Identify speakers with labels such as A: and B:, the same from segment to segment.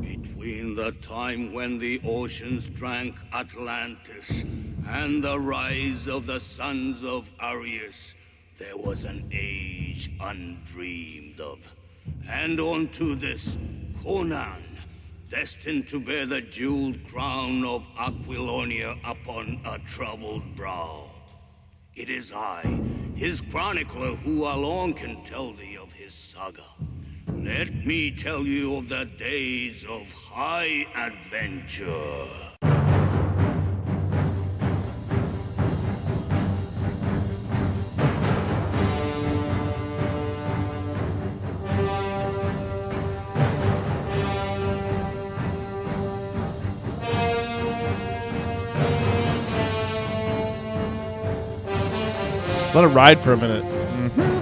A: between the time when the oceans drank Atlantis and the rise of the sons of Arius, there was an age undreamed of. And onto this, Conan, destined to bear the jeweled crown of Aquilonia upon a troubled brow. It is I, his chronicler, who alone can tell thee of his saga. Let me tell you of the days of high adventure.
B: Let it ride for a minute. Mm-hmm.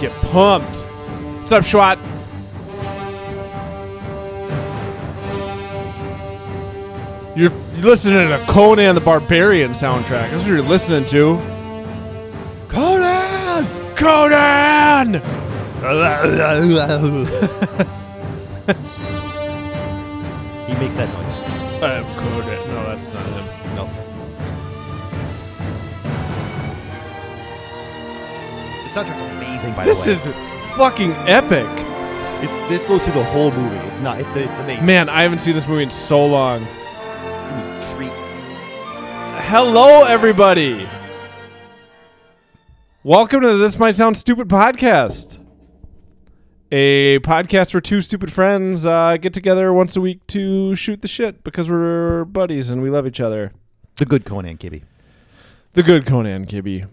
B: Get pumped. What's up, Schwat? You're you're listening to Conan the Barbarian soundtrack. That's what you're listening to. Conan! Conan!
C: He makes that noise.
B: I'm Conan. No, that's not him.
C: No. The soundtrack's amazing, by
B: This
C: the way.
B: is fucking epic.
C: It's, this goes through the whole movie. It's not. It, it's amazing.
B: Man, I haven't seen this movie in so long.
C: It was a treat.
B: Hello, everybody. Welcome to This Might Sound Stupid podcast, a podcast where two stupid friends uh, get together once a week to shoot the shit because we're buddies and we love each other.
C: It's a good Conan, Kibby.
B: The good Conan Kibby.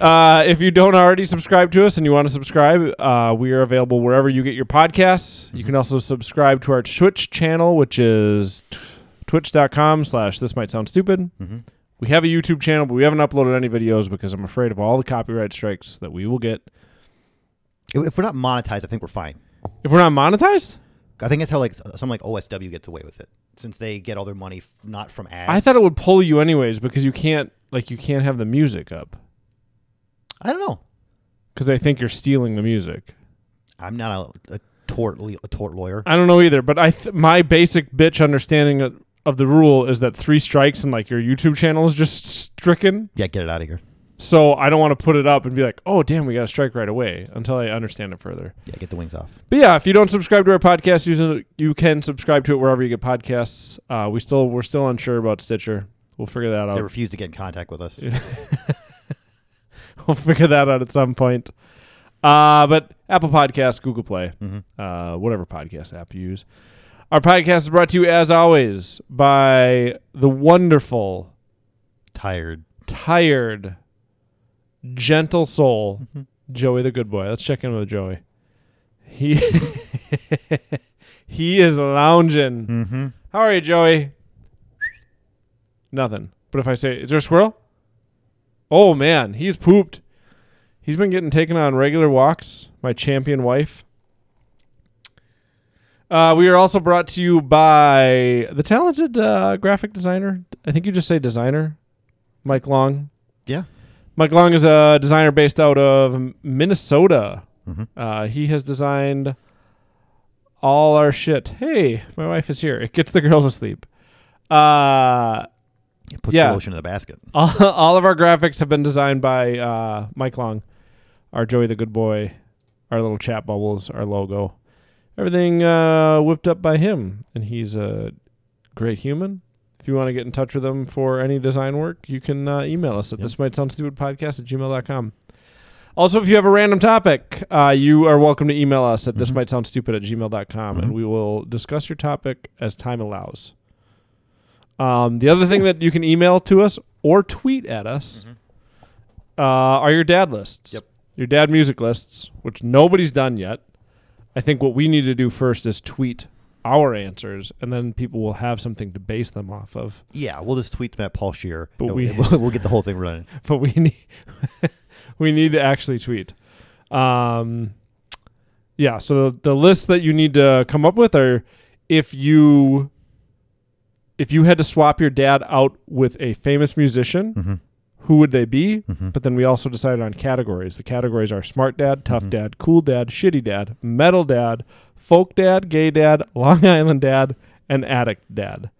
B: Uh, if you don't already subscribe to us and you want to subscribe, uh, we are available wherever you get your podcasts. You can also subscribe to our Twitch channel, which is t- twitch.com slash this might sound stupid. We have a YouTube channel, but we haven't uploaded any videos because I'm afraid of all the copyright strikes that we will get.
C: If if we're not monetized, I think we're fine.
B: If we're not monetized?
C: I think that's how like s- some like OSW gets away with it, since they get all their money f- not from ads.
B: I thought it would pull you anyways because you can't like you can't have the music up
C: I don't know.
B: because they think you're stealing the music.
C: I'm not a, a tort le- a tort lawyer.
B: I don't know either, but I th- my basic bitch understanding of, of the rule is that three strikes and like your YouTube channel is just stricken.
C: yeah, get it out of here.
B: So I don't want to put it up and be like, oh damn, we got to strike right away until I understand it further.
C: Yeah, get the wings off.
B: But yeah, if you don't subscribe to our podcast, you, you can subscribe to it wherever you get podcasts. Uh, we still we're still unsure about Stitcher. We'll figure that
C: They
B: out.
C: refuse to get in contact with us.
B: we'll figure that out at some point. Uh, but Apple Podcasts, Google Play, uh, whatever podcast app you use. Our podcast is brought to you, as always, by the wonderful,
C: Tired.
B: tired, gentle soul, Joey the Good Boy. Let's check in with Joey. He he is lounging.
C: Mm-hmm.
B: How are you, Joey? Nothing. But if I say, is there a squirrel? Oh man, he's pooped. He's been getting taken on regular walks. My champion wife. Uh, we are also brought to you by the talented uh, graphic designer. I think you just say designer, Mike Long.
C: Yeah.
B: Mike Long is a designer based out of Minnesota.
C: Mhm.
B: Uh, he has designed all our shit. Hey, my wife is here. It gets the girls to sleep. Uh,
C: It puts
B: Yeah.
C: the lotion in the basket.
B: all, all of our graphics have been designed by uh, Mike Long, our Joey the Good Boy, our little chat bubbles, our logo. Everything uh, whipped up by him, and he's a great human. If you want to get in touch with him for any design work, you can uh, email us at
C: Yep.
B: this might sound stupid podcast at gmail.com. Also, if you have a random topic, uh, you are welcome to email us at this might sound stupid at gmail.com and
C: Mhm.
B: we will discuss your topic as time allows. Um, the other thing that you can email to us or tweet at us uh, are your dad lists.
C: Yep.
B: Your dad music lists, which nobody's done yet. I think what we need to do first is tweet our answers, and then people will have something to base them off of.
C: Yeah, we'll just tweet them at Paul Shear.
B: But
C: and
B: we-
C: we'll, we'll get the whole thing running.
B: But we need we need to actually tweet. Um, yeah. So the lists that you need to come up with are if you if you had to swap your dad out with a famous musician,
C: Mm-hmm.
B: who would they be? But then we also decided on categories. The categories are smart dad, tough
C: Mm-hmm.
B: dad, cool dad, shitty dad, metal dad, folk dad, gay dad, Long Island dad, and addict dad.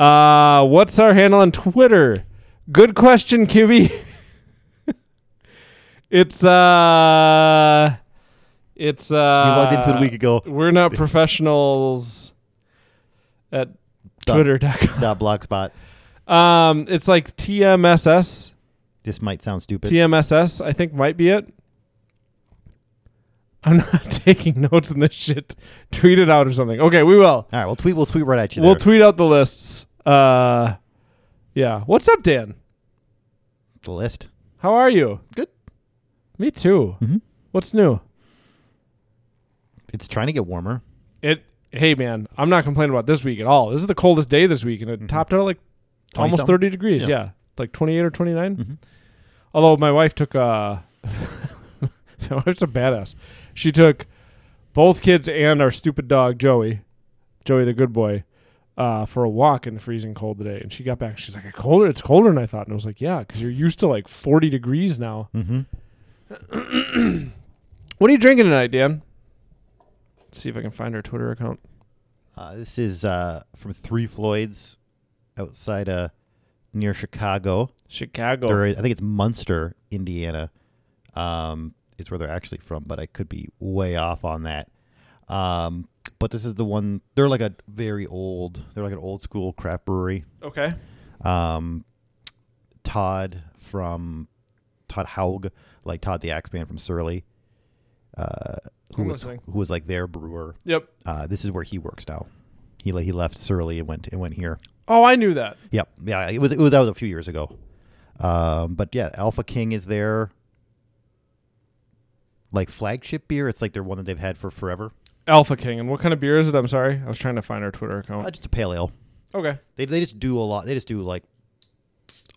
B: Uh, what's our handle on Twitter? Good question, Kibby. it's uh, it's uh.
C: you logged into it a week ago.
B: We're not professionals at
C: Dot-
B: twitter.com.
C: Dot blogspot.
B: Um, it's like TMSS.
C: This might sound stupid.
B: TMSS, I think, might be it. I'm not taking notes on this shit. Tweet it out or something. Okay, we will.
C: All right, we'll tweet. We'll tweet right at you.
B: We'll
C: there.
B: tweet out the lists. Uh, yeah. What's up, Dan?
C: the list.
B: How are you?
C: Good.
B: Me too.
C: Mhm.
B: What's new?
C: It's trying to get warmer.
B: It. Hey, man, I'm not complaining about this week at all. This is the coldest day this week, and it topped out at like
C: 20
B: almost
C: something?
B: 30 degrees. Yeah.
C: Yeah.
B: Like 28 or 29.
C: Mhm.
B: Although my wife took, uh, my wife's a badass. She took both kids and our stupid dog, Joey, Joey the good boy, uh, for a walk in the freezing cold today. And she got back. She's like, "It's colder, it's colder than I thought. And I was like, yeah, because you're used to like 40 degrees now.
C: Mhm.
B: what are you drinking tonight, Dan? Let's see if I can find her Twitter account.
C: Uh, this is uh, from Three Floyds, outside uh, near Chicago.
B: Chicago.
C: They're- I think it's Munster, Indiana, um, is where they're actually from, but I could be way off on that. Um, but this is the one. They're like a very old. They're like an old school craft brewery.
B: Okay.
C: Um, Todd from Todd Haug, like Todd the Axeman from Surly, uh, who
B: I'm
C: was
B: listening.
C: who was like their brewer.
B: Yep.
C: Uh, this is where he works now. He le- he left Surly and went and went here.
B: Oh, I knew that.
C: Yep. Yeah. It was it was that was a few years ago. Um, but yeah, Alpha King is their like flagship beer. It's like their one that they've had for forever.
B: Alpha King. And what kind of beer is it? I'm sorry. I was trying to find her Twitter
C: Uh,
B: account.
C: just a pale ale.
B: Okay.
C: They they just do a lot. They just do like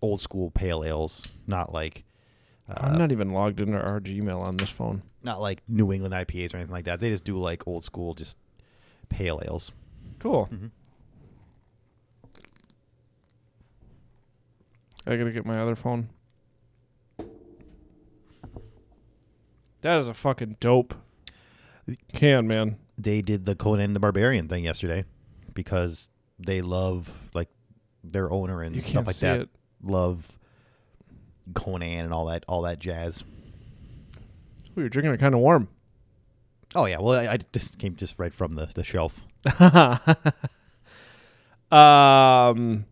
C: old school pale ales, not like
B: I'm not even logged into our Gmail on this phone.
C: not like New England IPAs or anything like that. They just do like old school just pale ales.
B: Cool. I gotta get my other phone. That is a fucking dope can, man.
C: They did the Conan the Barbarian thing yesterday because they love like their owner and
B: You
C: stuff
B: can't
C: like
B: see
C: that.
B: it.
C: Love Conan and all that all that jazz.
B: Ooh, you're drinking it kind of warm.
C: Oh yeah, well I, I just came just right from the, the shelf.
B: Um,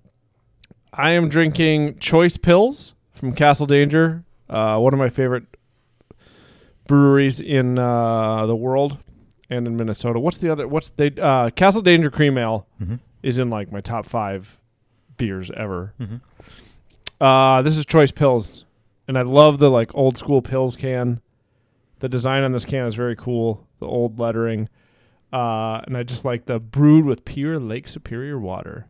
B: I am drinking Choice Pills from Castle Danger, uh, one of my favorite breweries in uh, the world and in Minnesota. What's the other? What's they? Uh, Castle Danger Cream Ale is in like my top five beers ever. Uh, this is Choice Pills, and I love the like old school pills can. The design on this can is very cool. The old lettering uh, and I just like the brewed with pure Lake Superior water.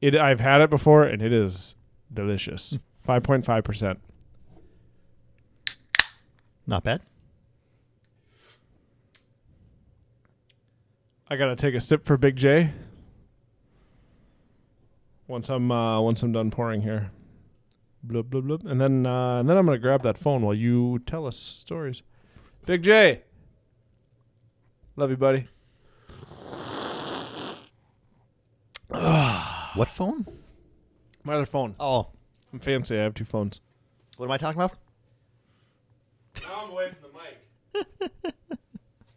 B: It I've had it before, and it is delicious. Five point five percent.
C: Not bad.
B: I gotta take a sip for Big J. Once I'm uh, once I'm done pouring here, blub blub blub, and then uh, and then I'm gonna grab that phone while you tell us stories. Big J, love you, buddy.
C: What phone?
B: My other phone.
C: Oh,
B: I'm fancy. I have two phones.
C: what am I talking about?
B: I'm away from the mic.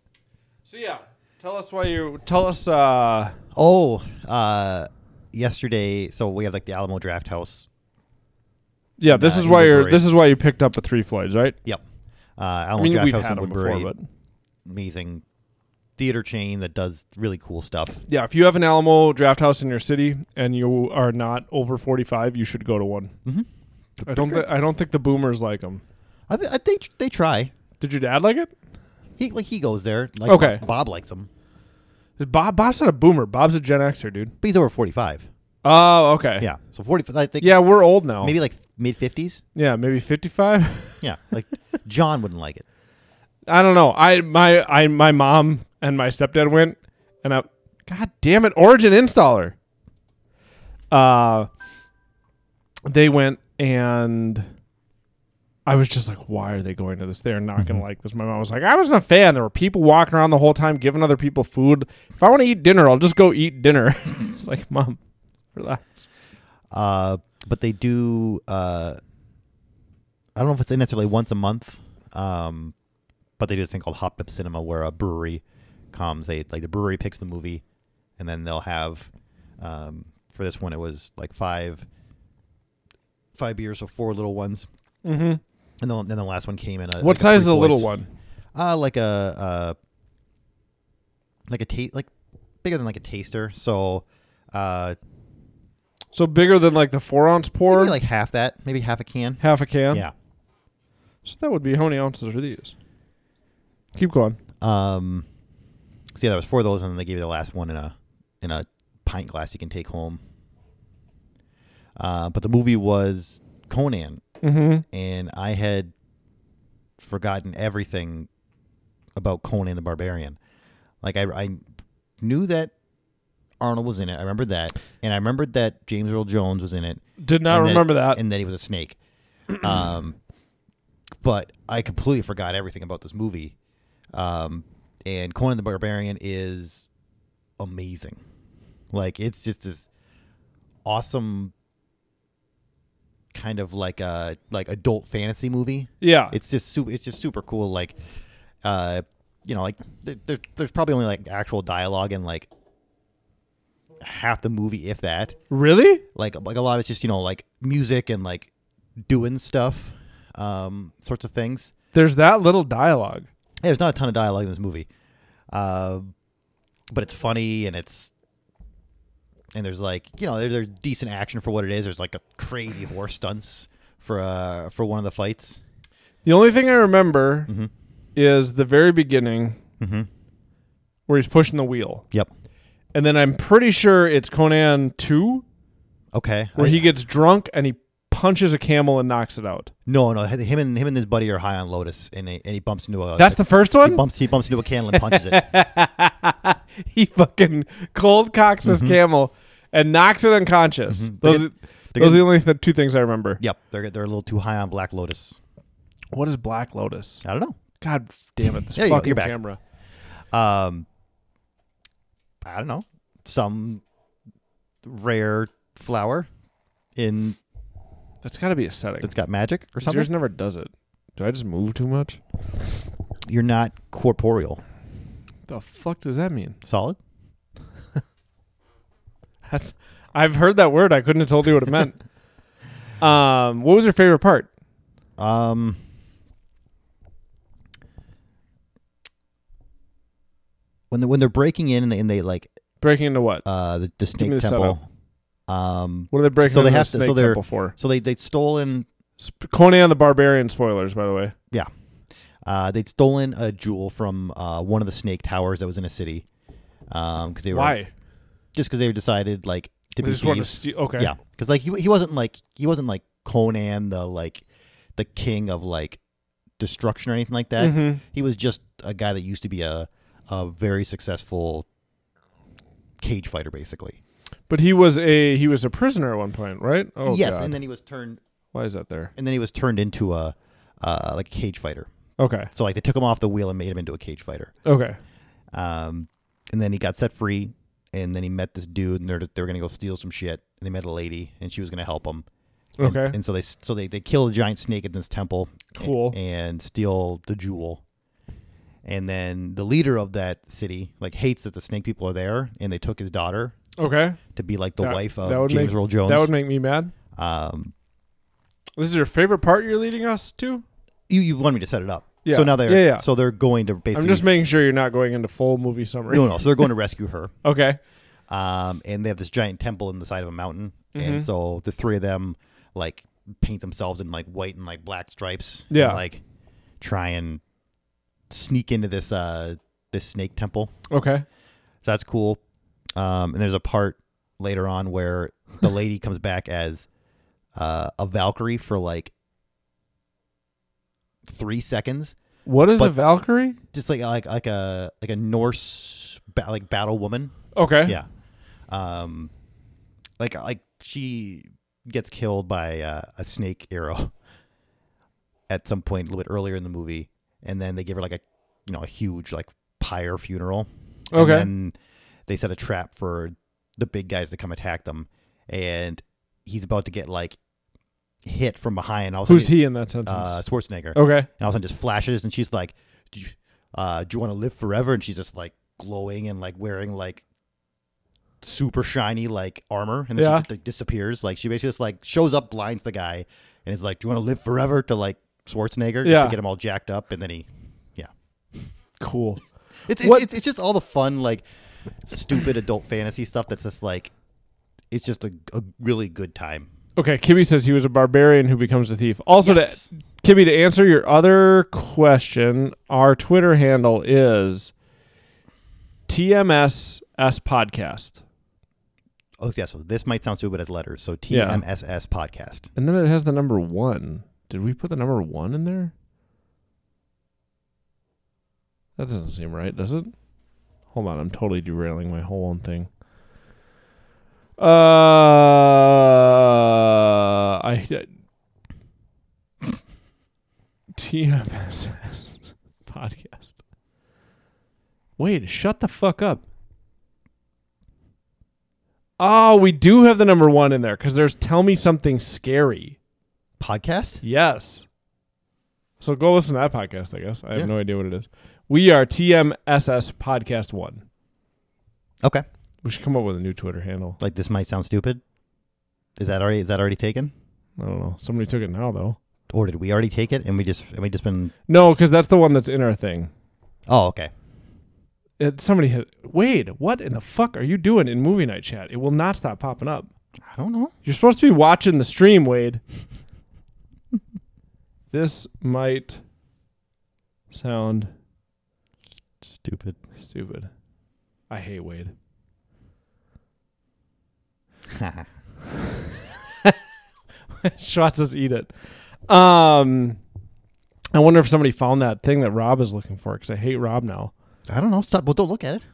B: so yeah, tell us why you tell us. uh
C: Oh, uh, yesterday. So we have like the Alamo Draft House.
B: Yeah, this
C: Nah,
B: is
C: you
B: why
C: were
B: you're.
C: great.
B: This is why you picked up a three Floyds, right?
C: Yep. Uh, Alamo
B: I mean,
C: Draft
B: we've
C: House
B: had
C: in
B: them
C: Woodbury.
B: before, but
C: Amazing theater chain that does really cool stuff.
B: yeah, if you have an Alamo Draft House in your city and you are not over forty five, you should go to one. Mm-hmm. I don't. Th- I don't think the boomers like them.
C: I, th- I think they try.
B: Did your dad like it?
C: He like he goes there. Like
B: Okay.
C: Bob likes him,
B: Is Bob Bob's not a boomer. Bob's a Gen Xer, dude.
C: but he's over forty five.
B: Oh, okay.
C: Yeah. So forty five. I think.
B: Yeah, we're old now.
C: Maybe like mid fifties.
B: yeah, maybe fifty five.
C: Yeah. Like John wouldn't like it.
B: I don't know. I my I my mom and my stepdad went, and I god damn it, Origin installer. Uh, they went and I was just like, why are they going to this? They're not going to like this. My mom was like, I wasn't a fan. There were people walking around the whole time giving other people food. If I want to eat dinner, I'll just go eat dinner. it's like, mom, relax.
C: Uh, but they do. Uh, I don't know if it's necessarily once a month, um, but they do this thing called Hot Pip Cinema, where a brewery comes. They like the brewery picks the movie, and then they'll have um, for this one it was like five five beers, so four little ones,
B: Mm-hmm.
C: and then, then the last one came in. A,
B: What
C: like a
B: size is
C: three
B: the little
C: points.
B: one?
C: Uh, like a uh, like a ta- like bigger than like a taster. So. Uh,
B: So bigger than like the four ounce pour,
C: maybe like half that, maybe half a can.
B: half a can.
C: Yeah.
B: So that would be how many ounces are these? Keep going.
C: Um, so yeah, there was four of those, and then they gave you the last one in a in a pint glass you can take home. Uh, but the movie was Conan,
B: Mm-hmm.
C: and I had forgotten everything about Conan the Barbarian. Like I, I knew that Arnold was in it. I remembered that, and I remembered that James Earl Jones was in it.
B: Did not
C: and
B: remember that.
C: And that he was a snake. um, but I completely forgot everything about this movie. Um, and Conan the Barbarian is amazing. Like it's just this awesome kind of like a like adult fantasy movie.
B: yeah.
C: It's just super. It's just super cool. Like, uh, you know, like there, there- there's probably only like actual dialogue in like half the movie, if that
B: really?
C: like like a lot of it's just you know like music and like doing stuff um sorts of things
B: There's that little dialogue.
C: yeah, there's not a ton of dialogue in this movie uh, but it's funny and it's and there's like you know there, there's decent action for what it is there's like a crazy horse stunts for uh for one of the fights
B: The only thing I remember
C: Mhm.
B: is the very beginning
C: mm-hmm.
B: where he's pushing the wheel.
C: yep
B: And then I'm pretty sure it's Conan 2
C: okay
B: where
C: I-
B: he gets drunk and he punches a camel and knocks it out.
C: no no him and him and his buddy are high on lotus and he, and he bumps into a
B: That's the first
C: he
B: one?
C: bumps he bumps into a candle and punches it
B: he fucking cold cocks his
C: Mm-hmm.
B: camel and knocks it unconscious. Those,
C: They're
B: those are the only th- two things I remember.
C: yep they're they're a little too high on black lotus
B: What is Black Lotus?
C: i don't know
B: God damn it! This
C: There you go,
B: fucking
C: you're back.
B: camera.
C: um i don't know some rare flower in
B: That's got to be a setting.
C: that's got magic or something
B: Yours never does it. Do I just move too much?
C: you're not corporeal
B: The fuck does that mean?
C: solid
B: That's I've heard that word. I couldn't have told you what it meant. um, what was your favorite part?
C: um when they, when they're breaking in and they, and they like
B: Breaking into what?
C: uh the, the
B: me
C: snake
B: the
C: temple um
B: what are they breaking
C: so they
B: into
C: have
B: the
C: to-
B: snake
C: so they're-
B: temple for?
C: so they they'd stolen
B: Sp- Conan the Barbarian spoilers, by the way.
C: Yeah. Uh, they'd stolen a jewel from uh, one of the snake towers that was in a city. Um, cause they were,
B: Why?
C: Just because they decided like
B: They
C: to be
B: just wanted to
C: thieves.
B: steal. Okay.
C: Yeah, because like he, he wasn't like he wasn't like Conan the like the king of like destruction or anything like that.
B: Mhm.
C: He was just a guy that used to be a a very successful cage fighter, basically.
B: But he was a he was a prisoner at one point, right? Oh
C: yes,
B: God.
C: and then he was turned
B: Why is that there?
C: and then he was turned into a uh, like a cage fighter.
B: Okay.
C: So like they took him off the wheel and made him into a cage fighter.
B: Okay.
C: Um, and then he got set free, and then he met this dude, and they're they were gonna go steal some shit. And they met a lady, and she was gonna help him. And-
B: Okay.
C: And, so they so they they kill a giant snake in this temple. a-
B: Cool.
C: And, steal the jewel. And then the leader of that city like hates that the snake people are there, and they took his daughter
B: okay.
C: to be like the
B: That-
C: wife
B: that would
C: of James
B: make-
C: Earl Jones.
B: That would make me mad.
C: um,
B: This is your favorite part you're leading us to?
C: you you wanted me to set it up.
B: Yeah.
C: So now they're
B: Yeah, yeah.
C: so they're going to basically.
B: I'm just making sure you're not going into full movie summary.
C: no, no. So they're going to rescue her.
B: Okay.
C: um, and they have this giant temple in the side of a mountain,
B: Mhm.
C: and so the three of them like paint themselves in like white and like black stripes, and,
B: Yeah.
C: like try and sneak into this uh this snake temple.
B: Okay.
C: So that's cool. Um, and there's a part later on where the lady comes back as uh, a Valkyrie for like three seconds,
B: What is a
C: But-
B: Valkyrie?
C: just like like like a like a Norse ba- like battle woman
B: Okay.
C: yeah um like like she gets killed by uh, a snake arrow at some point a little bit earlier in the movie, and then they give her like a you know a huge like pyre funeral. And
B: Okay.
C: then they set a trap for the big guys to come attack them, and he's about to get like hit from behind. All of a
B: Who's
C: sudden-
B: he in that sentence?
C: Uh, Schwarzenegger.
B: okay.
C: And all of a sudden just flashes and she's like, Do you, uh, do you want to live forever? And she's just like glowing and like wearing like super shiny like armor. And then
B: Yeah.
C: she just like, disappears. Like she basically just like shows up, blinds the guy, and is like, Do you want to live forever? to like Schwarzenegger just
B: Yeah.
C: to get him all jacked up. And then he, yeah.
B: Cool.
C: It's,
B: What-
C: it's, it's, it's just all the fun, like stupid adult fantasy stuff that's just like, it's just a, a really good time.
B: Okay, Kibby says he was a barbarian who becomes a thief. Also,
C: Yes.
B: to, Kibby, to answer your other question, our Twitter handle is TMSS Podcast.
C: Oh, yeah. So this might sound stupid as letters. So
B: Yeah.
C: TMSS podcast.
B: And then it has the number one. Did we put the number one in there? That doesn't seem right, does it? Hold on, I'm totally derailing my whole own thing. Uh, I. TMSS podcast. Wait, shut the fuck up. Oh, we do have the number one in there because there's Tell Me Something Scary.
C: Podcast?
B: Yes. So go listen to that podcast, I guess. I have
C: Yeah.
B: no idea what it is. We are TMSS Podcast One.
C: Okay.
B: We should come up with a new Twitter handle.
C: like this might sound stupid. Is that already is that already taken,
B: I don't know. Somebody took it now, though.
C: or did we already take it and we just and we just been?
B: No, because that's the one that's in our thing.
C: Oh, okay.
B: It, somebody hit. Wade, what in the fuck are you doing in movie night chat? It will not stop popping up.
C: I don't know.
B: You're supposed to be watching the stream, Wade. this might sound
C: Stupid.
B: stupid. I hate Wade. Schwartz says eat it. Um, I wonder if somebody found that thing that Rob is looking for because I hate Rob now.
C: I don't know. Stop. Well, don't look at it.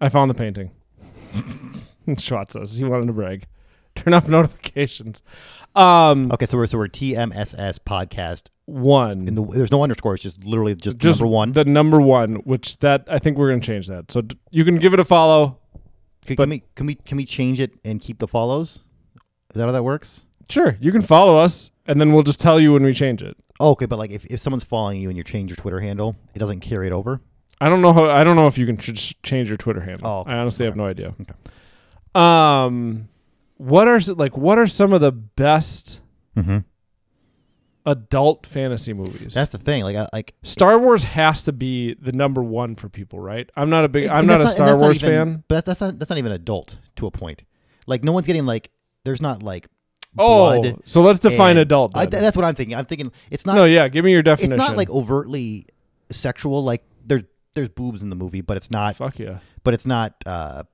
B: I found the painting. Schwartz says he wanted to brag. Turn off notifications. Um,
C: Okay, so we're so we're TMSS podcast.
B: one.
C: And the, there's no underscore. It's just literally just,
B: just
C: number one.
B: The number one, which that I think we're gonna change that. So d- you can give it a follow.
C: can,
B: but-
C: can we can we can we change it and keep the follows? Is that how that works?
B: Sure, you can follow us, and then we'll just tell you when we change it.
C: Oh, okay, but like if, if someone's following you and you change your Twitter handle, it doesn't carry it over.
B: I don't know how. I don't know if you can tr- change your Twitter handle.
C: Oh, okay.
B: I honestly have no idea.
C: Okay.
B: Um, what are s- like what are some of the best
C: Mm-hmm.
B: adult fantasy movies?
C: That's the thing. Like I, like
B: Star Wars has to be the number one for people, right? I'm not a big. I'm
C: And
B: not a
C: that's and
B: Star
C: that's
B: Wars
C: even-
B: fan.
C: But that's, that's not that's not even adult to a point. Like no one's getting like there's not like
B: Oh,
C: blood
B: so let's define
C: and-
B: adult.
C: I,
B: then.
C: that's what I'm thinking. I'm thinking it's not
B: no, yeah. Give me your
C: it's
B: definition.
C: not like overtly sexual. Like there's there's boobs in the movie, but it's not
B: fuck yeah.
C: but it's not uh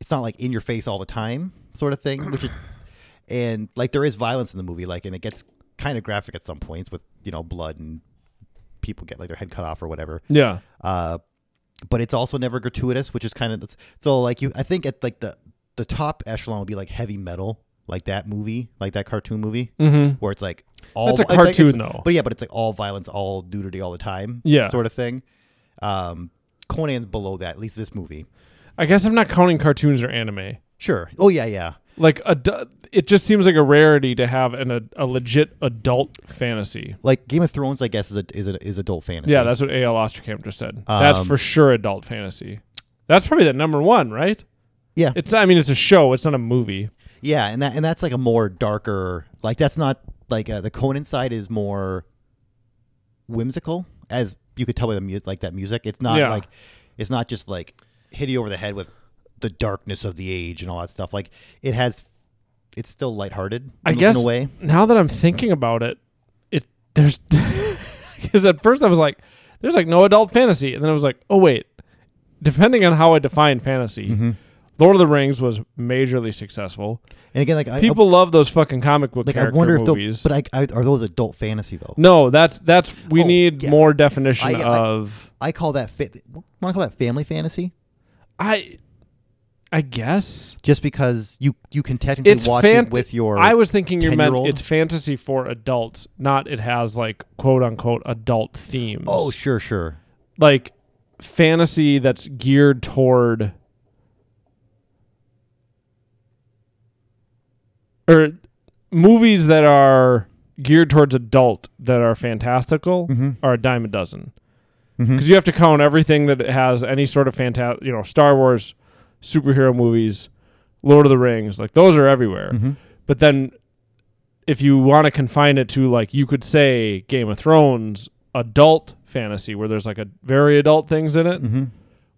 C: it's not like in your face all the time sort of thing. Which is and like there is violence in the movie, like and it gets kind of graphic at some points with you know blood and people get like their head cut off or whatever
B: Yeah.
C: uh, but it's also never gratuitous, which is kind of so like you. I think at like the the top echelon would be like heavy metal, like that movie, like that cartoon movie,
B: Mm-hmm.
C: where it's like all
B: That's a
C: it's like- it's-
B: cartoon, though.
C: But yeah, but it's like all violence, all nudity, all the time,
B: Yeah.
C: sort of thing. Um, Conan's below that, at least this movie.
B: I guess I'm not counting cartoons or anime.
C: Sure. Oh yeah, yeah.
B: Like adu- it just seems like a rarity to have an a, a legit adult fantasy.
C: Like Game of Thrones, I guess is a is a is adult fantasy.
B: Yeah, that's what A.L. Osterkamp just said.
C: Um,
B: that's for sure adult fantasy. That's probably the number one, right?
C: yeah,
B: It's I mean it's a show, it's not a movie.
C: yeah, and that and that's like a more darker. Like that's not like uh, the Conan side is more whimsical, as you could tell by the mu- like that music. It's not
B: Yeah.
C: like it's not just like hit you over the head with the darkness of the age and all that stuff. Like it has, it's still lighthearted.
B: I
C: in,
B: guess
C: in a way.
B: now that I'm thinking about it, it there's because at first I was like, there's like no adult fantasy, and then I was like, oh wait, depending on how I define fantasy,
C: Mm-hmm.
B: Lord of the Rings was majorly successful.
C: And again, like I-
B: People love those fucking comic book
C: I, like I
B: character
C: wonder if
B: movies.
C: those, but I, I, are those adult fantasy though?
B: No, that's that's we
C: Oh,
B: need
C: yeah.
B: more definition
C: I- I-
B: of
C: I call that fa- want to call that family fantasy.
B: I I guess
C: Just because you you can technically watch
B: fant-
C: it with your
B: I was thinking you meant
C: 10-year-old?
B: it's fantasy for adults, not it has like quote unquote adult themes.
C: Oh, sure, sure.
B: like fantasy that's geared toward or movies that are geared towards adult that are fantastical are a dime a dozen because you have to count everything that has any sort of fantastic you know star wars superhero movies lord of the rings like those are everywhere but then if you want to confine it to like you could say Game of Thrones adult fantasy where there's like a very adult things in it
C: Mm-hmm.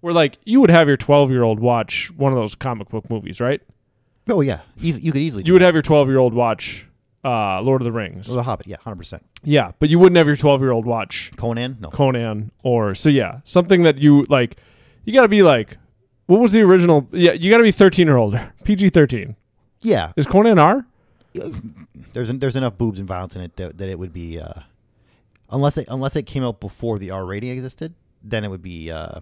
B: where like you would have your 12 year old watch one of those comic book movies right
C: Oh yeah, Eas- you could easily
B: you would have your 12 year old watch uh, Lord of the Rings
C: The Hobbit. Yeah, hundred percent.
B: yeah but you wouldn't have your 12 year old watch
C: Conan. No.
B: Conan or so yeah something that you like you got to be like what was the original yeah you got to be 13 or older PG 13
C: yeah,
B: is Conan R
C: there's en- there's enough boobs and violence in it that, that it would be uh, unless it unless it came out before the R rating existed, then it would be. Uh,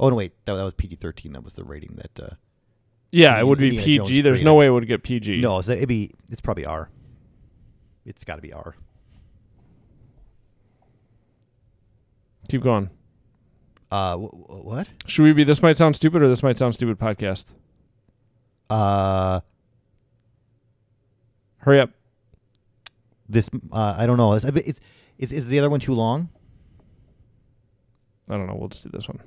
C: oh no, wait, that, that was PG thirteen. That was the rating that. Uh,
B: yeah it
C: Indiana-
B: would be
C: Indiana
B: PG
C: Jones
B: there's no
C: created.
B: way it would get PG
C: no, so it'd be it's probably R. It's got to be R.
B: keep going
C: Uh, w- w- what?
B: Should we be this might sound stupid or this might sound stupid podcast?
C: Uh,
B: Hurry up.
C: this uh, I don't know. It's, it's, is is the other one too long?
B: I don't know. We'll just do this one.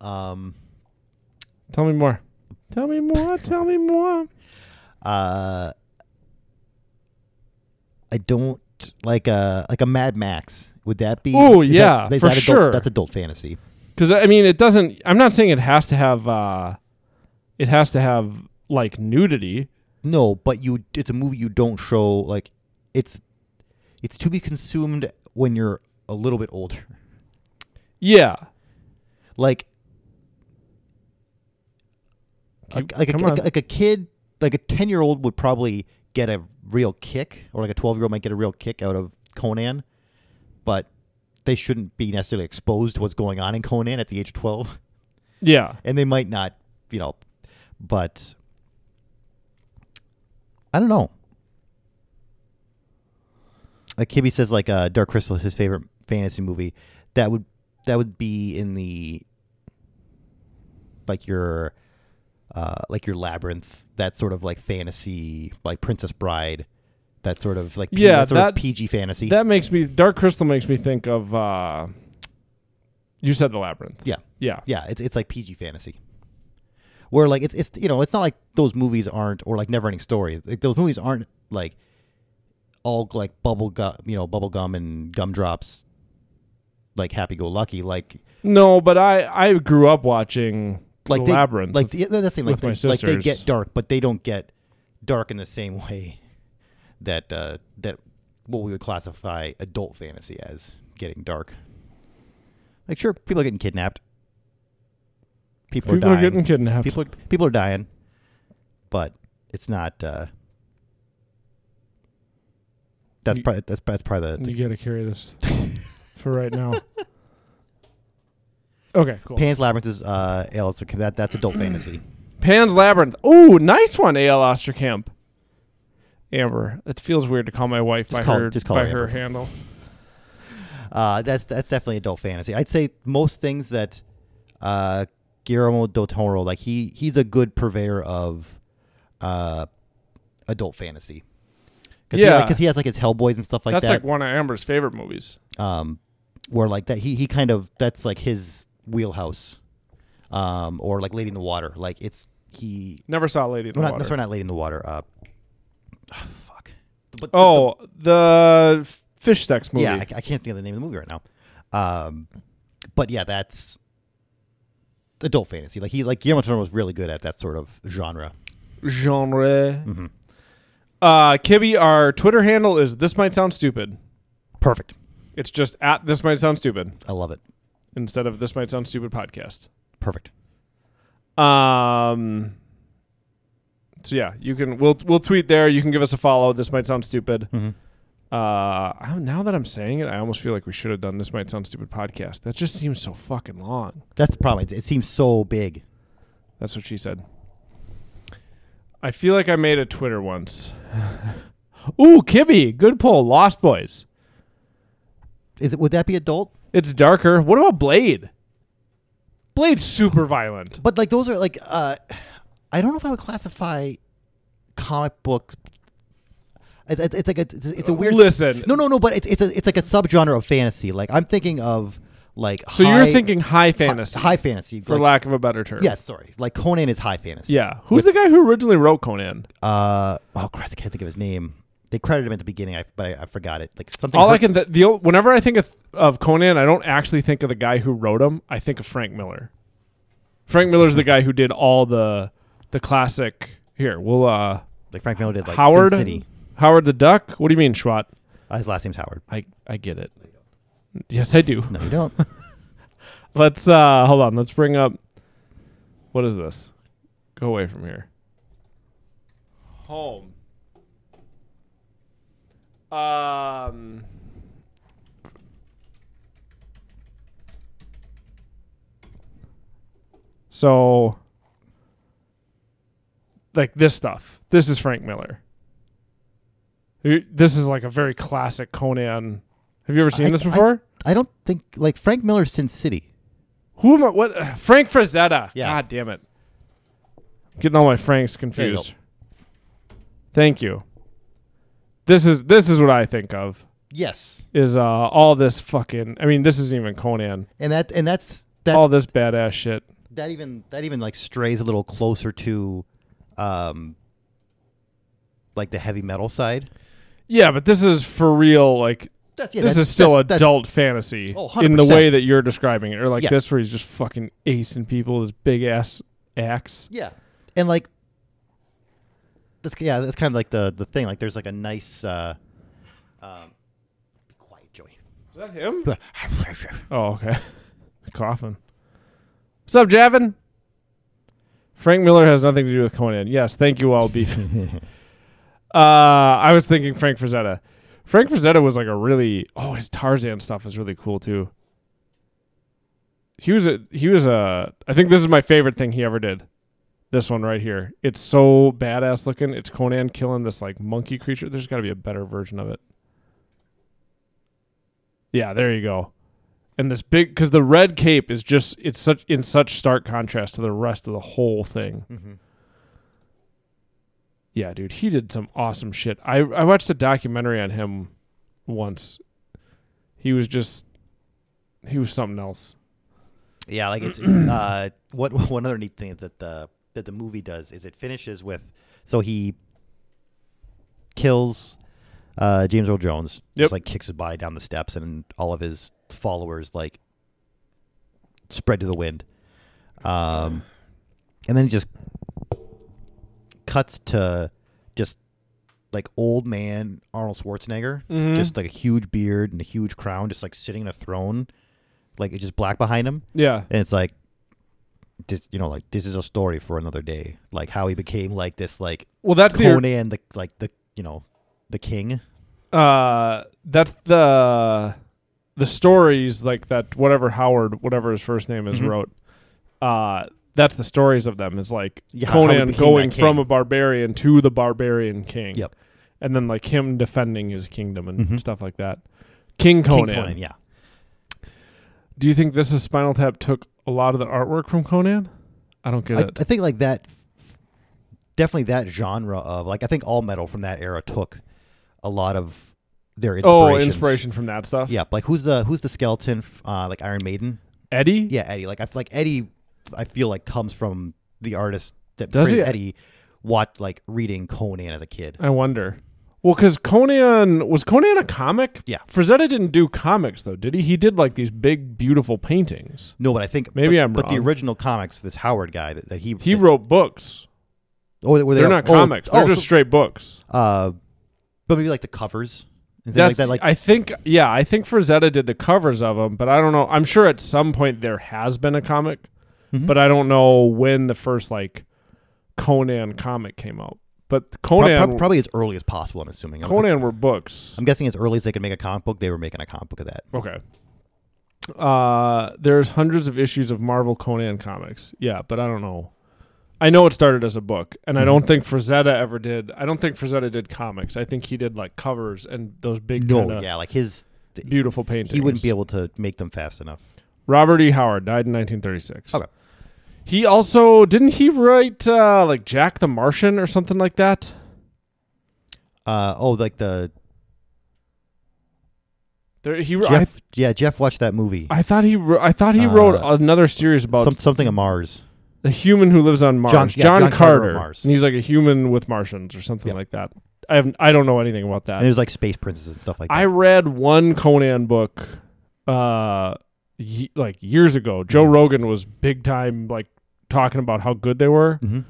C: Um,
B: Tell me more. Tell me more. tell me more.
C: uh, I don't like a like a Mad Max. Would that be?
B: Ooh,
C: is
B: yeah,
C: that, is
B: for
C: that adult,
B: sure.
C: That's adult fantasy.
B: Because I mean, it doesn't. I'm not saying it has to have. uh It has to have like nudity.
C: No, but you it's a movie you don't show like it's it's to be consumed when you're a little bit older.
B: Yeah.
C: Like a-
B: Keep-
C: like, a,
B: come
C: like,
B: on.
C: a- like a kid, like a 10-year-old would probably get a real kick or like a 12-year-old might get a real kick out of Conan, but they shouldn't be necessarily exposed to what's going on in Conan at the age of 12
B: Yeah.
C: and they might not, you know, but I don't know. Like Kibby says, like uh, Dark Crystal is his favorite fantasy movie. That would that would be in the like your uh, like your labyrinth, that sort of like fantasy, like Princess Bride, that sort of like P-
B: Yeah,
C: that sort
B: that-
C: of PG fantasy.
B: That makes me. Dark Crystal makes me think of. uh You said the labyrinth.
C: yeah,
B: Yeah.
C: Yeah, it's it's like PG fantasy. Where like it's it's you know, it's not like those movies aren't or like Neverending Story. Like those movies aren't like all like bubble gum, you know, bubble gum and gumdrops like happy go lucky like
B: No, but I I grew up watching
C: like
B: the
C: they,
B: labyrinth.
C: Like yeah, that's the thing, like
B: with my
C: they, like they
B: sisters.
C: get dark, but they don't get dark in the same way that uh that what we would classify adult fantasy as getting dark. Like sure, people are getting kidnapped. People,
B: people
C: are
B: are
C: dying.
B: getting kidnapped.
C: people are, people are dying, but it's not. Uh, that's
B: You-
C: probably that's that's probably the, the
B: You got to carry this for right now. Okay, cool.
C: Pan's Labyrinth is uh, Alice. That that's adult fantasy.
B: Pan's Labyrinth. Ooh, nice one, A.L. Osterkamp. Amber. It feels weird to call my wife
C: Just
B: by
C: call-
B: her
C: just call
B: by
C: her
B: her
C: Amber.
B: handle.
C: Uh, that's that's definitely adult fantasy. I'd say most things that uh, Guillermo del Toro like he he's a good purveyor of uh, adult fantasy. Cause he,
B: Yeah.
C: because he has like his Hellboys and stuff like
B: That's
C: that.
B: like one of Amber's favorite movies.
C: um, where like that he he kind of that's like his wheelhouse, um, or like Lady in the Water. Like it's he.
B: Never saw Lady in the
C: No, not,
B: Water.
C: sorry, not Lady in the Water. Uh, ah, fuck. But-
B: oh, the f- fish sex movie.
C: yeah, I, I can't think of the name of the movie right now. Um, but yeah, that's adult fantasy. Like he, like Guillermo del Toro was really good at that sort of genre.
B: Genre.
C: Mm-hmm.
B: Uh, Kibby, our Twitter handle is This Might Sound Stupid.
C: Perfect.
B: It's just at This Might Sound Stupid
C: I love it.
B: instead of This Might Sound Stupid podcast.
C: Perfect.
B: Um.
C: Mm-hmm.
B: So yeah, you can we'll we'll tweet there. You can give us a follow. This might sound stupid. Uh, I- now that I'm saying it, I almost feel like we should have done this. Might sound stupid podcast. That just seems so fucking long.
C: That's the problem. It, it seems so big.
B: That's what she said. I feel like I made a Twitter once. Ooh, Kibby, good pull. Lost Boys.
C: Is it? Would that be adult?
B: It's darker. What about Blade? Blade's super violent.
C: But like those are like uh, I don't know if I would classify comic books. It's, it's, it's like a, it's, it's a weird.
B: Listen.
C: no, no, no. But it's it's a, it's like a subgenre of fantasy. Like I'm thinking of like.
B: So
C: high-
B: you're thinking high
C: hi-
B: fantasy,
C: High, fantasy.
B: for
C: like-
B: lack of a better term.
C: Yes, sorry. Like Conan is high fantasy.
B: Yeah. Who's the guy who originally wrote Conan?
C: Uh oh, Christ, I can't think of his name. They credited him at the beginning, I, but I, I forgot it. Like something.
B: All I
C: Hur-
B: can th- the o- whenever I think of, of Conan, I don't actually think of the guy who wrote him. I think of Frank Miller. Frank Miller's the guy who did all the the classic. Here, we'll uh
C: like Frank Miller did like
B: Howard
C: Sin City.
B: Howard the Duck. What do you mean, Schwat?
C: Uh, his last name's Howard.
B: I I get it. Yes, I do.
C: No, you don't.
B: Let's uh hold on. Let's bring up what is this? Go away from here. Home. Um So like this stuff. This is Frank Miller. You- This is like a very classic Conan. Have you ever seen
C: I-
B: this
C: I-
B: before?
C: I don't think like Frank Miller's Sin City.
B: Who am I? What? uh, Frank Frazetta.
C: Yeah.
B: God damn it. Getting all my Franks
C: you go.
B: confused. Thank you. This is this is what I think of
C: Yes,
B: is uh, all this fucking. I mean, this isn't even Conan.
C: and that and that's that's
B: all this badass shit.
C: that even that even like strays a little closer to, um, like the heavy metal side.
B: Yeah, but this is for real. Like
C: That's, yeah,
B: this
C: that's-
B: is still
C: that's- that's-
B: adult fantasy
C: Oh,
B: in the
C: 100%.
B: way that you're describing it, or like
C: Yes.
B: this where he's just fucking acing people with his big ass axe.
C: Yeah, and like that's yeah, that's kind of like the the thing. Like there's like a nice. Uh, um, be quiet, Joey.
B: Is that him?
C: That's
B: Oh, okay. Coffin. What's up, Javin? Frank Miller has nothing to do with Conan. Yes, thank you all, Beef. uh, I was thinking Frank Frazetta. Frank Frazetta was like a really oh his Tarzan stuff is really cool too. He was a he was a I think this is my favorite thing he ever did. This one right here. It's so badass looking. It's Conan killing this like monkey creature. There's got to be a better version of it. Yeah, there you go and this big because the red cape is just it's such in such stark contrast to the rest of the whole thing yeah dude he did some awesome shit i i watched a documentary on him once he was just he was something else
C: Yeah, like it's uh, what one other neat thing that the that the movie does is it finishes with so he kills uh, James Earl Jones,
B: Yep.
C: just like kicks his body down the steps, and all of his followers like spread to the wind, um, and then he just cuts to just like old man Arnold Schwarzenegger, just like a huge beard and a huge crown, just like sitting in a throne, like it's just black behind him
B: yeah
C: and it's like this you know like this is a story for another day like how he became like this like
B: well that's the
C: conan the like the you know the king
B: uh that's the the stories like that whatever howard whatever his first name
C: Mm-hmm.
B: is wrote uh that's the stories of them is like
C: Yeah, how he
B: conan
C: became that
B: going from
C: king.
B: a barbarian to the barbarian king
C: yep Mm-hmm.
B: and then like him defending his kingdom and stuff like that. King Conan.
C: king conan yeah
B: Do you think this is Spinal Tap took a lot of the artwork from Conan? I don't get
C: I,
B: it.
C: I think like that definitely that genre of like i think all metal from that era took a lot of their
B: oh,
C: inspirations.
B: inspiration from that stuff.
C: yeah like who's the who's the skeleton f- uh like iron maiden
B: Eddie.
C: yeah eddie like i f- like eddie i feel like comes from the artist that
B: Does
C: created
B: he?
C: eddie watch like reading conan as a kid
B: I wonder. Well, because Conan was Conan a comic?
C: Yeah.
B: Frazetta didn't do comics though, did he? He did like these big, beautiful paintings.
C: No, but I think
B: Maybe
C: but,
B: I'm
C: But the
B: wrong.
C: original comics, this Howard guy that, that he
B: He
C: that-
B: wrote books.
C: oh, were they
B: They're
C: all-
B: not
C: oh,
B: comics. They're
C: oh,
B: just
C: so-
B: straight books.
C: uh, but maybe like the covers and things
B: That's
C: like that. Like
B: I think yeah, I think Frazetta did the covers of them, but I don't know. I'm sure at some point there has been a
C: Mm-hmm.
B: comic, but I don't know when the first like Conan comic came out. But
C: Prob-
B: Conan,
C: prob- probably as early as possible. I'm assuming. I'm-
B: Conan were books.
C: I'm guessing as early as they could make a comic book, they were making a comic book of that.
B: Okay. Uh, there's hundreds of issues of Marvel Conan comics. Yeah, but I don't know. I know it started as a book, and I
C: Mm-hmm.
B: don't think Frazetta ever did. I don't think Frazetta did comics. I think he did like covers and those big,
C: No,
B: kinda
C: yeah, like his, th-
B: beautiful paintings.
C: he wouldn't be able to make them fast enough.
B: Robert E. Howard died in 1936.
C: Okay.
B: He also didn't he write uh, like Jack the Martian or something like that.
C: Uh, oh, like the
B: There, he I,
C: Jeff. yeah, Jeff watched that movie.
B: I thought he wr- I thought he wrote
C: Uh,
B: another series about
C: Some, something of Mars.
B: the human who lives on Mars,
C: John- yeah, John Carter
B: Carter,
C: of Mars.
B: and he's like a human with Martians or something
C: Yep.
B: like that. I have I don't know anything about
C: And
B: that.
C: there's like space princesses and stuff like that.
B: I read one Conan book, uh, ye- like years ago. Joe
C: Mm-hmm.
B: Rogan was big time like talking about how good they were,
C: Mhm.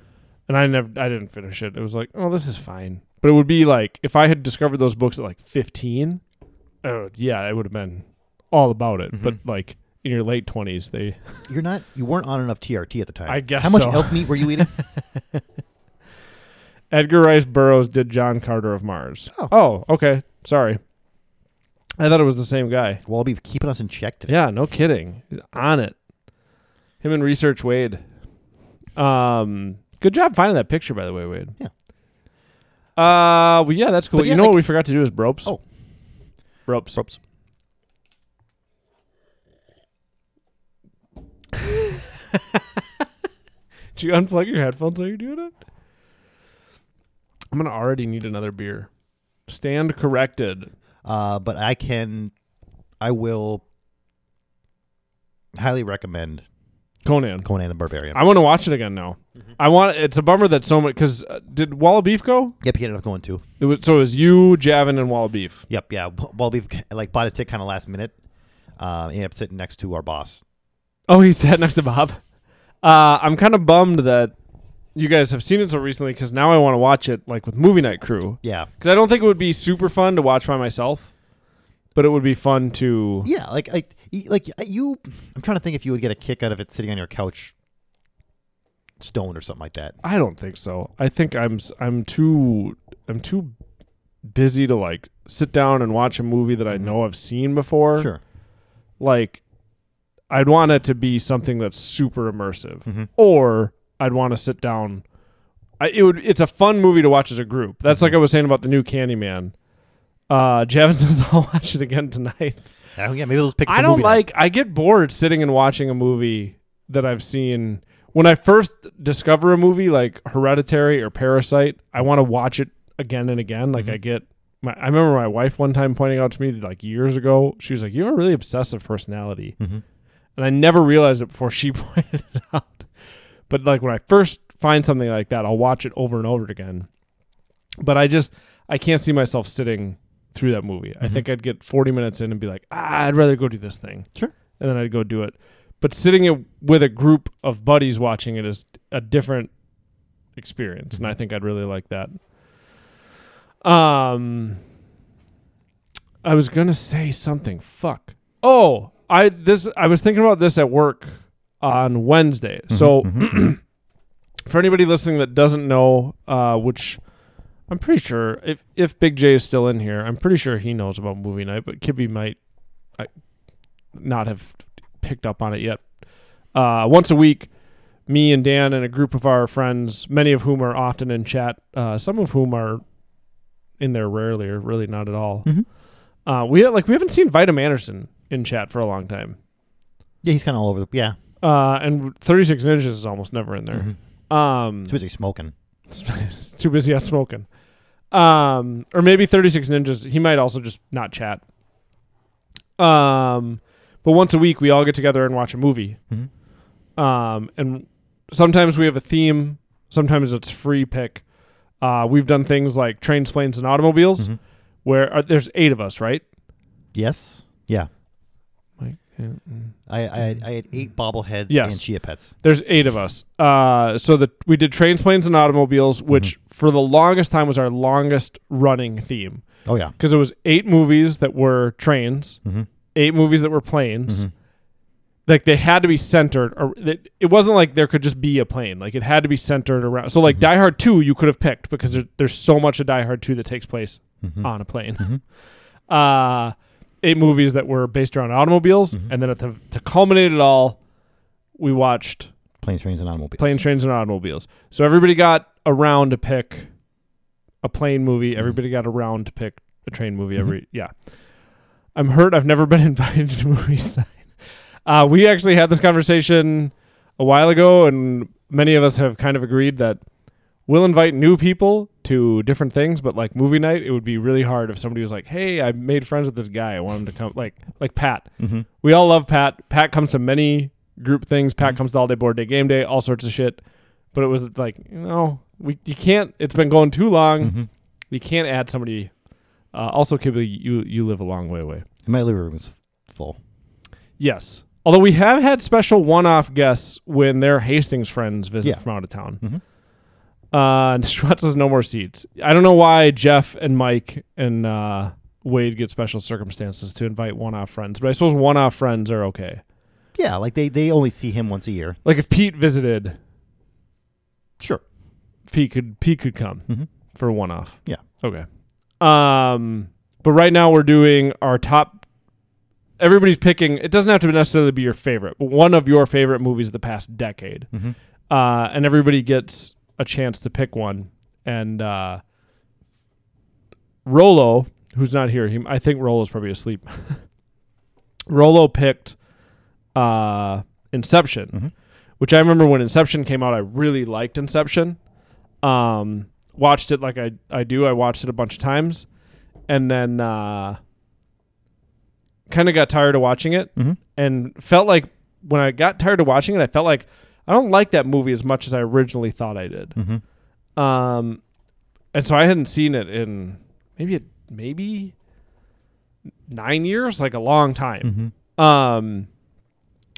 B: and I never I didn't finish it. It was like oh this is fine, but it would be like if I had discovered those books at like fifteen, oh yeah, it would have been all about
C: Mm-hmm.
B: it. But like in your late twenties, they
C: You're not. You weren't on enough TRT at the time.
B: I guess
C: How much
B: so.
C: elk meat were you eating?
B: Edgar Rice Burroughs did John Carter of Mars. Oh, okay. Sorry. I thought it was the same guy.
C: Wallaby keeping us in check today.
B: Yeah, no kidding. He's on it. Him and Research Wade. Um, good job finding that picture, by the way, Wade.
C: Yeah.
B: Uh, well, yeah, that's cool.
C: But
B: you
C: yeah,
B: know what
C: like-
B: we forgot to do is ropes.
C: Oh.
B: ropes.
C: Props.
B: Did you unplug your headphones while you're doing it? I'm gonna already need another beer. Stand corrected.
C: Uh, but I can, I will highly recommend
B: Conan.
C: Conan the Barbarian.
B: I want to watch it again now. I want. It's a bummer that so much because uh, did Walla Beef go?
C: yep, he ended up going too.
B: It was so it was you, Javin, and Walla Beef.
C: Yep, yeah. W- Wallaby like bought his ticket kind of last minute. Um, he ended up sitting next to our boss.
B: Oh, he sat next to Bob. Uh, I'm kind of bummed that you guys have seen it so recently because now I want to watch it like with Movie Night Crew
C: Yeah,
B: because I don't think it would be super fun to watch by myself, but it would be fun to.
C: yeah. Like I, y- like y- you. I'm trying to think if you would get a kick out of it sitting on your couch, stoned or something like that.
B: I don't think so. I think I'm s- I'm too I'm too busy to like sit down and watch a movie that I know I've seen before.
C: Sure.
B: like I'd want it to be something that's super immersive, or I'd want to sit down. I, it would. It's a fun movie to watch as a group. That's like I was saying about the new Candyman. Uh, Javin says I'll watch it again tonight.
C: Oh yeah, maybe let's pick.
B: I
C: for
B: don't
C: movie night.
B: like. I get bored sitting and watching a movie that I've seen. When I first discover a movie like Hereditary or Parasite, I want to watch it again and again.
C: Mm-hmm.
B: Like I get. My, I remember my wife one time pointing out to me like years ago. She was like, "You have a really obsessive personality,"
C: Mm-hmm.
B: and I never realized it before she pointed it out. But like when I first find something like that, I'll watch it over and over again. But I just I can't see myself sitting through that movie.
C: Mm-hmm.
B: I think I'd get 40 minutes in and be like, ah, I'd rather go do this thing.
C: Sure.
B: And then I'd go do it. But sitting it with a group of buddies watching it is a different experience, and I think I'd really like that. Um, I was gonna say something. Fuck. Oh, I this I was thinking about this at work on Wednesday. So, for anybody listening that doesn't know, uh, which I'm pretty sure if if Big J is still in here, I'm pretty sure he knows about movie night, but Kibby might I, not have picked up on it yet. Uh, once a week, me and Dan and a group of our friends, many of whom are often in chat, uh, some of whom are in there rarely or really not at all. Uh, we like we haven't seen Vitam Anderson in chat for a long time,
C: Yeah, he's kind of all over the. Yeah,
B: uh, and 36 inches is almost never in there. Um,
C: he's busy smoking.
B: too busy out smoking. Um, or maybe 36 Ninjas. He might also just not chat. Um, but once a week, we all get together and watch a movie. Um, and sometimes we have a theme, sometimes it's free pick. Uh, we've done things like trains, planes, and automobiles, where uh there's eight of us, right?
C: Yes. Yeah.
B: Like, yeah.
C: I I, had- I had eight bobbleheads
B: Yes.
C: and chia pets.
B: There's eight of us. Uh, so that we did trains, planes, and automobiles, which for the longest time was our longest running theme
C: Oh yeah.
B: because it was eight movies that were trains, eight movies that were planes, like they had to be centered or it, it wasn't like there could just be a plane like it had to be centered around so like die hard 2 you could have picked because there, there's so much of die hard 2 that takes place on a plane uh eight movies that were based around automobiles and then at the to culminate it all we watched
C: Planes, trains, and automobiles.
B: planes trains and automobiles so everybody got a round to pick a plane movie everybody got a round to pick a train movie every yeah i'm hurt i've never been invited to movies uh, we actually had this conversation a while ago and many of us have kind of agreed that we'll invite new people to different things but like movie night it would be really hard if somebody was like hey i made friends with this guy i want him to come like like pat
C: Mm-hmm,
B: we all love pat pat comes to many group things pat comes to all day board day game day all sorts of shit but it was like you know we you can't it's been going too long
C: Mm-hmm.
B: you can't add somebody uh, also Kibble, you you live a long way away
C: And my living room is full.
B: Yes. Although we have had special one-off guests when their Hastings friends visit
C: Yeah.
B: from out of town. Uh, and Schwartz has no more seats. I don't know why Jeff and Mike and uh, Wade get special circumstances to invite one-off friends, but I suppose one-off friends are okay.
C: Yeah, like they, they only see him once a year.
B: Like if Pete visited,
C: Sure.
B: Pete could Pete could come for one-off.
C: Yeah.
B: Okay. Um, but right now we're doing our top. Everybody's picking. It doesn't have to necessarily be your favorite, but one of your favorite movies of the past decade, uh, and everybody gets a chance to pick one. And uh, Rolo, who's not here, he, I think Rolo's probably asleep. Rolo picked uh, Inception, which I remember when Inception came out. I really liked Inception um, watched it like I, I do. I watched it a bunch of times, and then uh, kind of got tired of watching it, and felt like when I got tired of watching it, I felt like I don't like that movie as much as I originally thought I did. Um, and so I hadn't seen it in maybe it, maybe nine years, like a long time. Um,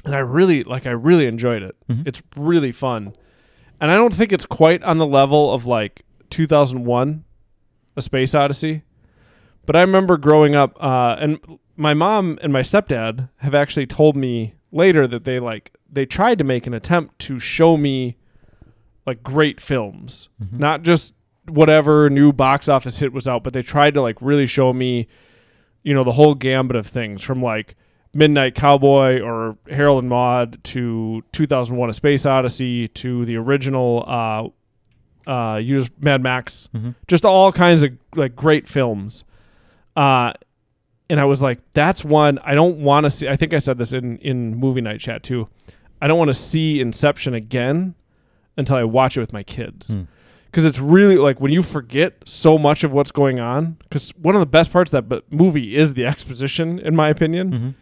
B: and I really like I really enjoyed it. It's really fun and I don't think it's quite on the level of like 2001, A Space Odyssey. But I remember growing up, uh, and my mom and my stepdad have actually told me later that they like they tried to make an attempt to show me like great films, not just whatever new box office hit was out, but they tried to like really show me, you know, the whole gambit of things from like Midnight Cowboy or Harold and Maude to 2001: A Space Odyssey to the original uh, uh, use Mad Max, just all kinds of like great films. Uh, and I was like, that's one I don't want to see. I think I said this in in movie night chat too. I don't want to see Inception again until I watch it with my kids. Because it's really like when you forget so much of what's going on. Because one of the best parts of that bu- movie is the exposition, in my opinion.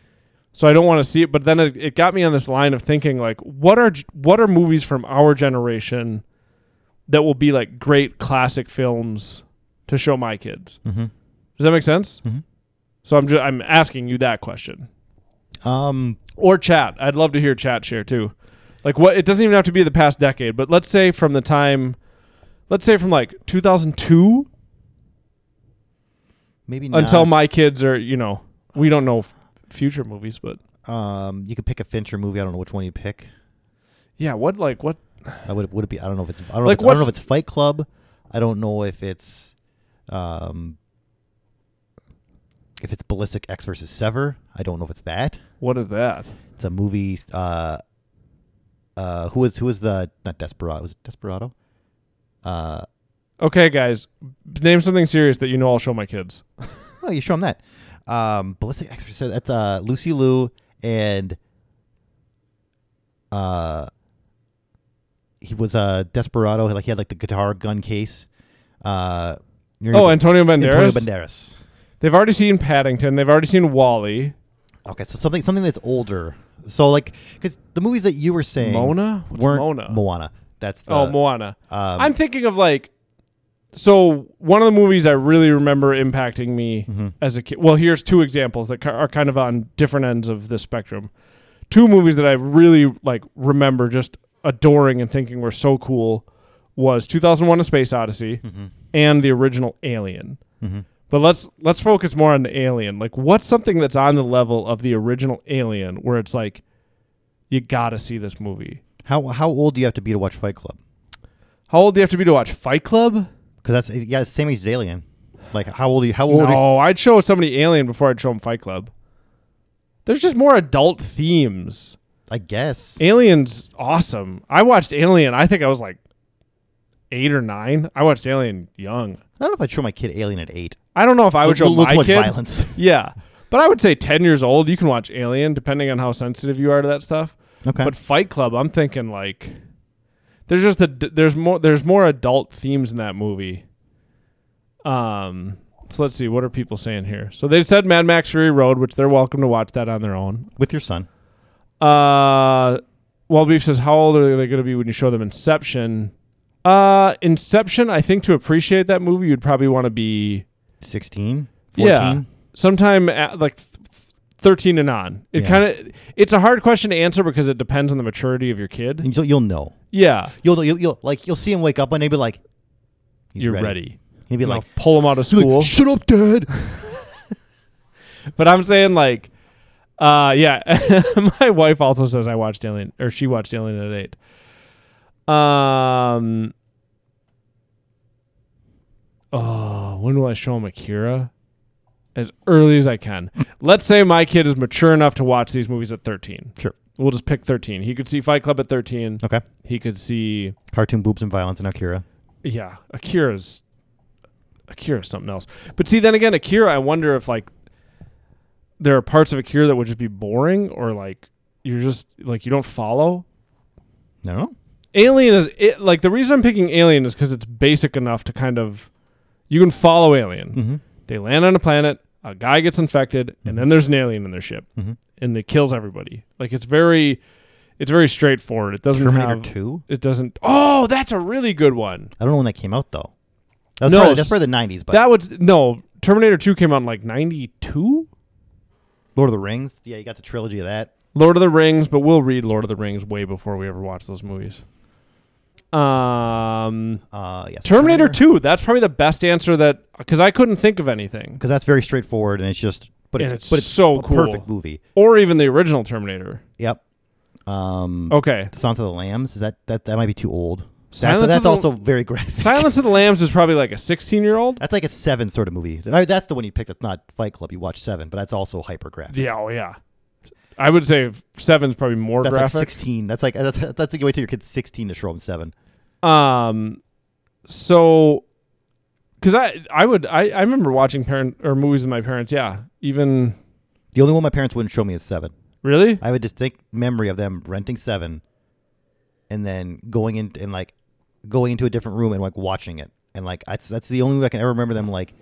B: So I don't want to see it. But then it, it got me on this line of thinking like, what are g- what are movies from our generation that will be like great classic films to show my kids?
C: Mhm.
B: Does that make sense?
C: Mhm.
B: So I'm just I'm asking you that question
C: Um,
B: or chat. I'd love to hear chat share too. Like what it doesn't even have to be the past decade, but let's say from the time let's say from like 2002
C: maybe
B: until
C: not.
B: my kids are, you know, we don't know f- future movies, but
C: um, you could pick a Fincher movie. I don't know which one you pick.
B: yeah, what like what
C: I would would it be? I don't know if it's. I don't know.
B: Like,
C: if it's, I don't know if
B: what's-
C: it's Fight Club. I don't know if it's, um, if it's Ballistic X versus Sever. I don't know if it's that.
B: what is that?
C: It's a movie. Uh, uh, who was who was the not Desperado? Was it Desperado? Uh,
B: Okay, guys, b- name something serious that you know I'll show my kids.
C: oh, you show him that. Um, Ballistic X versus Sever. That's uh Lucy Liu and uh, he was a uh, Desperado. Like he had like the guitar gun case. Uh, you know,
B: Oh,
C: the-
B: Antonio Banderas.
C: Antonio Banderas.
B: They've already seen Paddington. They've already seen Wally.
C: Okay, so something something that's older. So like, because the movies that you were saying
B: Mona? What's
C: weren't
B: Mona?
C: Moana. That's the
B: oh, Moana.
C: um,
B: I'm thinking of like, so one of the movies I really remember impacting me as a kid. Well, here's two examples that ki- are kind of on different ends of the spectrum. Two movies that I really like remember just adoring and thinking were so cool was 2001: A Space Odyssey and the original Alien. But let's let's focus more on the Alien. Like, what's something that's on the level of the original Alien, where it's like You gotta see this movie.
C: How how old do you have to be to watch Fight Club?
B: How old do you have to be to watch Fight Club?
C: Because that's yeah, it's same age as Alien. Like how old are you? How old? Are you,
B: No, I'd show somebody Alien before I'd show them Fight Club. There's just more adult themes.
C: I guess.
B: Alien's awesome. I watched Alien. I think I was like eight or nine. I watched Alien young.
C: I don't know if I'd show my kid Alien at eight.
B: I don't know if I would show
C: Little-
B: my
C: little too
B: kid.
C: much violence.
B: Yeah, but I would say ten years old. You can watch Alien, depending on how sensitive you are to that stuff.
C: Okay.
B: But Fight Club, I'm thinking like there's just a there's more there's more adult themes in that movie. Um, so let's see what are people saying here. So they said Mad Max Fury Road, which they're welcome to watch that on their own.
C: With your son.
B: Uh, Wild Beef says, how old are they going to be when you show them Inception? Uh, Inception, I think to appreciate that movie, you'd probably want to be
C: 16? 14?
B: yeah, sometime at like th- th- thirteen and on. It
C: Yeah.
B: kind of it's a hard question to answer because it depends on the maturity of your kid.
C: And you'll, you'll know.
B: Yeah,
C: You'll, know- you'll you'll like you'll see him wake up one day and be like, he's
B: you're ready.
C: ready. He'll be
B: You know,
C: like,
B: pull him out of
C: he's like,
B: school.
C: shut up, Dad.
B: but I'm saying like, uh, yeah. My wife also says I watched Alien or she watched Alien at eight. Um. Oh, when will I show him Akira? As early as I can. Let's say my kid is mature enough to watch these movies at 13.
C: Sure.
B: We'll just pick 13. He could see Fight Club at 13.
C: Okay.
B: He could see
C: Cartoon boobs and violence and Akira.
B: yeah, Akira's Akira's something else. But see, then again, Akira, I wonder if like there are parts of Akira that would just be boring, or like you're just like you don't follow.
C: No.
B: Alien is it, like the reason I'm picking Alien is because it's basic enough to kind of you can follow Alien.
C: Mm-hmm.
B: They land on a planet, a guy gets infected, and then there's an alien in their ship, and they kills everybody. Like it's very, it's very straightforward. It doesn't
C: Terminator
B: have
C: 2?
B: It doesn't. Oh, that's a really good one.
C: I don't know when that came out though. That was
B: No,
C: probably,
B: s-
C: that's probably the 90s, but
B: that was no Terminator Two came out in like ninety two.
C: Lord of the Rings. Yeah, you got the trilogy of that.
B: Lord of the Rings, but we'll read Lord of the Rings way before we ever watch those movies. Um,
C: Uh, yes.
B: Terminator Two. That's probably the best answer that because I couldn't think of anything,
C: because that's very straightforward and it's just, but
B: And
C: it's,
B: it's
C: but it's
B: so
C: a
B: cool.
C: perfect movie.
B: or even the original Terminator.
C: Yep. Um,
B: Okay,
C: Silence of the Lambs is that that that might be too old.
B: Silence
C: That's,
B: of
C: that's
B: the-
C: also very graphic.
B: Silence of the Lambs is probably like a sixteen year old.
C: That's like a seven sort of movie. I- That's the one you picked. That's not Fight Club. You watched Seven, but that's also hyper graphic.
B: Yeah, oh yeah. I would say seven's probably more
C: That's
B: graphic.
C: like sixteen. That's like that's, that's like you wait till your kid's sixteen to show him seven.
B: Um, so, because I I would I, I remember watching parent or movies with my parents. Yeah, even
C: The only one my parents wouldn't show me is Seven.
B: really.
C: I have a distinct memory of them renting Seven, and then going in and like going into a different room and like watching it. And like that's that's the only way I can ever remember them like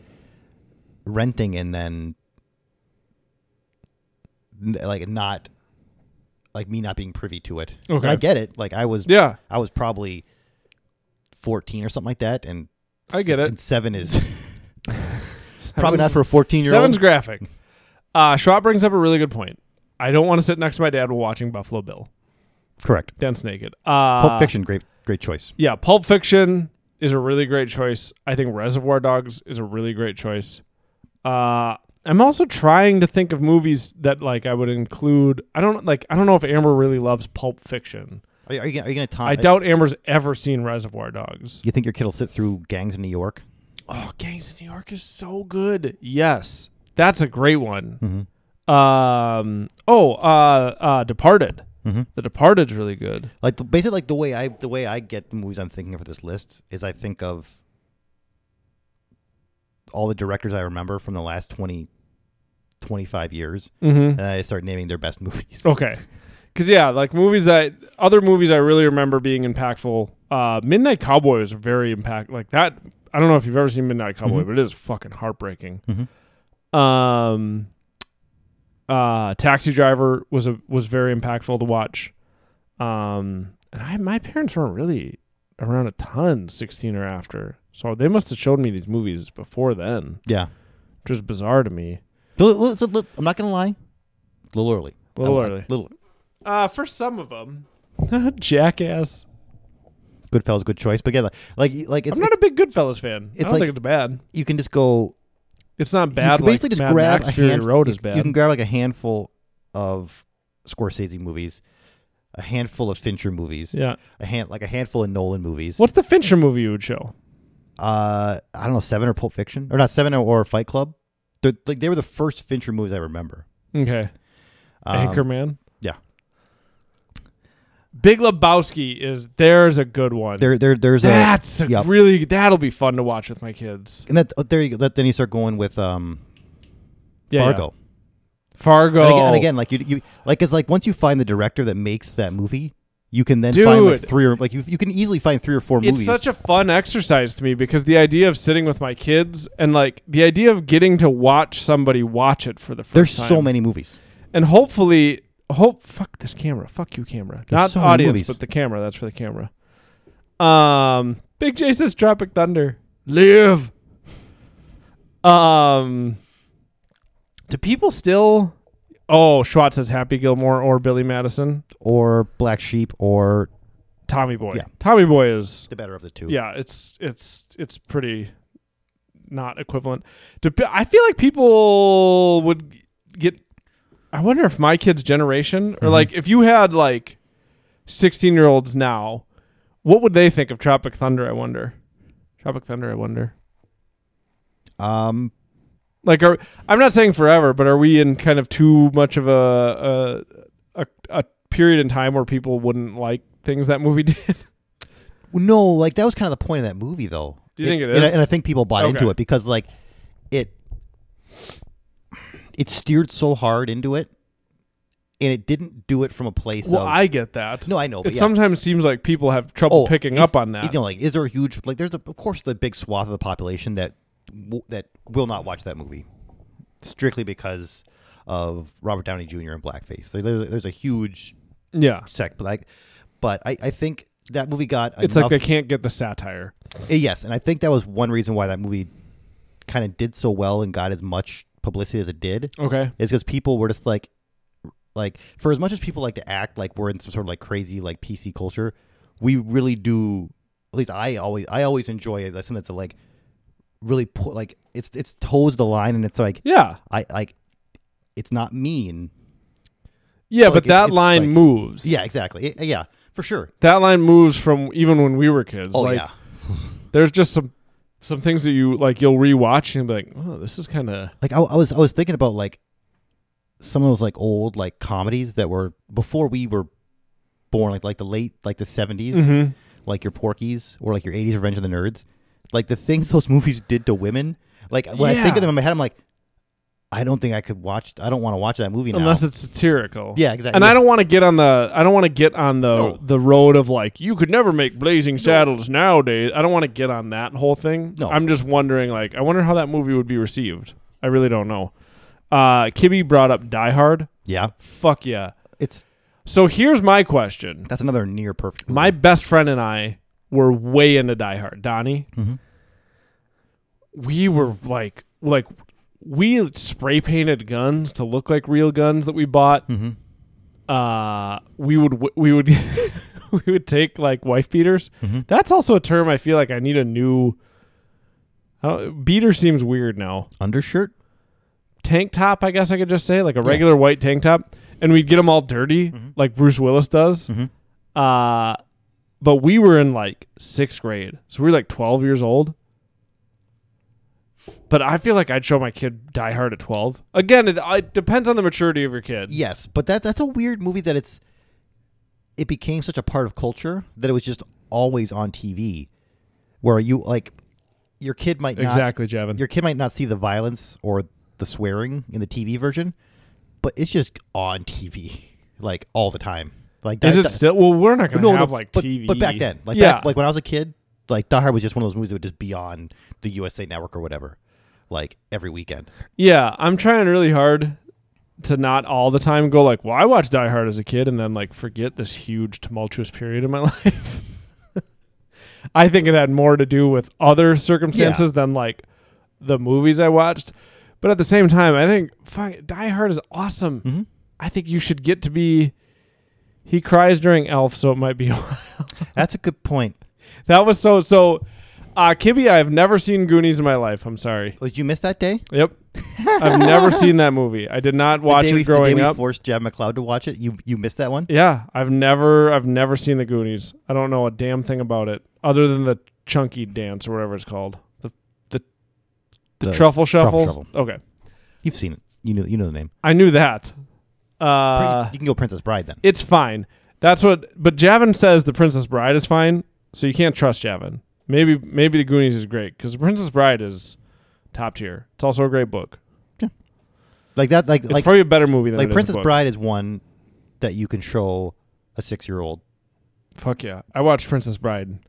C: renting and then n- like not like me not being privy to it. And
B: Okay.
C: I get it. Like I was
B: Yeah,
C: I was probably 14 or something like that, and
B: I get it.
C: And seven is probably not for a 14 year
B: seven's
C: old.
B: graphic. Uh, Schwab brings up a really good point. I don't want to sit next to my dad while watching Buffalo Bill
C: Correct.
B: dance naked. Uh,
C: Pulp Fiction, great, great choice.
B: Yeah, Pulp Fiction is a really great choice. I think Reservoir Dogs is a really great choice. Uh, I'm also trying to think of movies that like I would include. I don't like. I don't know if Amber really loves Pulp Fiction.
C: Are you, are you, gonna- are you gonna time?
B: I doubt Amber's ever seen Reservoir Dogs.
C: You think your kid will sit through Gangs in New York?
B: Oh, Gangs in New York is so good. Yes, that's a great one. Um. Oh. Uh. Uh. Departed. The Departed's really good.
C: Like the, basically, like the way I the way I get the movies I'm thinking of for this list is I think of all the directors I remember from the last 20, 25 years,
B: Mm-hmm. Oh.
C: and I start naming their best movies.
B: Okay. Cause yeah, like movies that other movies I really remember being impactful. Uh, Midnight Cowboy was very impact like that. I don't know if you've ever seen Midnight Cowboy, but it is fucking heartbreaking. Um, uh, Taxi Driver was a was very impactful to watch. Um, and I my parents weren't really around a ton, sixteen or after, so they must have showed me these movies before then,
C: Yeah.
B: which is bizarre to me.
C: So, li- so, li- I'm not gonna lie. A little early.
B: Little
C: I'm-
B: early.
C: Little.
B: Uh, for some of them, Jackass.
C: Goodfellas, good choice. But again, like like, you- like it's,
B: I'm not a
C: it's-
B: big Goodfellas fan. I
C: it's
B: don't
C: like-
B: think it's bad.
C: you can just go.
B: It's not
C: you
B: bad.
C: can basically
B: like
C: just
B: Mad
C: grab
B: Max
C: a
B: Fury
C: handf-
B: Road
C: you
B: is
C: can-
B: bad.
C: You can grab like a handful of Scorsese movies, a handful of Fincher movies.
B: Yeah.
C: A hand like a handful of Nolan movies.
B: What's the Fincher movie you would show?
C: Uh, I don't know, Seven or Pulp Fiction, or not Seven or, or Fight Club. They're, like they were the first Fincher movies I remember.
B: Okay.
C: Um,
B: Anchorman.
C: Yeah.
B: Big Lebowski is there's a good one.
C: There, there, there's
B: That's
C: a
B: a
C: yeah.
B: really that'll be fun to watch with my kids.
C: and that oh, there you go. That, then you start going with um
B: Yeah, Oh. yeah.
C: Fargo.
B: Fargo.
C: And, again, and again, like you, you, like it's like once you find the director that makes that movie, you can then find like
B: Dude.
C: three or like you, you can easily find three or four
B: it's
C: movies.
B: such a fun exercise to me because the idea of sitting with my kids and like the idea of getting to watch somebody watch it for the first
C: there's
B: time.
C: so many movies.
B: and hopefully hope fuck this camera fuck you camera not
C: so many
B: audience
C: movies.
B: but the camera that's for the camera um big j says tropic thunder live um do people still oh schwartz says happy gilmore or billy madison
C: Or Black Sheep, or
B: tommy boy
C: Yeah.
B: tommy boy is
C: the better of the two.
B: yeah it's it's it's pretty not equivalent to i feel like people would get i wonder if my kids generation or like if you had like 16 year olds now what would they think of tropic thunder i wonder tropic thunder i wonder
C: Um,
B: like are i'm not saying forever but are we in kind of too much of a a, a, a period in time where people wouldn't like things that movie did
C: no, like that was kind of the point of that movie, though.
B: Do you think it
C: And I,
B: is?
C: and I think people bought into
B: Okay.
C: it because like it it steered so hard into it, and it didn't do it from a place.
B: well
C: of,
B: i get that
C: no, I know,
B: it
C: but yeah.
B: sometimes seems like people have trouble picking
C: is-
B: up on that
C: You know, like is there a huge like? There's a, of course the big swath of the population that w- that will not watch that movie strictly because of Robert Downey Jr. and blackface. There- There's there's a huge
B: yeah
C: sect like, but I I think that movie got
B: It's
C: enough,
B: like they can't get the satire.
C: Eh, yes, and I think that was one reason why that movie kind of did so well and got as much publicity as it did
B: Okay.
C: is because people were just like like for as much as people like to act like we're in some sort of like crazy like PC culture, we really do at least I always I always enjoy it. That's something that's like really put like it's it's toes the line and it's like
B: Yeah.
C: I like it's not mean.
B: Yeah,
C: Like,
B: but
C: it's-
B: that
C: it's
B: line
C: like-
B: moves.
C: Yeah, exactly. It- yeah, for sure.
B: That line moves from even when we were kids.
C: Oh
B: like
C: yeah.
B: there's just some some things that you like you'll rewatch and be like, "Oh, this is kind of
C: Like I, I was I was thinking about like some of those like old like comedies that were before we were born like like the late like the 70s
B: Mm-hmm.
C: like your Porkies or like your 80s Revenge of the Nerds, like the things those movies did to women. Like when I
B: Yeah.
C: think of them in my head, I'm like, I don't think I could watch. I don't want to watch that movie now.
B: unless it's satirical."
C: Yeah, exactly.
B: And
C: Yeah.
B: I don't want to get on the I don't want to get on the
C: No.
B: the road of like you could never make blazing saddles nowadays. I don't want to get on that whole thing.
C: No.
B: I'm just wondering like I wonder how that movie would be received. I really don't know. Uh Kibby brought up Die Hard.
C: yeah,
B: Fuck yeah.
C: it's
B: So here's my question.
C: that's another near perfect. Movie.
B: my best friend and I were way into Die Hard. Donnie, we were like, like we spray painted guns to look like real guns that we bought. Uh, we would, w- we would, we would take like wife beaters. That's also a term I feel like I need a new. I don't, beater seems weird now
C: undershirt.
B: tank top, I guess I could just say, like a regular white tank top, and we'd get them all dirty,
C: Mm-hmm.
B: like Bruce Willis does. Uh, but we were in like sixth grade, so we were like 12 years old. But I feel like I'd show my kid Die Hard at 12. Again, it, it depends on the maturity of your kid.
C: Yes, but that that's a weird movie that it's it became such a part of culture that it was just always on TV, where you like your kid might not
B: exactly, Jevin.
C: your kid might not see the violence or the swearing in the TV version, but it's just on TV like all the time. Like
B: Is
C: Die-
B: it
C: Die-
B: still? Well, we're not going to
C: no, no,
B: have like
C: but,
B: TV.
C: But back then, like
B: yeah,
C: back, like when I was a kid, like Die Hard was just one of those movies that would just be on the USA Network or whatever, like every weekend.
B: Yeah, I'm trying really hard to not all the time go like, well, I watched Die Hard as a kid and then like forget this huge tumultuous period in my life. I think it had more to do with other circumstances than like the movies I watched. But at the same time, I think fuck, Die Hard is awesome. I think you should get to be. He cries during Elf, so it might be.
C: That's a good point.
B: that was so so. Uh, Kibby, I've never seen Goonies in my life. I'm sorry.
C: Oh, Did you miss that day?
B: Yep. I've never seen that movie. I did not watch
C: the
B: it
C: day we,
B: growing
C: the day
B: up.
C: we forced Jeb McLeod to watch it. You you missed that one?
B: yeah, I've never I've never seen the Goonies. I don't know a damn thing about it other than the chunky dance or whatever it's called. The the the,
C: The
B: truffle shuffle.
C: shuffle.
B: Okay.
C: You've seen it. You know you know the name.
B: I knew that. Uh,
C: you can go Princess Bride then.
B: it's fine. That's what. But Javin says the Princess Bride is fine, so you can't trust Javin. Maybe maybe the Goonies is great because the Princess Bride is top tier. It's also a great book.
C: Like that like
B: It's
C: like
B: probably a better movie than it
C: like
B: is a
C: Princess
B: book.
C: Bride is one that you can show a 6-year-old.
B: Fuck yeah, I watched Princess Bride.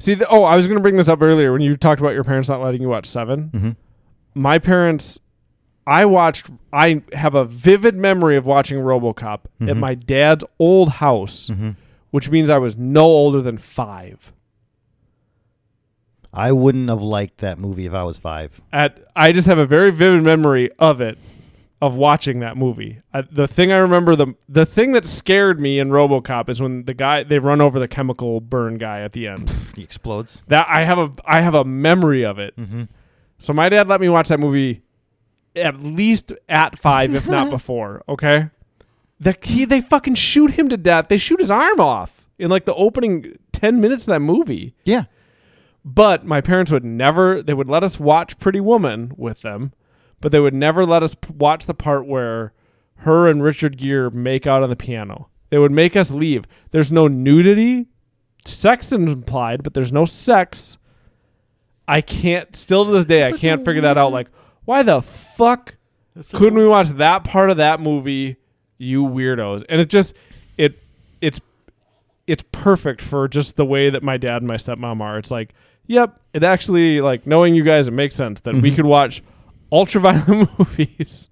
B: See, the, oh, I was gonna bring this up earlier when you talked about your parents not letting you watch 7
C: Mhm.
B: My parents, I watched. I have a vivid memory of watching RoboCop at my dad's old house, which means I was no older than five.
C: I wouldn't have liked that movie if I was 5.
B: at I just have a very vivid memory of it of watching that movie. I, the thing I remember the the thing that scared me in RoboCop is when the guy they run over the chemical burn guy at the end.
C: He explodes.
B: that I have a I have a memory of it. So my dad let me watch that movie at least at 5 if not before, okay? The he they fucking shoot him to death. They shoot his arm off in like the opening 10 minutes of that movie.
C: Yeah.
B: But my parents would never, they would let us watch Pretty Woman with them, but they would never let us p- watch the part where her and Richard Gere make out on the piano. They would make us leave. There's no nudity. Sex is implied, but there's no sex. I can't, still to this day, I can't figure that out. Like, why the fuck couldn't we watch that part of that movie, you weirdos? And it just, it, it's it's perfect for just the way that my dad and my stepmom are. It's like, yep, it actually like knowing you guys, it makes sense that
C: Mm-hmm.
B: we could watch ultraviolent movies.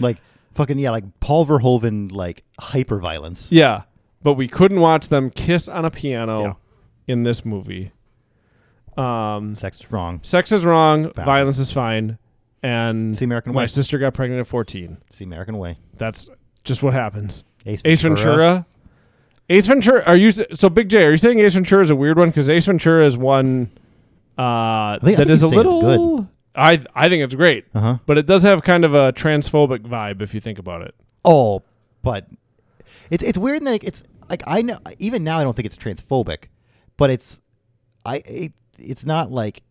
C: Like fucking yeah, like Paul Verhoeven like hyper violence.
B: Yeah, but we couldn't watch them kiss on a piano in this movie. Um,
C: Sex is wrong.
B: sex is wrong, violence is fine, and
C: It's the American
B: my
C: way.
B: sister got pregnant at fourteen.
C: It's the American way.
B: That's just what happens.
C: Ace
B: Ace Ventura. Ace Ventura. Are you s- so Big J? Are you saying Ace Ventura is a weird one? Because Ace Ventura is one uh,
C: think- I
B: that
C: think
B: is a
C: you'd say it's
B: little. I I think it's great,
C: Uh-huh.
B: but it does have kind of a transphobic vibe if you think about it.
C: Oh, but it's it's weird that like, it's like I know even now I don't think it's transphobic, but it's I it, it's not like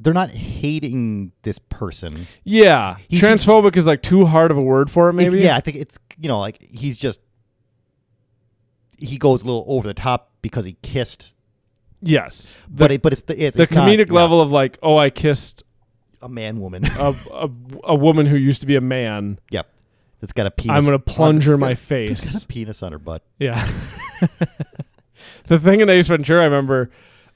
C: they're not hating this person.
B: Yeah,
C: He's-
B: transphobic is like too hard of a word for it.
C: If-
B: Maybe.
C: yeah, I think it's you know like he's just he goes a little over the top because he kissed,
B: Yes.
C: but it, but it's the it's,
B: The
C: it's not,
B: comedic
C: yeah,
B: level Uh, of like, oh, I kissed
C: a man woman.
B: a, a, a woman who used to be a man.
C: yep, it's got a penis.
B: I'm gonna
C: on-
B: plunge her
C: it's
B: in my
C: got- It's got
B: face.
C: a penis on her butt.
B: Yeah. the thing in Ace Ventura, I remember.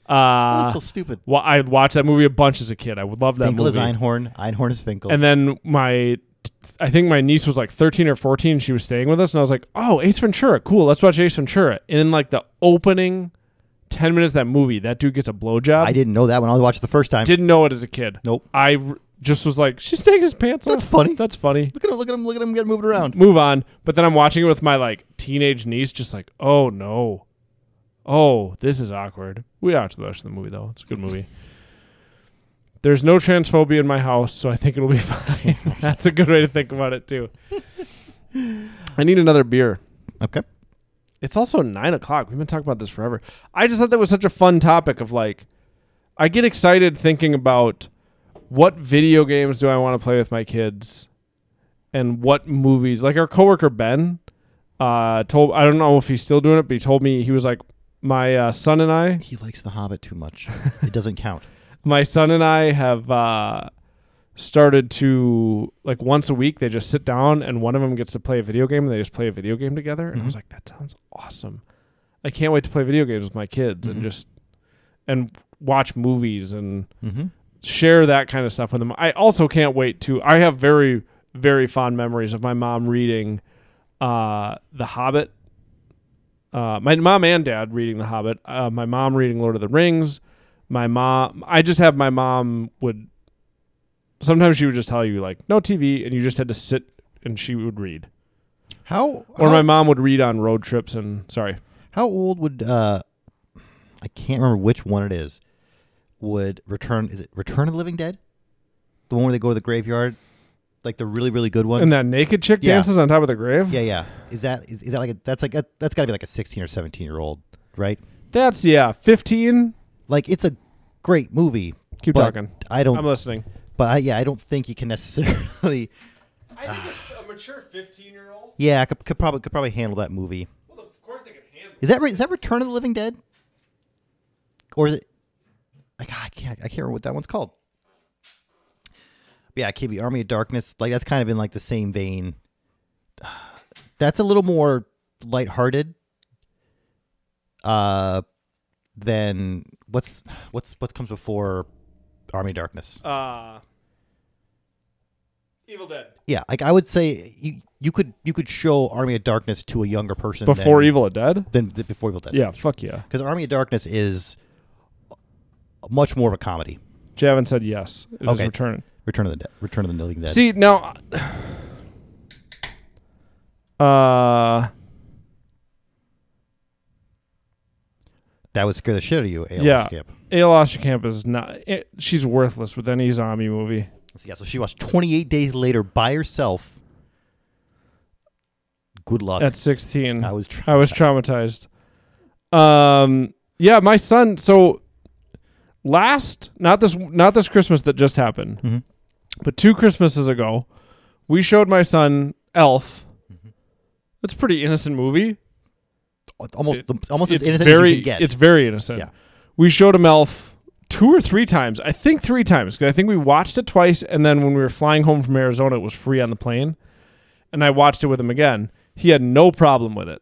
B: Uh,
C: That's so stupid.
B: Well, I watched that movie a bunch as a kid. I would love that
C: Finkel is
B: movie.
C: Einhorn. Einhorn is Finkel.
B: And then my, I think my niece was like 13 or 14. and She was staying with us, and I was like, "Oh, Ace Ventura, cool. Let's watch Ace Ventura." And in like the opening 10 minutes of that movie, that dude gets a blowjob.
C: I didn't know that when I watched it the first time.
B: Didn't know it as a kid.
C: Nope.
B: I r- just was like, "She's taking his pants
C: That's
B: off."
C: funny.
B: That's funny.
C: Look at him! Look at him! Look at him getting moved around.
B: Move on. But then I'm watching it with my like teenage niece, just like, "Oh no, oh this is awkward." We watched the rest of the movie though. It's a good movie. There's no transphobia in my house, so I think it'll be fine. That's a good way to think about it too. I need another beer.
C: Okay.
B: It's also nine o'clock. We've been talking about this forever. I just thought that was such a fun topic of like, I get excited thinking about what video games do I want to play with my kids and what movies. Like our coworker Ben uh, told, I don't know if he's still doing it, but he told me he was like, my uh, son and I,
C: He likes The Hobbit too much. It doesn't count.
B: my son and I have uh, started to like once a week they just sit down and one of them gets to play a video game and they just play a video game together and I was like that sounds awesome. I can't wait to play video games with my kids and just and watch movies and
C: Mm-hmm.
B: share that kind of stuff with them. I also can't wait to I have very very fond memories of my mom reading uh The Hobbit. Uh my mom and dad reading The Hobbit. Uh my mom reading Lord of the Rings. My mom I just have my mom would sometimes she would just tell you like no TV and you just had to sit and she would read.
C: How
B: Or
C: how,
B: my mom would read on road trips and sorry.
C: how old would uh I can't remember which one it is. Would return is it Return of the Living Dead? the one where they go to the graveyard, like the really really good one.
B: And that naked chick
C: Yeah.
B: dances on top of the grave.
C: yeah, yeah. Is that is, is that like a, that's like a, that's got to be like a sixteen or seventeen year old, right?
B: That's yeah, fifteen.
C: Like it's a great movie.
B: Keep
C: but
B: talking.
C: I don't.
B: I'm listening. But
C: but I, yeah, I don't think you can necessarily.
B: I think a mature fifteen year old.
C: Yeah, could, could probably could probably handle that movie.
B: Well, of course they can handle.
C: Is that re- is that Return of the Living Dead? Or is it like ah, I can't I can't remember what that one's called. But yeah, KB Army of Darkness, like that's kind of in like the same vein. That's a little more lighthearted. Uh than what's what's what comes before Army of Darkness.
B: Uh, Evil Dead
C: Yeah, like I would say you you could you could show Army of Darkness to a younger person
B: before
C: than,
B: Evil Dead.
C: than, than before Evil Dead.
B: Yeah, fuck yeah.
C: because Army of Darkness is much more of a comedy.
B: Javin said yes. It was
C: Okay.
B: returning.
C: Return of the Dead. Return of the Living Dead.
B: See now, uh,
C: that would scare the shit out of you, ALS
B: yeah,
C: Skip.
B: Ayla Osterkamp is not. It, she's worthless with any zombie movie.
C: So, yeah, so she watched 28 Days Later by herself. Good luck.
B: At sixteen,
C: I was
B: I
C: trying.
B: was traumatized. Um, yeah, my son. So last, not this, not this Christmas that just happened,
C: Mhm.
B: but two Christmases ago, we showed my son Elf. It's a pretty innocent movie.
C: almost the- almost as
B: It's
C: innocent as
B: very,
C: you can get.
B: it's very innocent.
C: Yeah.
B: We showed him Elf two or three times. I think three times because I think we watched it twice, and then when we were flying home from Arizona, it was free on the plane, and I watched it with him again. He had no problem with it.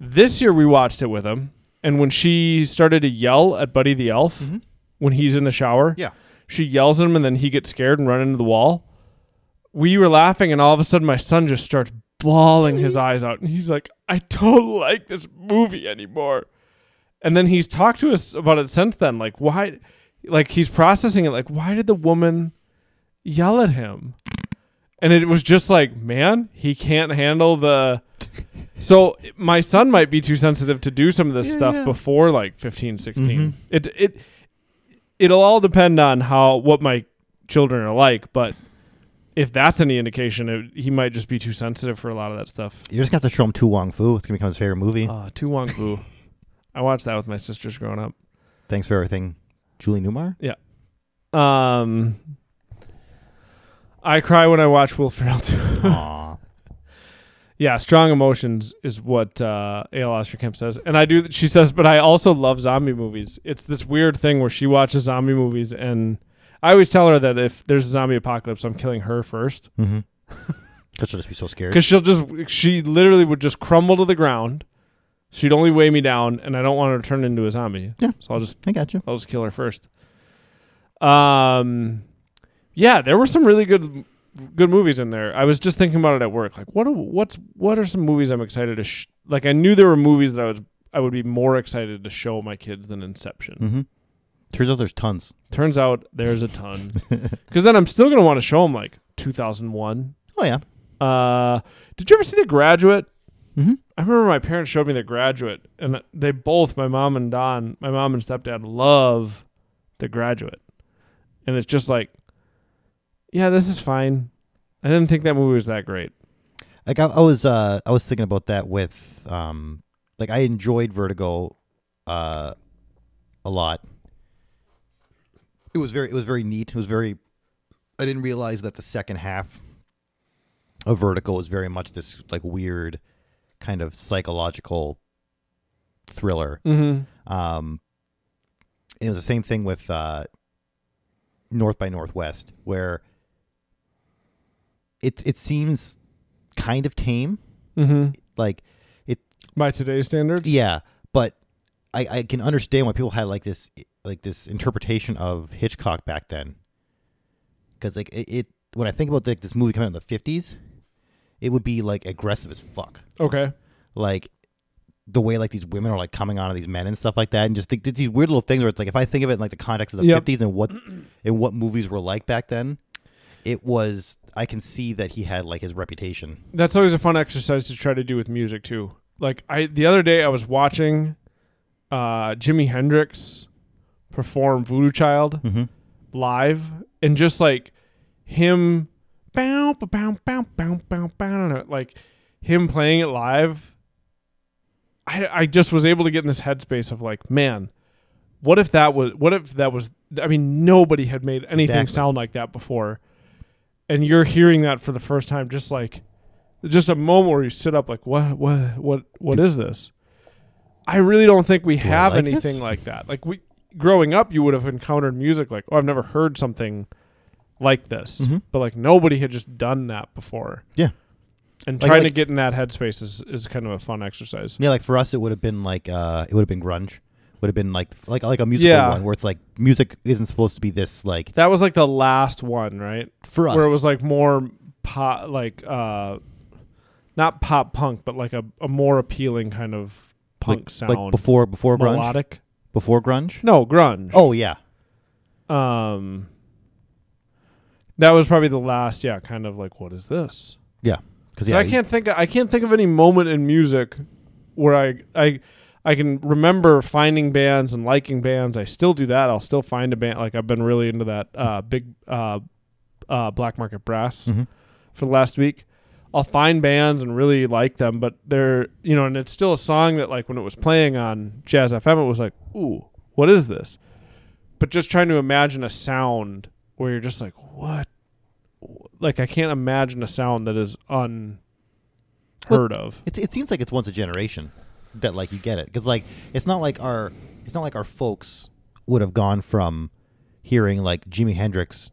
B: This year we watched it with him, and when she started to yell at Buddy the Elf when he's in the shower,
C: Mm-hmm. yeah.
B: she yells at him, and then he gets scared and run into the wall. We were laughing, and all of a sudden my son just starts bawling his eyes out, and he's like, "I don't like this movie anymore." And then he's talked to us about it since then. Like, why? Like he's processing it. Like, why did the woman yell at him? And it was just like, man, he can't handle the. So my son might be too sensitive to do some of this stuff before like 15, 16. It it it'll all depend on how what my children are like, but if that's any indication, it, he might just be too sensitive for a lot of that stuff.
C: You just got to show him Tu Wong Fu. It's gonna become his favorite movie.
B: Uh, Tu Wong Fu. I watched that with my sisters growing up.
C: Thanks for everything, Julie Newmar.
B: Um, I cry when I watch Will Ferrell too.
C: Aw.
B: yeah, strong emotions is what uh, A.L. Osterkamp says, and I do. She says, but I also love zombie movies. It's this weird thing where she watches zombie movies, and I always tell her that if there's a zombie apocalypse, I'm killing her first
C: mm-hmm. Cause she'll just be so scared.
B: because she'll just she literally would just crumble to the ground. She'd only weigh me down, and I don't want her to turn into a zombie.
C: Yeah.
B: so I'll just
C: I got you.
B: I'll just kill her first. Um, yeah, there were some really good good movies in there. I was just thinking about it at work. Like, what are, what's what are some movies I'm excited to sh- like? I knew there were movies that I was I would be more excited to show my kids than Inception.
C: Mm-hmm. Turns out there's tons.
B: Turns out there's a ton because then I'm still gonna want to show them like 2001.
C: Oh yeah.
B: Uh, did you ever see The Graduate?
C: Mm-hmm.
B: I remember my parents showed me The Graduate, and they both, my mom and Don, my mom and stepdad, love The Graduate. And it's just like, yeah, this is fine. I didn't think that movie was that great.
C: Like I, I was uh I was thinking about that with um like I enjoyed Vertigo uh a lot. It was very it was very neat. It was very I didn't realize that the second half of Vertigo was very much this like weird kind of psychological thriller.
B: Mm-hmm.
C: Um, and it was the same thing with uh, North by Northwest, where it it seems kind of tame,
B: Mm-hmm.
C: like it,
B: By today's standards,
C: yeah. But I, I can understand why people had like this like this interpretation of Hitchcock back then, because like it, it when I think about like this movie coming out in the fifties, it would be like aggressive as fuck
B: Okay.
C: like the way like these women are like coming on to these men and stuff like that and just think it's these weird little things where it's like if I think of it in like the context of the
B: Yep.
C: fifties and what and what movies were like back then, it was I can see that he had like his reputation.
B: That's always a fun exercise to try to do with music too. Like I the other day I was watching uh Jimi Hendrix perform Voodoo Child
C: Mhm.
B: live and just like him bow, ba- bow, bow, bow, bow, bow, like him playing it live, I I just was able to get in this headspace of like, man, what if that was what if that was I mean, nobody had made anything
C: Exactly.
B: sound like that before. And you're hearing that for the first time, just like just a moment where you sit up like what what what what is this i really don't think we have
C: like
B: anything
C: this?
B: like that like we growing up you would have encountered music like oh i've never heard something like this
C: Mm-hmm.
B: but like nobody had just done that before
C: Yeah.
B: and
C: Like-
B: trying to
C: like-
B: get in that headspace is, is kind of a fun exercise
C: Yeah, like for us, it would have been like uh, it would have been grunge, would have been like like like a musical
B: Yeah.
C: one where it's like music isn't supposed to be this like
B: that was like the last one right
C: for us
B: where it was like more pop like uh not pop punk but like a, a more appealing kind of punk
C: like,
B: sound
C: like before before grunge
B: melodic
C: before grunge.
B: no grunge
C: Oh yeah,
B: Um, that was probably the last, yeah, kind of like, what is this?
C: yeah, because
B: 'Cause
C: yeah,
B: I can't think. I can't think of any moment in music where I, I, I can remember finding bands and liking bands. I still do that. I'll still find a band. Like I've been really into that uh, big uh, uh, black market brass
C: Mhm.
B: for the last week. I'll find bands and really like them, but they're you know, and it's still a song that like when it was playing on Jazz FM, it was like, ooh, what is this? But just trying to imagine a sound where you're just like, what? Like I can't imagine a sound that is unheard of.
C: It, it seems like it's once a generation that like you get it because like it's not like our it's not like our folks would have gone from hearing like Jimi Hendrix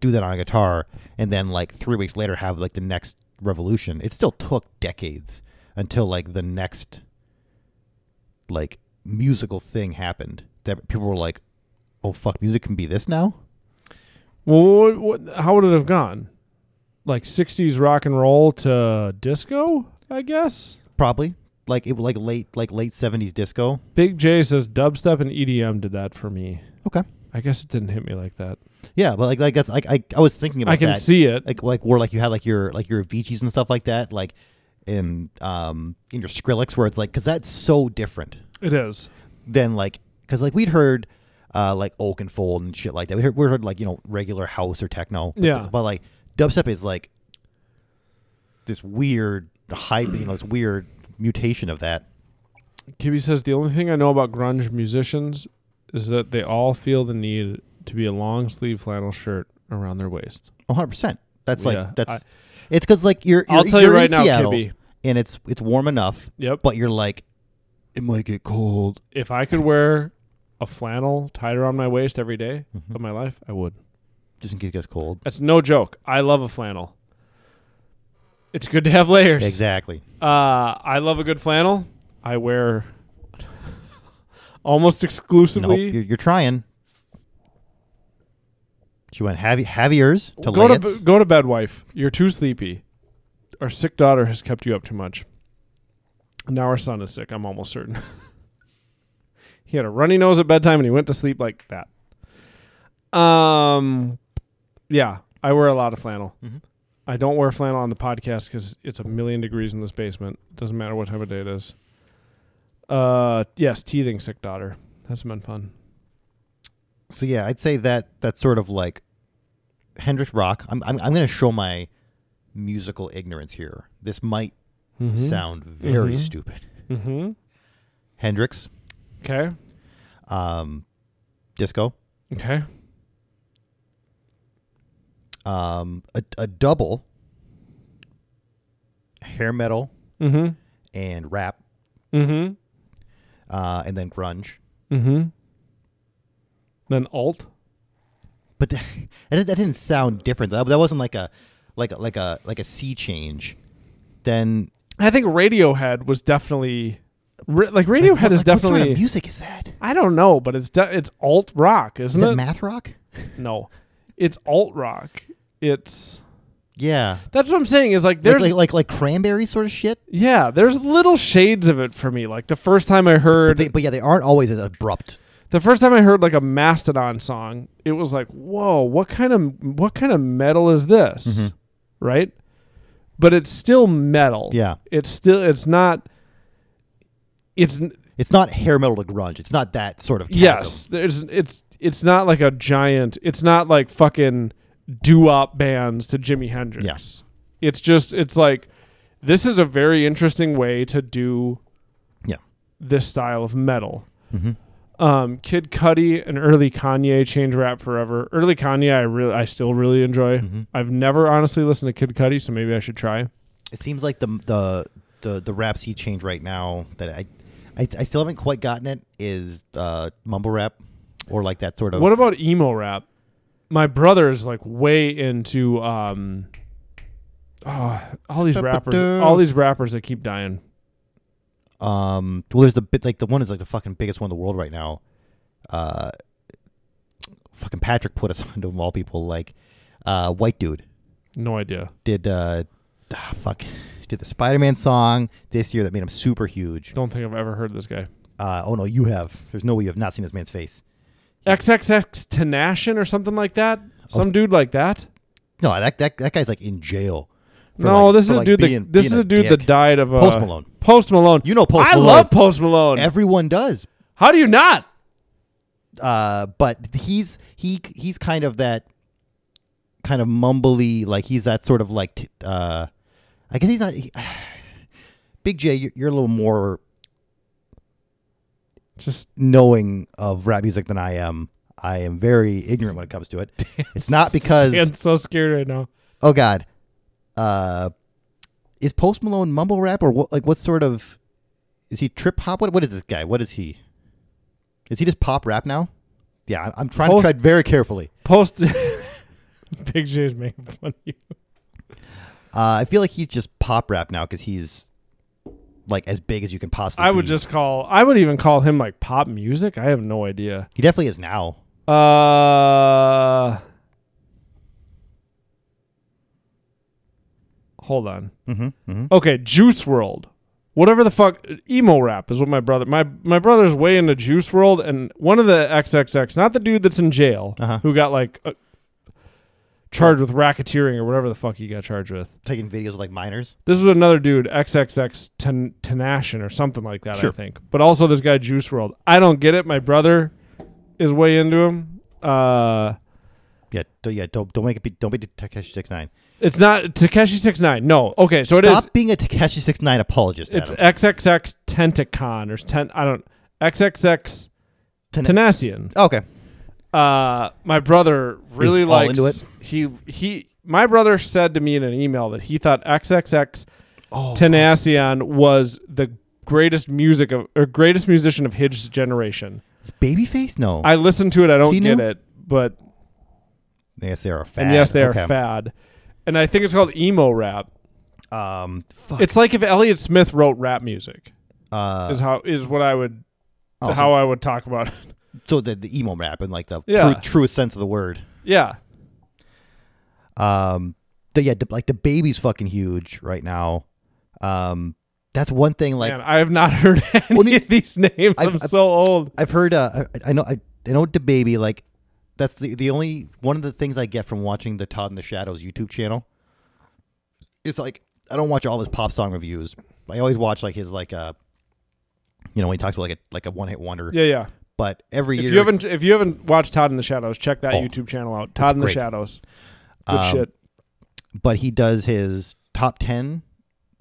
C: do that on a guitar and then like three weeks later have like the next revolution. It still took decades until like the next like musical thing happened that people were like, "Oh fuck, music can be this now."
B: Well, what, what, how would it have gone? Like '60s rock and roll to disco, I guess.
C: Probably like it like late like late seventies disco.
B: Big J says dubstep and EDM did that for me.
C: Okay.
B: I guess it didn't hit me like that.
C: Yeah, but like like that's like I, I was thinking about
B: I can
C: that.
B: see it.
C: like like where like you had like your like your Avicii's and stuff like that, like in um in your Skrillex, where it's like because that's so different
B: It is.
C: than like because like we'd heard uh like Oak and Fold and shit like that. We heard we heard like you know regular house or techno, But-
B: Yeah.
C: But, like dubstep is like this weird hype, you know, this weird mutation of that.
B: Kibby says the only thing I know about grunge musicians is that they all feel the need to be a long sleeve flannel shirt around their waist.
C: 100 percent. That's like
B: Yeah,
C: that's it's because like you're,
B: I'll
C: you're-
B: tell you
C: you're in
B: right now,
C: Seattle,
B: Kibby.
C: and it's it's warm enough,
B: Yep.
C: but you're like it might get cold.
B: If I could wear a flannel tied around my waist every day
C: Mm-hmm.
B: of my life, I would.
C: Just in case it gets cold.
B: That's no joke. I love a flannel. It's good to have layers.
C: Exactly.
B: Uh, I love a good flannel. I wear almost
C: No,
B: exclusively.
C: you're, you're trying. She went heavy, heaviers to
B: go
C: Lance.
B: to b- go to bed, wife. You're too sleepy. Our sick daughter has kept you up too much. Now our son is sick. I'm almost certain. he had a runny nose at bedtime, and he went to sleep like that. Um, yeah, I wear a lot of flannel.
C: Mhm.
B: I don't wear flannel on the podcast because it's a million degrees in this basement. Doesn't matter what time of day it is. Uh, yes, teething sick daughter. That's been fun.
C: so yeah, I'd say that that's sort of like Hendrix rock. I'm I'm, I'm going to show my musical ignorance here. This might Mm-hmm.
B: Mm-hmm.
C: sound very
B: Mhm.
C: stupid.
B: Mm-hmm.
C: Hendrix,
B: Okay.
C: um, disco,
B: Okay.
C: um, a, a double, hair metal
B: Mm-hmm.
C: and rap,
B: Mm-hmm.
C: uh, and then grunge.
B: Mm-hmm. Then alt.
C: but that, that didn't sound different. That, that wasn't like a like a, like a like a sea change. Then
B: I think Radiohead was definitely ri- like Radiohead
C: like, what-
B: is
C: like, what sort of
B: definitely.
C: music is that?
B: I don't know, but it's de- it's alt rock,
C: Is
B: isn't
C: that
B: it?
C: math rock?
B: no, it's alt rock. It's
C: Yeah,
B: that's what I'm saying. Is like
C: like,
B: there's
C: like like like cranberry sort of shit.
B: yeah, there's little shades of it for me. Like the first time I heard
C: But, they, but yeah, they aren't always as abrupt.
B: the first time I heard like a Mastodon song, it was like, whoa, what kind of what kind of metal is this?
C: Mhm.
B: Right? But it's still metal.
C: Yeah,
B: It's still it's not it's n-
C: it's not hair metal to grunge. It's not that sort of chasm.
B: yes, there's it's it's not like a giant. It's not like fucking doo-wop bands to Jimi Hendrix.
C: Yes.
B: It's just it's like this is a very interesting way to do
C: Yeah.
B: this style of metal. Um, Kid Cudi and early Kanye changed rap forever. Early Kanye, I really, I still really enjoy. I've never honestly listened to Kid Cudi, so maybe I should try.
C: It seems like the the the the rap sea change right now that I, I I still haven't quite gotten it is uh mumble rap or like that sort of
B: What about emo rap? My brother is like way into um, oh, all these rappers, all these rappers that keep dying.
C: um well there's the bit like the one is like the fucking biggest one in the world right now. Uh fucking Patrick put us onto them all people like uh white dude
B: No idea.
C: did uh ah, fuck did the Spider-Man song this year that made him super huge.
B: Don't think I've ever heard this guy.
C: Uh, oh no, you have. There's no way you have not seen this man's face.
B: XXX Tenashin or something like that. Some dude like that.
C: No, that that, that guy's like in jail. for,
B: No,
C: like-
B: this is
C: for,
B: a
C: like,
B: dude.
C: being-
B: that, this is
C: being
B: a dude
C: dick.
B: that died of uh,
C: Post Malone.
B: Post Malone.
C: You know Post
B: I
C: Malone.
B: love Post Malone.
C: Everyone does,
B: How do you not?
C: uh, but he's he he's kind of that kind of mumbly, like he's that sort of like. T- uh, I guess he's not. He, Big J, you're, you're a little more
B: Just
C: knowing of rap music than I am. I am very ignorant when it comes to it. It's not because
B: I'm so scared right now.
C: oh god, uh, is Post Malone mumble rap or what? Like what sort of is he trip hop? What what is this guy? What is he? Is he just pop rap now? Yeah, I- I'm trying
B: Post-
C: to tread very carefully.
B: Post Big J's making fun of you.
C: Uh, I feel like he's just pop rap now because he's like as big as you can possibly.
B: I would
C: be.
B: just call. I would even call him like pop music. I have no idea.
C: He definitely is now.
B: Uh, hold on.
C: Mm-hmm. mm-hmm.
B: Okay, Juice World. Whatever the fuck emo rap is what my brother my my brother's way into Juice World and one of the XXX, not the dude that's in jail
C: Uh-huh.
B: who got like uh, charged with racketeering or whatever the fuck he got charged with.
C: Taking videos of like minors.
B: This was another dude XXX ten, Tenashin or something like that I
C: Sure.
B: think. But also this guy Juice World. I don't get it. My brother is way into him. Uh
C: Yeah, do, yeah. Don't don't make it be don't be Takeshi Six Nine.
B: it's not Takeshi Six Nine. No. Okay, so it
C: Stop
B: is
C: being a Takeshi Six Nine apologist.
B: it's
C: Adam.
B: XXX Tentacon or ten I don't XXX
C: Ten-
B: Tenacian.
C: okay.
B: Uh, my brother really
C: all
B: likes
C: into it?
B: he he. My brother said to me in an email that he thought XXX
C: Oh,
B: Tenacion was the greatest music of or greatest musician of his generation.
C: It's Babyface? No.
B: I listened to it. I don't
C: he
B: get
C: new?
B: it, but
C: yes, they are a fad.
B: and yes, they
C: Okay.
B: are fad. And I think it's called emo rap.
C: Um, fuck.
B: It's like if Elliott Smith wrote rap music.
C: uh,
B: Is how is what I would
C: oh,
B: how I would talk about it.
C: so, so the, the emo rap in like the
B: Yeah.
C: true, truest sense of the word.
B: yeah.
C: Um, the, yeah, the, like the baby's fucking huge right now. Um, that's one thing. Like
B: Man, I have not heard any
C: Well, ne-
B: of these names. i
C: I've-
B: am
C: I've-
B: so old.
C: I've heard. Uh, I, I know. I, I know. The baby. Like that's the the only one of the things I get from watching the Todd in the Shadows YouTube channel. It's like I don't watch all his pop song reviews. I always watch like his like uh, you know, when he talks about like a like a one hit wonder.
B: Yeah, yeah.
C: But every year,
B: If you haven't if you haven't watched Todd in the Shadows, check that
C: Oh,
B: YouTube channel out. Todd in the
C: great.
B: Shadows. Good
C: Um,
B: shit.
C: but he does his top 10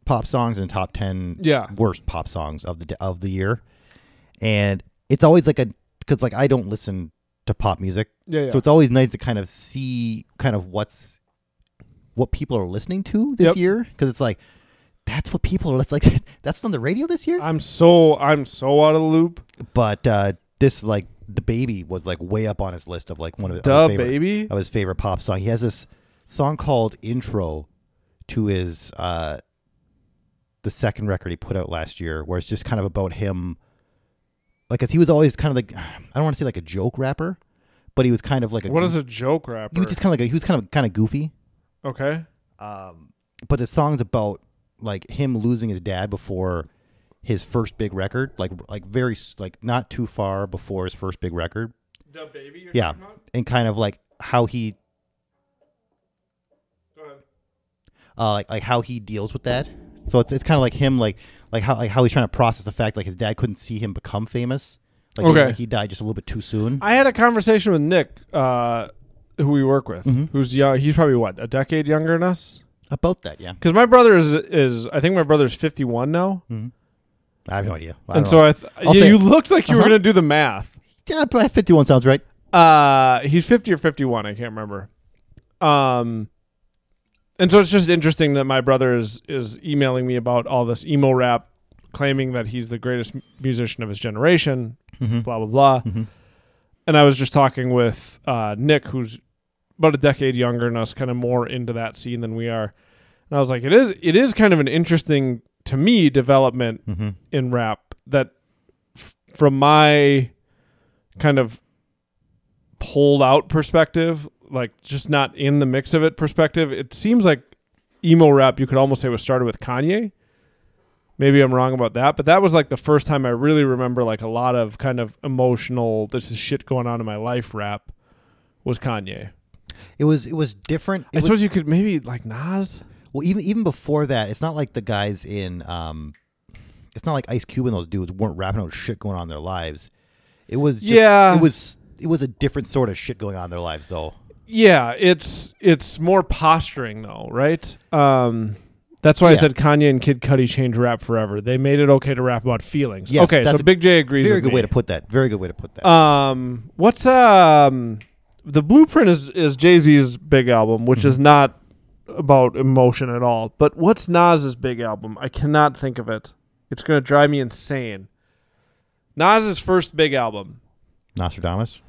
C: pop songs and top 10
B: Yeah.
C: worst pop songs of the d- of the year and it's always like a cuz like I don't listen to pop music
B: Yeah, yeah.
C: so it's always nice to kind of see kind of what's what people are listening to this
B: Yep.
C: year cuz it's like that's what people are that's like that's on the radio this year
B: I'm so I'm so out of the loop.
C: but uh this like the baby was like way up on his list of like one of,
B: Duh,
C: of his favorite
B: baby.
C: of his favorite pop song. He has this song called Intro to his uh the second record he put out last year where it's just kind of about him like 'cause he was always kind of like I don't want to say like a joke rapper, but he was kind of like a
B: What
C: goof-
B: is a joke rapper?
C: he was just kind of like a, he was kind of kind of goofy.
B: okay.
C: Um but the song's about like him losing his dad before his first big record, like like very s- like not too far before his first big record,
B: The baby you're
C: yeah and kind of like how he uh like, like how he deals with that so it's, it's kind of like him like like how like how he's trying to process the fact like his dad couldn't see him become famous like, he,
B: Okay.
C: like, he died just a little bit too soon
B: I had a conversation with Nick uh who we work with,
C: Mm-hmm.
B: who's young, he's probably what a decade younger than us.
C: About that, yeah.
B: Because my brother is is I think my brother's fifty one now,
C: I have no idea. Mm. I
B: and
C: don't
B: so
C: know.
B: I th-
C: I'll
B: yeah,
C: say-
B: you looked like you were
C: Uh-huh.
B: gonna do the math.
C: yeah, but 51 sounds right.
B: Uh, he's fifty or fifty one. I can't remember. Um, and so it's just interesting that my brother is is emailing me about all this emo rap, claiming that he's the greatest m- musician of his generation. Blah blah blah. And I was just talking with uh, Nick, who's about a decade younger than us, kind of more into that scene than we are. And I was like, it is it is kind of an interesting to me development in rap that f- from my kind of pulled out perspective, like just not in the mix of it perspective, it seems like emo rap you could almost say was started with Kanye. Maybe I'm wrong about that, but that was like the first time I really remember like a lot of kind of emotional this is shit going on in my life rap was Kanye.
C: It was it was different. It
B: I
C: was-
B: suppose you could maybe like Nas.
C: Well, even even before that, it's not like the guys in um, it's not like Ice Cube and those dudes weren't rapping about shit going on in their lives. It was just,
B: Yeah.
C: It was it was a different sort of shit going on in their lives though.
B: Yeah, it's it's more posturing though, right? Um that's why I
C: Yeah.
B: said Kanye and Kid Cudi changed rap forever. They made it okay to rap about feelings.
C: Yes,
B: okay,
C: that's
B: so
C: a
B: Big J agrees.
C: Very
B: with
C: good
B: me.
C: way to put that. Very good way to put that.
B: Um, what's um, the blueprint is is Jay Z's big album, which is not about emotion at all. But what's Nas's big album? I cannot think of it. It's gonna drive me insane. Nas's first big album.
C: Nostradamus.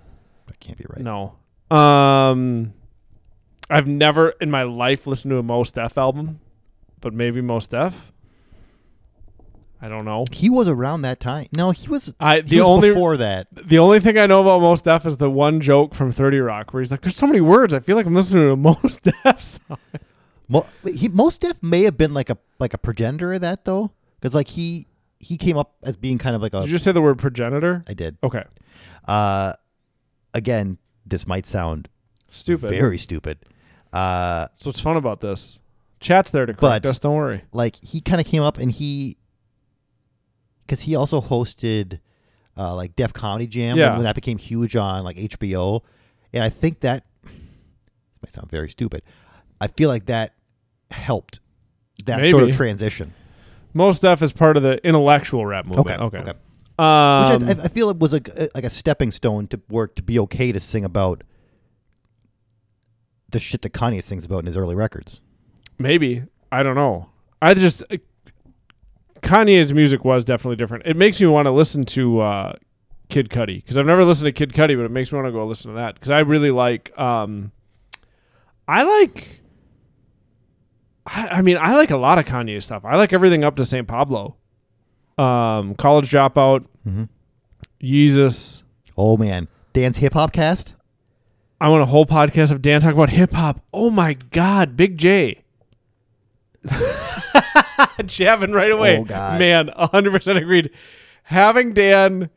C: That can't be right.
B: No. Um, I've never in my life listened to a Most Def album, but maybe Most Def. I don't know.
C: He was around that time. No, he was.
B: I-
C: he
B: the
C: was
B: only-
C: before that.
B: The only thing I know about Most Def is the one joke from 30 Rock where he's like, there's so many words. I feel like I'm listening to a Most Def song.
C: Uh, Mo- he most def may have been like a like a progenitor of that though, because like he he came up as being kind of like a. I
B: Did you just say the word progenitor?
C: did.
B: Okay.
C: Uh, again, this might sound
B: Stupid.
C: very stupid. Uh,
B: That's what's fun about this. Chat's there to correct
C: But-
B: us. Don't worry.
C: like he kind of came up and he because he also hosted uh, like Def Comedy Jam when-
B: Yeah.
C: when, that became huge on like HBO, and I think that this might sound very stupid. I feel like that helped that sort of
B: Maybe.
C: transition,
B: Most Def is part of the intellectual rap movement.
C: Okay,
B: Okay.
C: okay.
B: Um,
C: which I, I feel it was like a, like a stepping stone to work to be okay to sing about the shit that Kanye sings about in his early records.
B: Maybe. I don't know. I just uh, Kanye's music was definitely different. It makes me want to listen to uh, Kid Cudi because I've never listened to Kid Cudi, but it makes me want to go listen to that because I really like. Um, I like. I, I mean, I like a lot of Kanye stuff. I like everything up to St. Pablo, um, College Dropout, Yeezus.
C: Oh man, Dan's hip hop cast.
B: I want a whole podcast of Dan talking about hip hop. Oh my God, Big J. Jabbing right away.
C: Oh, God.
B: Man, 100% agreed. Having Dan.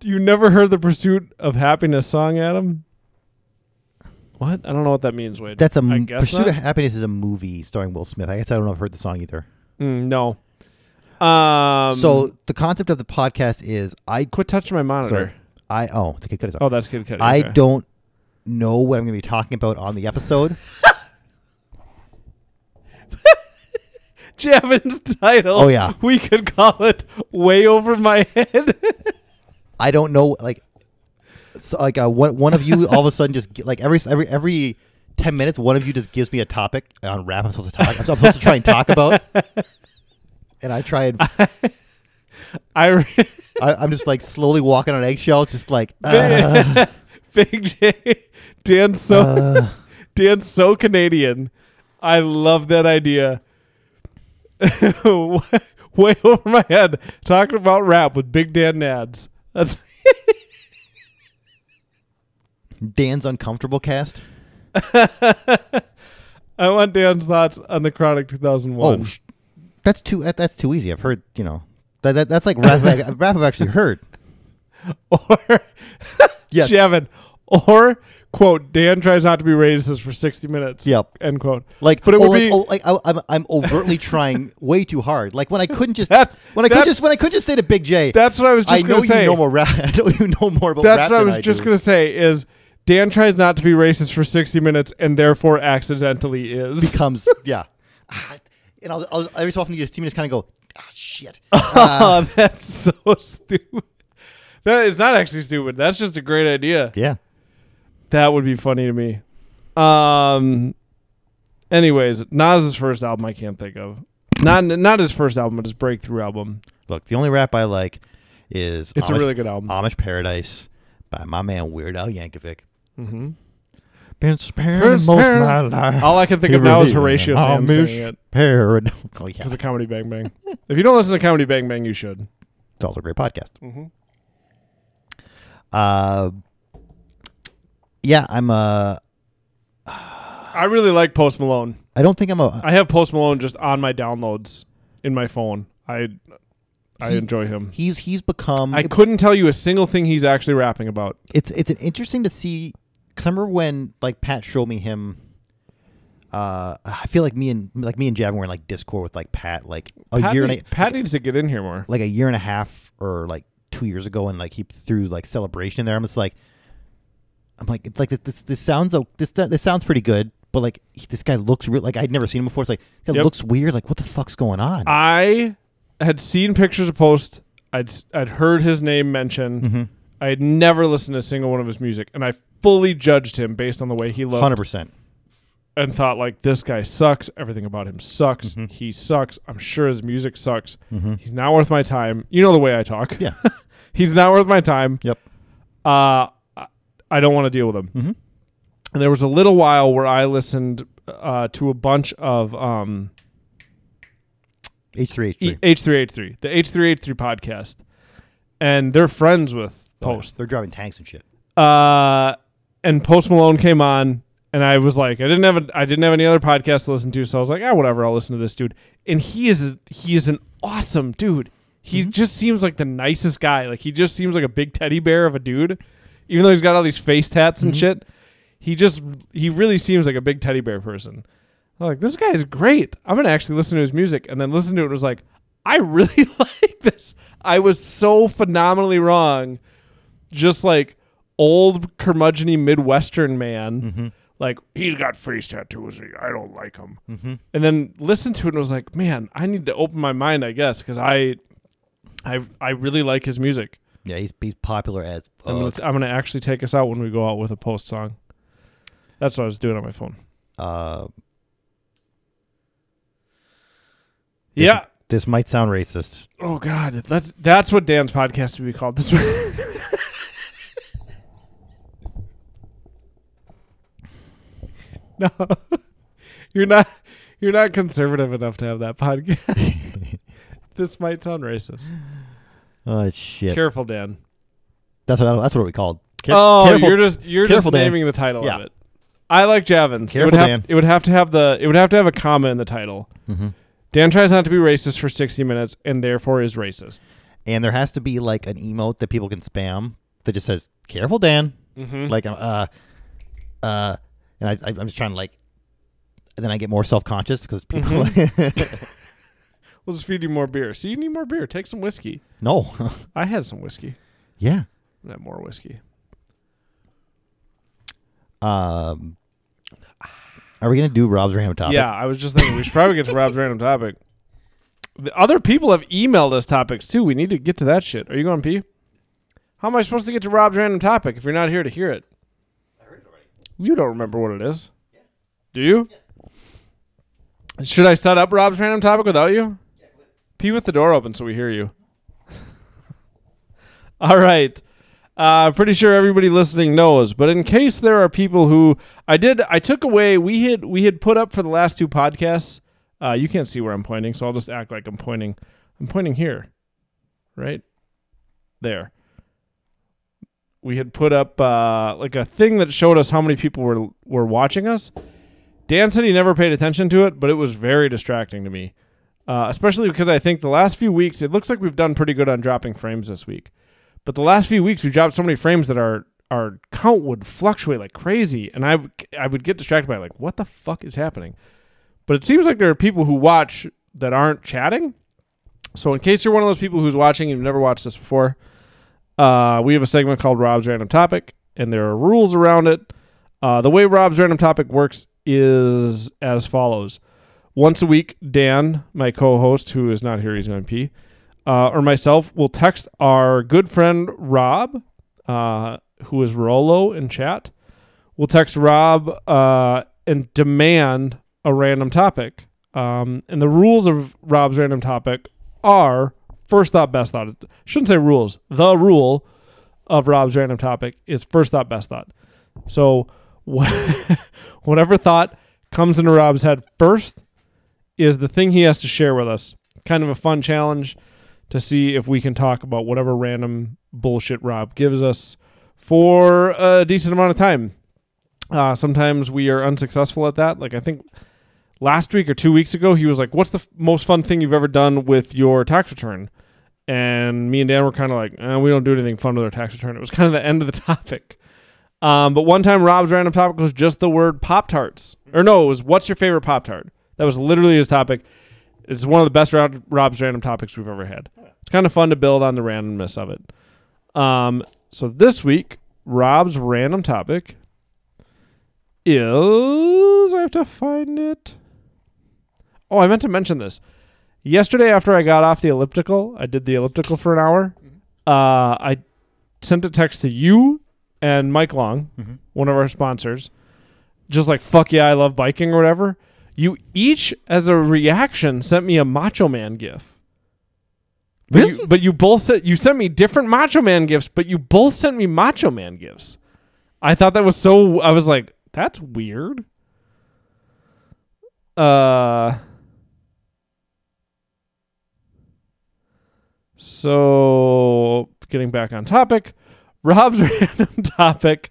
B: You never heard the Pursuit of Happiness song, Adam? What? I don't know what that means, Wade.
C: That's a
B: I
C: m-
B: guess
C: Pursuit
B: not.
C: of Happiness is a movie starring Will Smith. I guess I don't know if I've heard the song either.
B: Mm, no. Um,
C: so the concept of the podcast is I
B: Quit touching my monitor.
C: sorry, I oh it's a Kid Cudi song.
B: Oh, that's Kid Cudi.
C: I
B: okay.
C: don't know what I'm going to be talking about on the episode.
B: Javin's title.
C: Oh, yeah.
B: We could call it Way Over My Head.
C: I don't know like so like uh, one one of you all of a sudden just get, like every every every ten minutes one of you just gives me a topic on rap I'm supposed to talk I'm supposed to try and talk about, and I try and
B: I. Re-
C: I, I'm just like slowly walking on eggshells, just like uh,
B: Big, Big J. Dan's so
C: uh,
B: Dan's so Canadian. I love that idea. Way over my head. Talking about rap with Big Dan Nads. That's
C: Dan's uncomfortable cast.
B: I want Dan's thoughts on the Chronic 2001.
C: Oh, sh- that's too that, that's too easy. I've heard you know that, that that's like rap. I've- rap I've actually heard.
B: or
C: Yes.
B: Javin. Or quote Dan tries not to be racist for 60 minutes.
C: Yep.
B: End quote.
C: Like,
B: but it
C: oh,
B: would
C: like,
B: be
C: oh, like I, I'm, I'm overtly trying way too hard. Like when I couldn't just
B: That's-
C: when I could
B: that's-
C: just when I could just say to Big J.
B: that's what I was just
C: I know
B: gonna
C: you
B: say.
C: know more rap. I know you know more about
B: That's
C: rap
B: what I
C: than
B: was just
C: do.
B: gonna say is Dan tries not to be racist for 60 minutes and therefore accidentally is.
C: Becomes yeah, Ah, and I'll, I'll, every so often you get teammates kind of go, ah, shit. Uh,
B: oh, that's so stupid. That is not actually stupid. That's just a great idea.
C: yeah,
B: That would be funny to me. Um. Anyways, Nas's first album I can't think of. Not not his first album, but his breakthrough album.
C: look, the only rap I like is
B: It's
C: Amish-
B: a really good album.
C: Amish Paradise by my man Weird Al Yankovic.
B: Mm-hmm.
C: Been sparing
B: most my
C: life.
B: All I can think of now is Horatio Sam singing it
C: Paradise. Oh yeah,
B: because of Comedy Bang Bang. if you don't listen to Comedy Bang Bang, you should.
C: it's also a great podcast.
B: Mhm.
C: Uh, yeah, I'm uh, a.
B: I really like Post Malone.
C: I don't think I'm a.
B: I have Post Malone just on my downloads in my phone. I I enjoy him.
C: He's he's become.
B: I couldn't tell you a single thing he's actually rapping about.
C: it's it's an interesting to see. Cause I remember when like Pat showed me him. Uh, I feel like me and like me and Javin were in like Discord with like Pat like a
B: Pat,
C: year
B: need-
C: and a,
B: Pat needs to get in here more.
C: like a year and a half or like two years ago, and like he threw like celebration in there. I'm just like, I'm like, it's like this this, this sounds o- this this sounds pretty good, but like he, this guy looks real like I'd never seen him before. It's like it
B: Yep.
C: looks weird. Like what the fuck's going on?
B: I had seen pictures of Post. I'd I'd heard his name mentioned.
C: Mm-hmm.
B: I had never listened to a single one of his music, and I fully judged him based on the way he looked
C: Hundred percent.
B: and thought like this guy sucks. Everything about him sucks.
C: Mm-hmm.
B: He sucks. I'm sure his music sucks. He's not worth my time. You know the way I talk.
C: Yeah.
B: He's not worth my time.
C: Yep.
B: Uh, I- I don't want to deal with him.
C: Mhm.
B: And there was a little while where I listened uh, to a bunch of um,
C: H three H
B: E-
C: three.
B: H3H3, the H3H3 podcast, and they're friends with
C: Oh,
B: Post.
C: They're driving tanks and shit.
B: Uh, and Post Malone came on, and I was like, I didn't have a, I didn't have any other podcast to listen to, so I was like, ah, whatever, I'll listen to this dude. And he is a, he is an awesome dude. He just seems like the nicest guy. Like he just seems like a big teddy bear of a dude, even though he's got all these face tats and shit. He just he really seems like a big teddy bear person. I'm like, this guy is great. I'm gonna actually listen to his music, and then listen to it. and was like, I really like this. I was so phenomenally wrong just like old curmudgeony midwestern man like he's got face tattoos i don't like him and then listened to it and was like man i need to open my mind i guess because I, I i really like his music
C: Yeah, he's he's popular as
B: I'm, gonna,
C: fuck.
B: I'm gonna actually take us out when we go out with a post song that's what i was doing on my phone
C: Uh,
B: yeah
C: this might sound racist.
B: oh god that's that's what dan's podcast would be called this week no you're not you're not conservative enough to have that podcast this might sound racist
C: Oh shit.
B: careful dan
C: that's what that's what we called. Care-
B: oh
C: careful.
B: you're just you're
C: Careful,
B: just
C: Dan.
B: naming the title
C: Yeah.
B: of it i like javins it would,
C: Careful,
B: have,
C: Dan.
B: it would have to have the it would have to have a comma in the title
C: Mhm.
B: dan tries not to be racist for 60 minutes and therefore is racist
C: and there has to be like an emote that people can spam that just says "Careful, Dan."
B: Mhm.
C: Like, uh, uh, and I, I, I'm just trying to like. and Then I get more self conscious because people.
B: Mm-hmm. We'll just feed you more beer. So you need more beer. Take some whiskey.
C: no,
B: I had some whiskey.
C: yeah.
B: Not more whiskey.
C: Um, are we gonna do Rob's random topic?
B: Yeah, I was just thinking we should probably get to Rob's random topic. The other people have emailed us topics too. We need to get to that shit. Are you going pee? How am I supposed to get to Rob's random topic if you're not here to hear it? I heard it already. You don't remember what it is. Do you? Should I set up Rob's random topic without you? Pee with the door open so we hear you. All right. Uh, pretty sure everybody listening knows, but in case there are people who I did, I took away. We had we had put up for the last two podcasts. Uh, you can't see where I'm pointing, so I'll just act like I'm pointing. I'm pointing here, right there. We had put up uh, like a thing that showed us how many people were were watching us. Dan said he never paid attention to it, but it was very distracting to me, uh, especially because I think the last few weeks it looks like we've done pretty good on dropping frames this week. But the last few weeks, we dropped so many frames that our our count would fluctuate like crazy, and I w- I would get distracted by like what the fuck is happening. But it seems like there are people who watch that aren't chatting. So in case you're one of those people who's watching, and you've never watched this before, uh, we have a segment called Rob's Random Topic, and there are rules around it. Uh, the way Rob's random topic works is as follows: once a week, Dan, my co-host, who is not here, he's going to pee, uh, or myself will text our good friend Rob, uh, who is Rolo in chat. We'll text Rob uh, and demand a random topic. Um, and the rules of Rob's random topic are first thought, best thought. Shouldn't say rules. The rule of Rob's random topic is first thought, best thought. So wha- whatever thought comes into Rob's head first is the thing he has to share with us. Kind of a fun challenge to see if we can talk about whatever random bullshit Rob gives us for a decent amount of time. Uh, sometimes we are unsuccessful at that. Like I think last week or two weeks ago, he was like, "What's the f- most fun thing you've ever done with your tax return?" And me and Dan were kind of like, eh, "We don't do anything fun with our tax return." It was kind of the end of the topic. Um, but one time, Rob's random topic was just the word Pop Tarts, or no, it was "What's your favorite Pop Tart?" That was literally his topic. It's one of the best round, Rob's random topics we've ever had. It's kind of fun to build on the randomness of it. Um, so this week, Rob's random topic is I have to find it. Oh, I meant to mention this. Yesterday, after I got off the elliptical, I did the elliptical for an hour. Uh, I sent a text to you and Mike Long, one of our sponsors, just like "fuck yeah, I love biking" or whatever. You each, as a reaction, sent me a Macho Man gif. But You, but you both sent you sent me different Macho Man gifts, but you both sent me Macho Man gifts. I thought that was so. I was like, that's weird. Uh. So, getting back on topic, Rob's random topic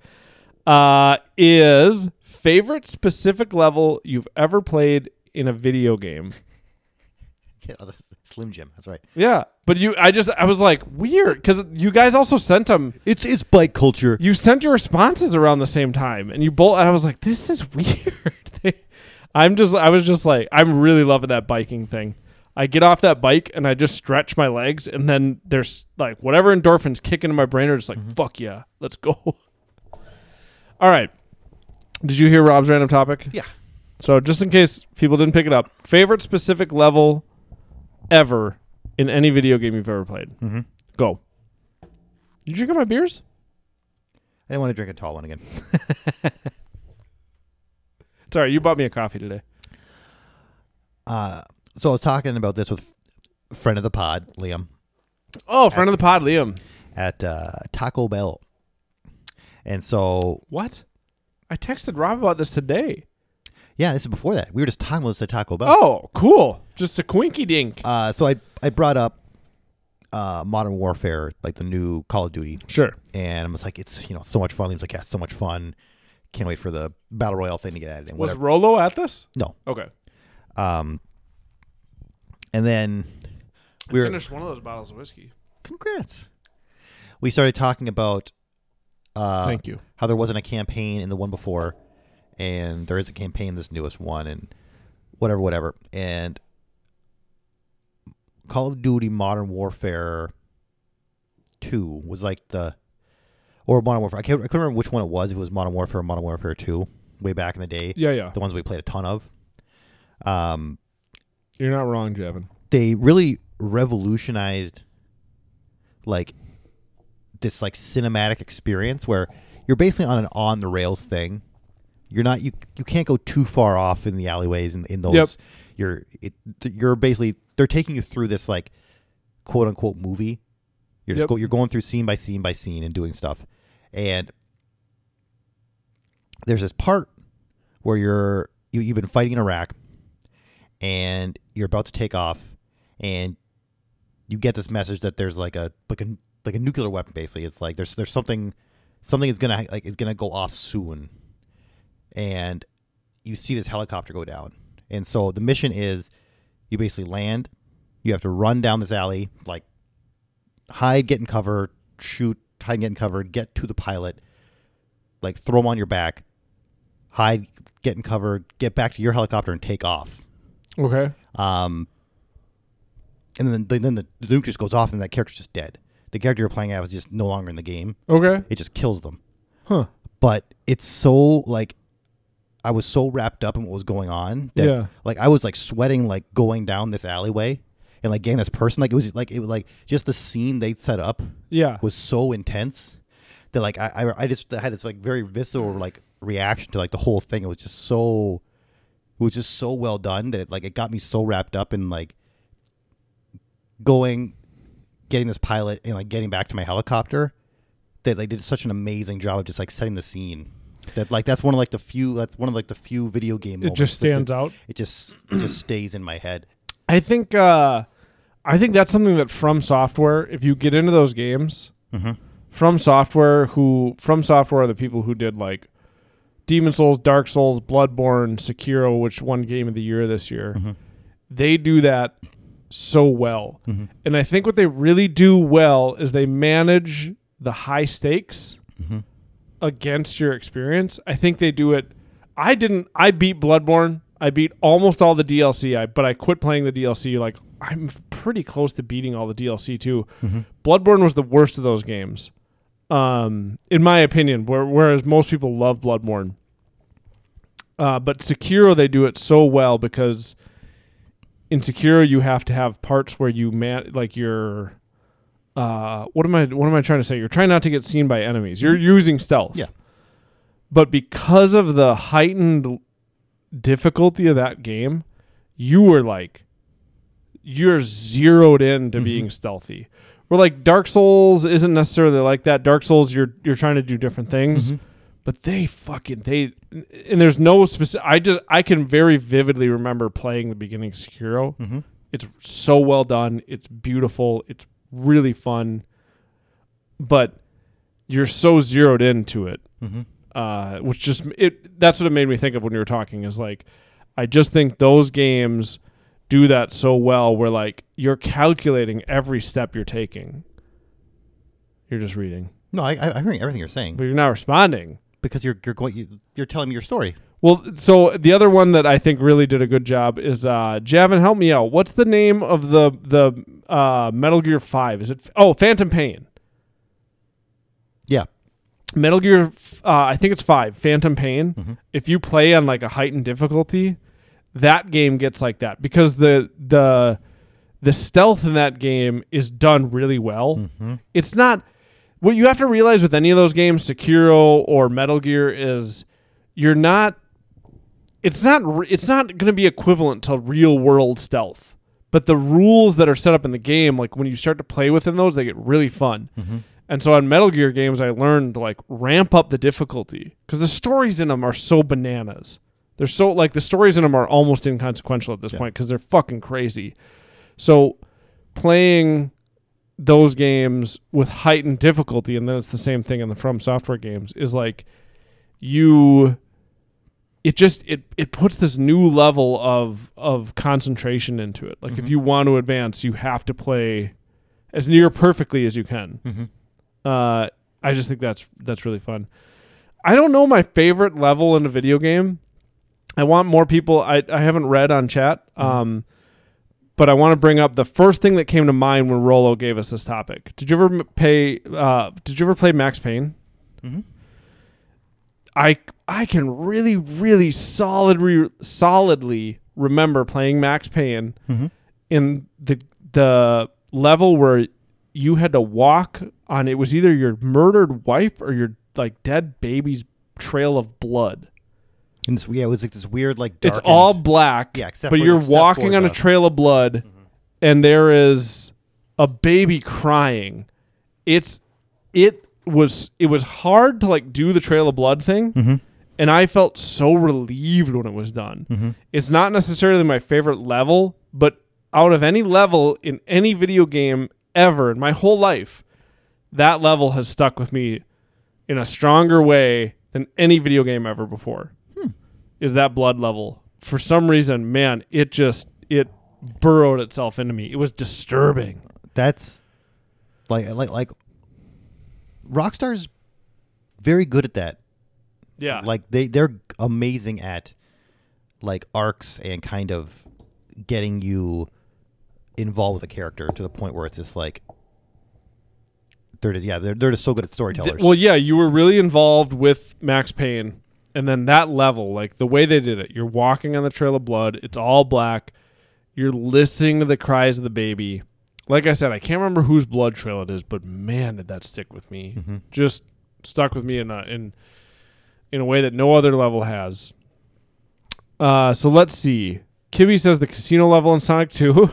B: uh, is favorite specific level you've ever played in a video game.
C: Yeah, oh, that's Slim Jim. That's right.
B: Yeah, but you, I just, I was like, weird, because you guys also sent them
C: It's it's bike culture.
B: you sent your responses around the same time and you both and i was like this is weird They- i'm just i was just like i'm really loving that biking thing i get off that bike and i just stretch my legs and then there's like whatever endorphins kick into my brain are just like fuck yeah let's go all right did you hear rob's random topic
C: Yeah.
B: so just in case people didn't pick it up favorite specific level ever in any video game you've ever played mm-hmm. go you drinking my beers
C: I didn't want to drink a tall one again.
B: Sorry, you bought me a coffee today.
C: Uh, so I was talking about this with a friend of the pod, Liam,
B: Oh, friend of the pod, Liam.
C: at uh, Taco Bell. And so,
B: What? I texted Rob about this today.
C: yeah, this is before that. We were just talking about this at Taco Bell.
B: Oh, cool. Just a quinky dink.
C: Uh, so I I brought up uh, Modern Warfare, like the new Call of Duty,
B: sure.
C: and I was like, it's you know so much fun. Liam's like, yeah, so much fun. Can't wait for the battle royale thing to get added. And
B: Was
C: whatever.
B: Rolo at this?
C: no.
B: Okay.
C: Um, and then we were
B: Finished one of those bottles of whiskey.
C: congrats. We started talking about uh,
B: Thank you.
C: how there wasn't a campaign in the one before, and there is a campaign in this newest one, and whatever, whatever. And Call of Duty Modern Warfare 2 was like the. Or Modern Warfare. I, can't, I couldn't remember which one it was, if it was Modern Warfare or Modern Warfare 2, way back in the day.
B: Yeah, yeah.
C: The ones we played a ton of. Um,
B: You're not wrong, Jevin.
C: they really revolutionized like this like cinematic experience where you're basically on an on the rails thing. You're not you you can't go too far off in the alleyways and in those
B: Yep.
C: you're it, th- you're basically they're taking you through this like quote unquote movie. You're just
B: Yep.
C: go, you're going through scene by scene by scene and doing stuff. And there's this part where you're you, you've been fighting in Iraq and you're about to take off and you get this message that there's like a like a like a nuclear weapon basically it's like there's there's something something is gonna like is gonna go off soon and you see this helicopter go down and so the mission is you basically land you have to run down this alley like hide get in cover shoot hide get in cover get to the pilot like throw him on your back hide get in cover get back to your helicopter and take off
B: Okay.
C: um, and then then the, the nuke just goes off, and that character's just dead. The character you're playing at was just no longer in the game.
B: Okay.
C: It just kills them.
B: Huh.
C: but it's so like I was so wrapped up in what was going on that
B: Yeah.
C: like I was like sweating like going down this alleyway and like getting this person like it was like it was like just the scene they set up
B: Yeah.
C: was so intense that like I I, I just had this like very visceral like reaction to like the whole thing. It was just so it was just so well done that it like it got me so wrapped up in like going getting this pilot and like getting back to my helicopter that like did such an amazing job of just like setting the scene. That like that's one of like the few that's one of like the few video game
B: It
C: moments
B: just
C: that's
B: stands out.
C: It just it just stays in my head.
B: I think uh, I think that's something that From Software, if you get into those games, From Software, who From Software are the people who did like Demon Souls, Dark Souls, Bloodborne, Sekiro, which won Game of the Year this year. They do that so well, and I think what they really do well is they manage the high stakes against your experience. I think they do it. I didn't. I beat Bloodborne. I beat almost all the DLC. I but I quit playing the DLC. Like I'm pretty close to beating all the DLC too. Bloodborne was the worst of those games, um, in my opinion. Where, whereas most people love Bloodborne, uh, but Sekiro they do it so well because in Sekiro you have to have parts where you man like you're. Uh, what am I? What am I trying to say? You're trying not to get seen by enemies. You're using stealth
C: Yeah.
B: but because of the heightened difficulty of that game, you were like, you're zeroed in to being stealthy. Where like Dark Souls isn't necessarily like that. Dark Souls, you're you're trying to do different things, but they fucking they and there's no specific. I just I can very vividly remember playing the beginning of Sekiro. It's so well done. It's beautiful. It's really fun, but you're so zeroed into it uh, which just it that's what it made me think of when you were talking is like I just think those games do that so well where like you're calculating every step you're taking. You're just reading,
C: No, I, I, I'm hearing everything you're saying
B: but you're not responding.
C: because you're you're going you, you're telling me your story.
B: Well, so the other one that I think really did a good job is uh, Javin. Help me out. What's the name of the the uh, Metal Gear Five? Is it oh Phantom Pain?
C: Yeah,
B: Metal Gear, uh, I think it's five, Phantom Pain. If you play on like a heightened difficulty, that game gets like that because the the the stealth in that game is done really well. It's not what you have to realize with any of those games, Sekiro or Metal Gear, is you're not. It's not. re- It's not going to be equivalent to real world stealth. But the rules that are set up in the game, like when you start to play within those, they get really fun. And so on Metal Gear games, I learned to like ramp up the difficulty because the stories in them are so bananas. They're so like the stories in them are almost inconsequential at this point point because they're fucking crazy. So playing those games with heightened difficulty, and then it's the same thing in the From Software games, is like you it just it it puts this new level of of concentration into it. Like if you want to advance, you have to play as near perfectly as you can. Uh, I just think that's that's really fun. I don't know my favorite level in a video game. I want more people. I I haven't read on chat. Um, but I want to bring up the first thing that came to mind when Rolo gave us this topic. Did you ever m- pay? Uh, did you ever play Max Payne? I I can really really solid re- solidly remember playing Max Payne in the the level where you had to walk on it was either your murdered wife or your like dead baby's trail of blood.
C: and this, yeah, it was like this weird like
B: It's
C: darkened-
B: all black.
C: Yeah, except
B: but
C: for-
B: you're
C: except
B: walking
C: for
B: on a
C: the- Mm-hmm.
B: trail of blood, and there is a baby crying. It's it was it was hard to like do the trail of blood thing, and I felt so relieved when it was done. It's not necessarily my favorite level, but out of any level in any video game ever in my whole life, that level has stuck with me in a stronger way than any video game ever before is that blood level. For some reason, man, it just it burrowed itself into me. It was disturbing.
C: that's like like like Rockstar's very good at that.
B: Yeah.
C: Like they they're amazing at like arcs and kind of getting you involved with a character to the point where it's just like They're just, yeah, they're, they're just so good at storytellers.
B: Well, yeah, you were really involved with Max Payne, and then that level, like the way they did it, you're walking on the trail of blood. It's all black. You're listening to the cries of the baby. Like I said, I can't remember whose blood trail it is, but man, did that stick with me.
C: Mm-hmm.
B: Just stuck with me in a in in a way that no other level has. Uh, so let's see. Kibby says the casino level in Sonic Two.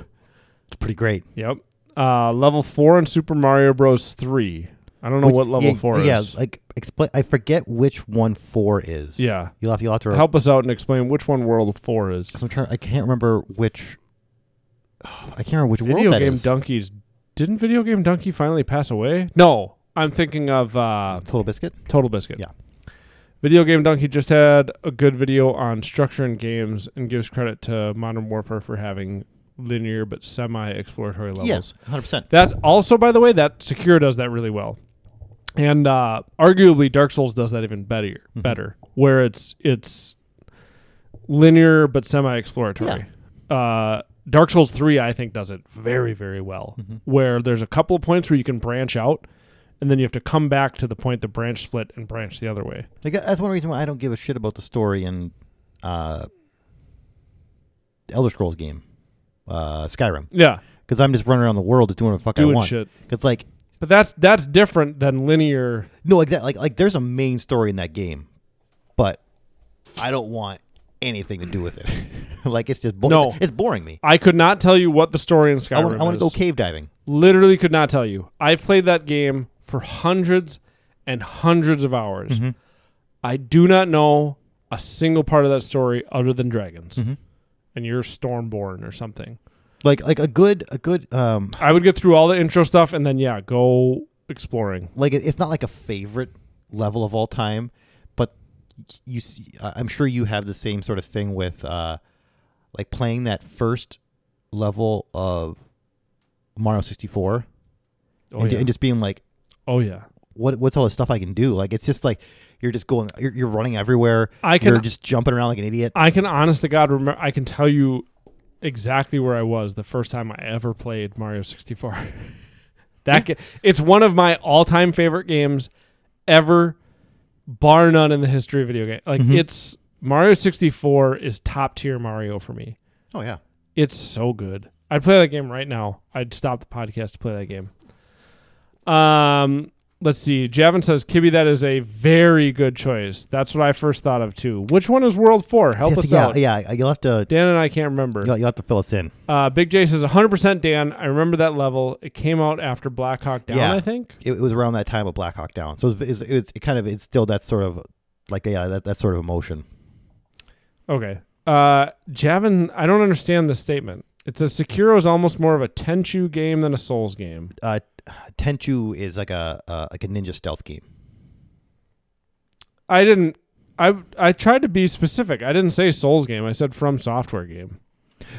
C: it's pretty great.
B: Yep. Uh, level four in Super Mario Bros. Three. I don't know
C: Which-
B: what level
C: yeah,
B: four
C: yeah,
B: is.
C: like explain. I forget which one four is.
B: Yeah.
C: you'll have, you'll have to
B: Help us out and explain which one World Four is.
C: 'cause I'm trying. I can't remember which. I can't remember which
B: Video
C: world that
B: game
C: is.
B: donkeys. Didn't video game donkey finally pass away? No, I'm thinking of uh,
C: Total biscuit.
B: Total Biscuit.
C: Yeah.
B: Video game donkey just had a good video on structure in games and gives credit to Modern Warfare for having linear but semi-exploratory levels.
C: Yes, hundred percent.
B: That also, by the way, that Secure does that really well, and uh, arguably Dark Souls does that even better.
C: Mm-hmm.
B: Better, where it's it's linear but semi-exploratory. Uh, Dark Souls Three, I think, does it very very well,
C: Mm-hmm.
B: where there's a couple of points where you can branch out, and then you have to come back to the point that branch split and branch the other way.
C: Like that- that's one reason why I don't give a shit about the story in uh, the Elder Scrolls game, uh, Skyrim,
B: Yeah,
C: because I'm just running around the world just doing what the fuck I
B: Doing
C: want.
B: shit.
C: It's like
B: but that's that's different than linear.
C: no, like that, like like there's a main story in that game, but I don't want anything to do with it. like it's just bo-
B: No.
C: it's boring me.
B: I could not tell you what the story in Skyrim
C: I want I want
B: is.
C: to go cave diving.
B: literally could not tell you. I played that game for hundreds and hundreds of hours.
C: Mm-hmm.
B: I do not know a single part of that story other than dragons.
C: Mm-hmm.
B: And you're Stormborn or something.
C: Like like a good a good um
B: I would get through all the intro stuff and then yeah, go exploring.
C: like it- it's not like a favorite level of all time, but you see, I- I'm sure you have the same sort of thing with uh, like playing that first level of Mario 64
B: Oh
C: and,
B: yeah.
C: and just being like,
B: oh yeah.
C: what what's all this stuff I can do? Like it's just like you're just going, you're, you're running everywhere.
B: I can-
C: you're just jumping around like an idiot.
B: I can honest to God remember I can tell you exactly where I was the first time I ever played Mario 64. that ga- it's one of my all-time favorite games ever bar none in the history of video game. Like it's Mario 64 is top tier Mario for me.
C: oh yeah,
B: It's so good. I'd play that game right now. I'd stop the podcast to play that game. Um, let's see. Javin says, "Kibby, that is a very good choice. That's what I first thought of too. Which one is World Four? Help
C: yeah,
B: us
C: yeah,
B: out.
C: Yeah, you'll have to
B: Dan and I can't remember.
C: you'll, you'll have to fill us in.
B: Uh, Big J says 100% Dan. I remember that level. It came out after Black Hawk Down,
C: Yeah.
B: I think.
C: It, it was around that time of Black Hawk Down, so it was, it, was, it kind of instilled that sort of like yeah that, that sort of emotion.
B: Okay. Uh, Javin, I don't understand this statement. It says Sekiro is almost more of a Tenchu game than a Souls game.
C: uh, Tenchu is like a uh, like a ninja stealth game.
B: I didn't. I I tried to be specific. I didn't say Souls game. I said from software game.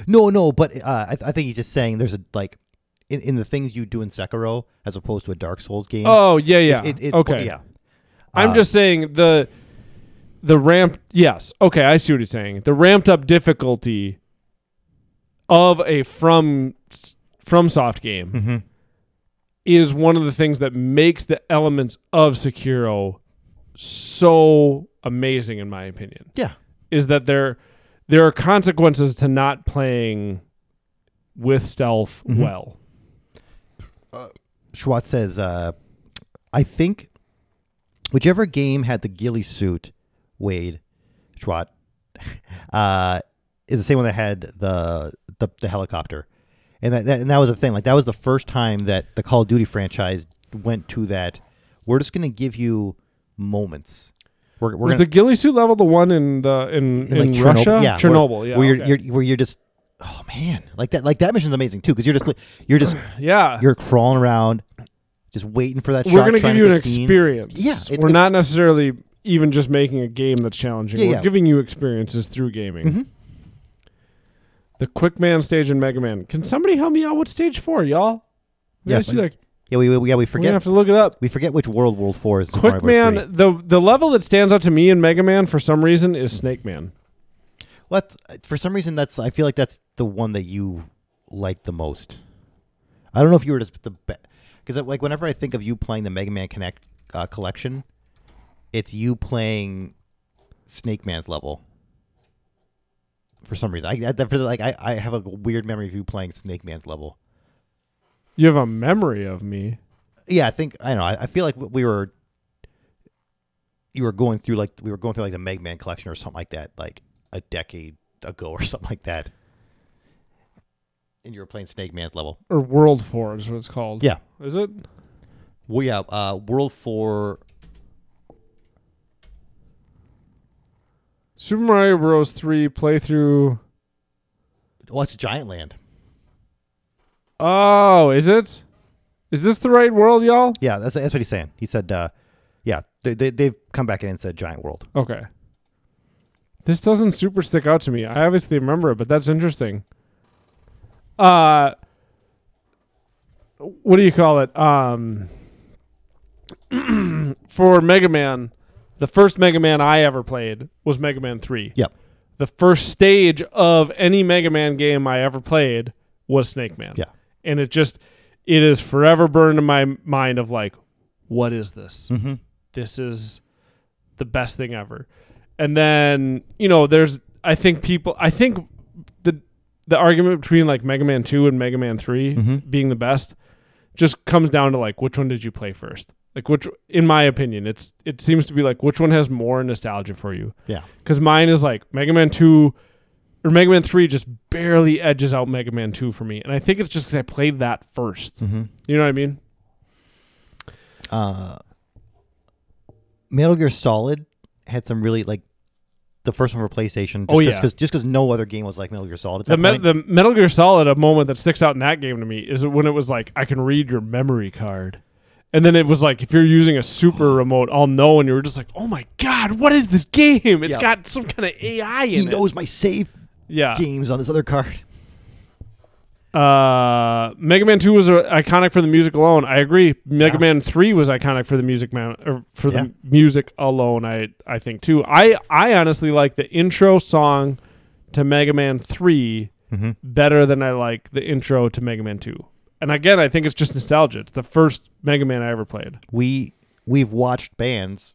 C: No, no, but uh, I, I think he's just saying there's a like in, in the things you do in Sekiro as opposed to a Dark Souls game.
B: Oh yeah yeah
C: it, it,
B: okay
C: yeah,
B: I'm
C: Uh,
B: just saying the the ramp. Yes. Okay, I see what he's saying. The ramped up difficulty of a from from soft game
C: Mm-hmm.
B: is one of the things that makes the elements of Sekiro so amazing, in my opinion.
C: yeah,
B: Is that there there are consequences to not playing with stealth
C: Mm-hmm.
B: well.
C: Schwartz says, uh, I think whichever game had the ghillie suit, Wade, Schwartz, uh, is the same one that had the the, the helicopter, and that, that and that was the thing. Like that was the first time that the Call of Duty franchise went to that. We're just gonna give you moments. We're, we're
B: Was
C: gonna,
B: the ghillie suit level the one in the in, in,
C: like Chernobyl,
B: Russia?
C: yeah, where-
B: Chernobyl, yeah.
C: where
B: okay.
C: you're, you're where you're just. Oh man, like that, like that mission's amazing too, because you're just, li- you're just,
B: yeah.
C: you're crawling around, just waiting for that.
B: we're going
C: going to
B: to give you an
C: get seen.
B: experience.
C: Yeah, it-
B: we're
C: it-
B: not necessarily even just making a game that's challenging.
C: Yeah,
B: we're
C: yeah. Mm-hmm.
B: giving you experiences through gaming. The Quick Man stage in Mega Man. Can somebody help me out with stage four, y'all?
C: Yeah,
B: Yes,
C: but-
B: like,
C: Yeah, we, we yeah we
B: we're gonna
C: forget
B: have to look it up.
C: we forget which World World Four is. in Super
B: Quick
C: Mario Bros.
B: Man, the the level that stands out to me in Mega Man for some reason is Snake Man.
C: three. What for some reason that's I feel like that's the one that you like the most. I don't know if you were just the best. because like whenever I think of you playing the Mega Man Connect uh, collection, it's you playing Snake Man's level. For some reason, I, I that- for the- like I, I have a weird memory of you playing Snake Man's level.
B: You have a memory of me.
C: Yeah, I think I know. I, I feel like we were you were going through like we were going through like the Mega Man collection or something like that, like a decade ago or something like that. And you were playing Snake Man's level.
B: Or World 4 is what it's called.
C: Yeah.
B: Is it?
C: Well, yeah. Uh, World Four.
B: Super Mario Bros. 3 playthrough.
C: Well, it's Giant Land.
B: Oh, is it? Is this the right world, y'all?
C: Yeah, that's that's what he's saying. He said, uh, "Yeah, they, they they've come back in and said Giant World."
B: Okay. This doesn't super stick out to me. I obviously remember it, but that's interesting. Uh what do you call it? Um for Mega Man, the first Mega Man I ever played was Mega Man 3.
C: Yep.
B: The first stage of any Mega Man game I ever played was Snake Man.
C: Yeah.
B: And it just it is forever burned in my mind of like what is this?
C: Mm-hmm.
B: this is the best thing ever. And then, you know, there's I think people I think the the argument between like Mega Man 2 and Mega Man 3
C: Mhm.
B: being the best just comes down to like which one did you play first? Like which in my opinion, it's it seems to be like which one has more nostalgia for you.
C: Yeah.
B: Cuz mine is like Mega Man 2 or Mega Man 3 just barely edges out Mega Man 2 for me. And I think it's just cuz I played that 1st
C: Mm-hmm.
B: You know what I mean?
C: Uh, Metal Gear Solid had some really like the first one for PlayStation. Just
B: Oh, yeah.
C: because just because no other game was like Metal Gear Solid. At
B: The,
C: that
B: me-
C: point.
B: the Metal Gear Solid, a moment that sticks out in that game to me is when it was like, I can read your memory card. And then it was like, if you're using a super remote, I'll know. And you were just like, oh my God, what is this game? It's
C: Yeah.
B: got some kind of AI in
C: he
B: it.
C: knows my save
B: yeah.
C: games on this other card.
B: Uh, Mega Man 2 was uh, iconic for the music alone. I agree. Mega
C: Yeah.
B: Man 3 was iconic for the music man or for
C: Yeah.
B: the music alone, I I think too. I I honestly like the intro song to Mega Man 3
C: Mhm.
B: better than I like the intro to Mega Man 2. And again, I think it's just nostalgia. It's the first Mega Man I ever played.
C: We we've watched bands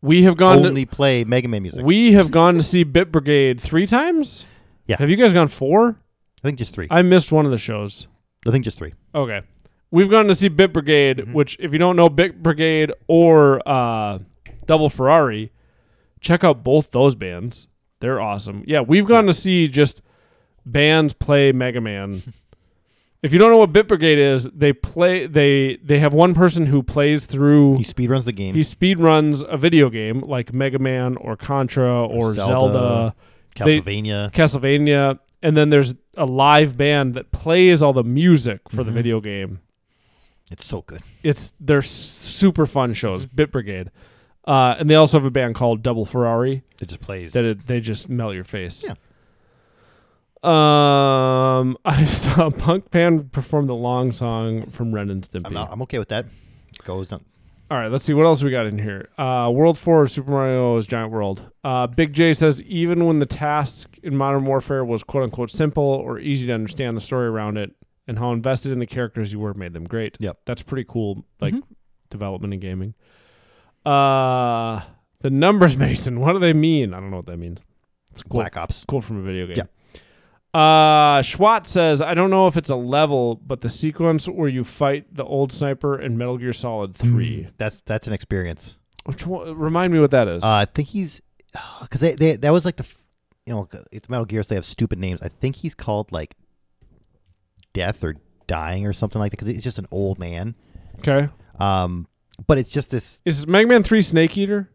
B: We have gone
C: only play Mega Man
B: to,
C: music.
B: we have gone to see Bit Brigade 3 times?
C: Yeah.
B: Have you guys gone 4?
C: I think just three. I,
B: I missed one of the shows.
C: think just three.
B: Okay. We've gone to see Bit Brigade, which if you don't know Bit Brigade or uh, Double Ferrari, check out both those bands. They're awesome. Yeah, we've gone to see just bands play Mega Man. if you don't know what Bit Brigade is, they play they they have one person who plays through
C: He speedruns the game.
B: he speed runs a video game like Mega Man or Contra or, Zelda
C: Zelda.
B: they-
C: Castlevania.
B: Castlevania, and then there's a live band that plays all the music for the video game
C: it's so good.
B: it's they're super fun shows.
C: Mm-hmm.
B: Bit Brigade, uh, and they also have a band called Double Ferrari
C: It just plays.
B: that it, they just melt your face.
C: Yeah.
B: Um, I saw a punk band perform the long song from Ren and Stimpy.
C: I'm, out- I'm okay with that. Goes down.
B: All right, let's see what else we got in here. Uh, World Four, Super Mario's Giant World. Uh, Big J says even when the task in Modern Warfare was quote unquote simple or easy to understand, the story around it and how invested in the characters you were made them great.
C: Yep.
B: that's pretty cool. Like development in gaming. Uh, the numbers, Mason. What do they mean? I don't know what that means. It's cool
C: Black Ops.
B: quote from a video game.
C: Yeah.
B: Uh, Schwat says, I don't know if it's a level, but the sequence where you fight the old sniper in Metal Gear Solid 3.
C: That's that's an experience.
B: Which one, remind me what that is.
C: Uh, I think he's because they, they that was like the f- you know it's Metal Gear, so they have stupid names. I think he's called like Death or Dying or something like that because it's just an old man.
B: okay.
C: Um, but it's just this.
B: Is Mega Man 3 Snake Eater?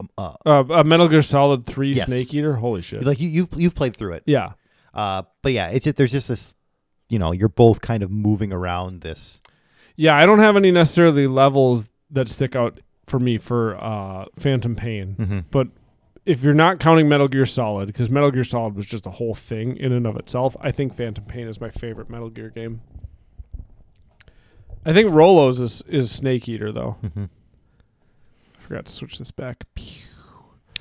C: Um, uh,
B: Uh, uh, Metal Gear Solid 3
C: Yes.
B: Snake Eater? Holy shit.
C: like you you've you've played through it.
B: yeah.
C: Uh, but yeah, it's just there's just this. You know, you're both kind of moving around this.
B: Yeah, I don't have any necessarily levels that stick out for me for uh, Phantom Pain.
C: Mm-hmm.
B: But if you're not counting Metal Gear Solid, because Metal Gear Solid was just a whole thing in and of itself, I think Phantom Pain is my favorite Metal Gear game. I think Rolos is, is Snake Eater though.
C: Mhm.
B: I forgot to switch this back. Pew.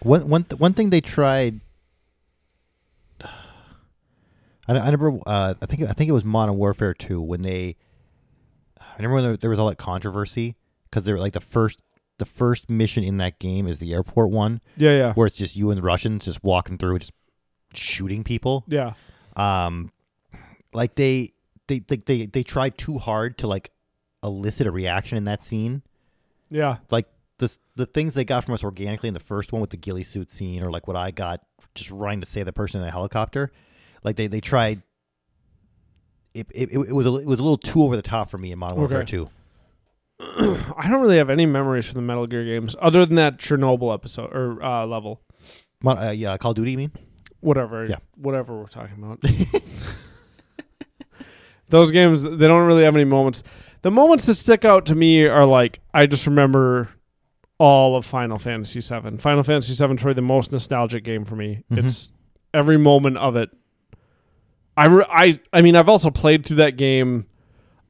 C: One one th- one thing they tried. I, I remember. Uh, I think I think it was Modern Warfare Two when they I remember when there, there was all that controversy because they were like the first the first mission in that game is the airport one
B: Yeah, yeah,
C: where it's just you and the Russians just walking through just shooting people.
B: yeah.
C: Um, like they they they they, they tried too hard to like elicit a reaction in that scene.
B: Yeah.
C: Like the s- the things they got from us organically in the first one with the ghillie suit scene, or like what I got just trying to say the person in the helicopter. Like they they tried. It, it, it was a, it was a little too over the top for me in Modern Warfare
B: Okay.
C: Two.
B: I don't really have any memories from the Metal Gear games other than that Chernobyl episode or uh, level.
C: Mod, uh, yeah, Call of Duty. You mean?
B: Whatever.
C: Yeah.
B: Whatever we're talking about. Those games, they don't really have any moments. The moments that stick out to me are like, I just remember all of Final Fantasy VII. Final Fantasy VII is probably the most nostalgic game for me.
C: Mhm.
B: It's every moment of it. I, re- I, I mean, I've also played through that game.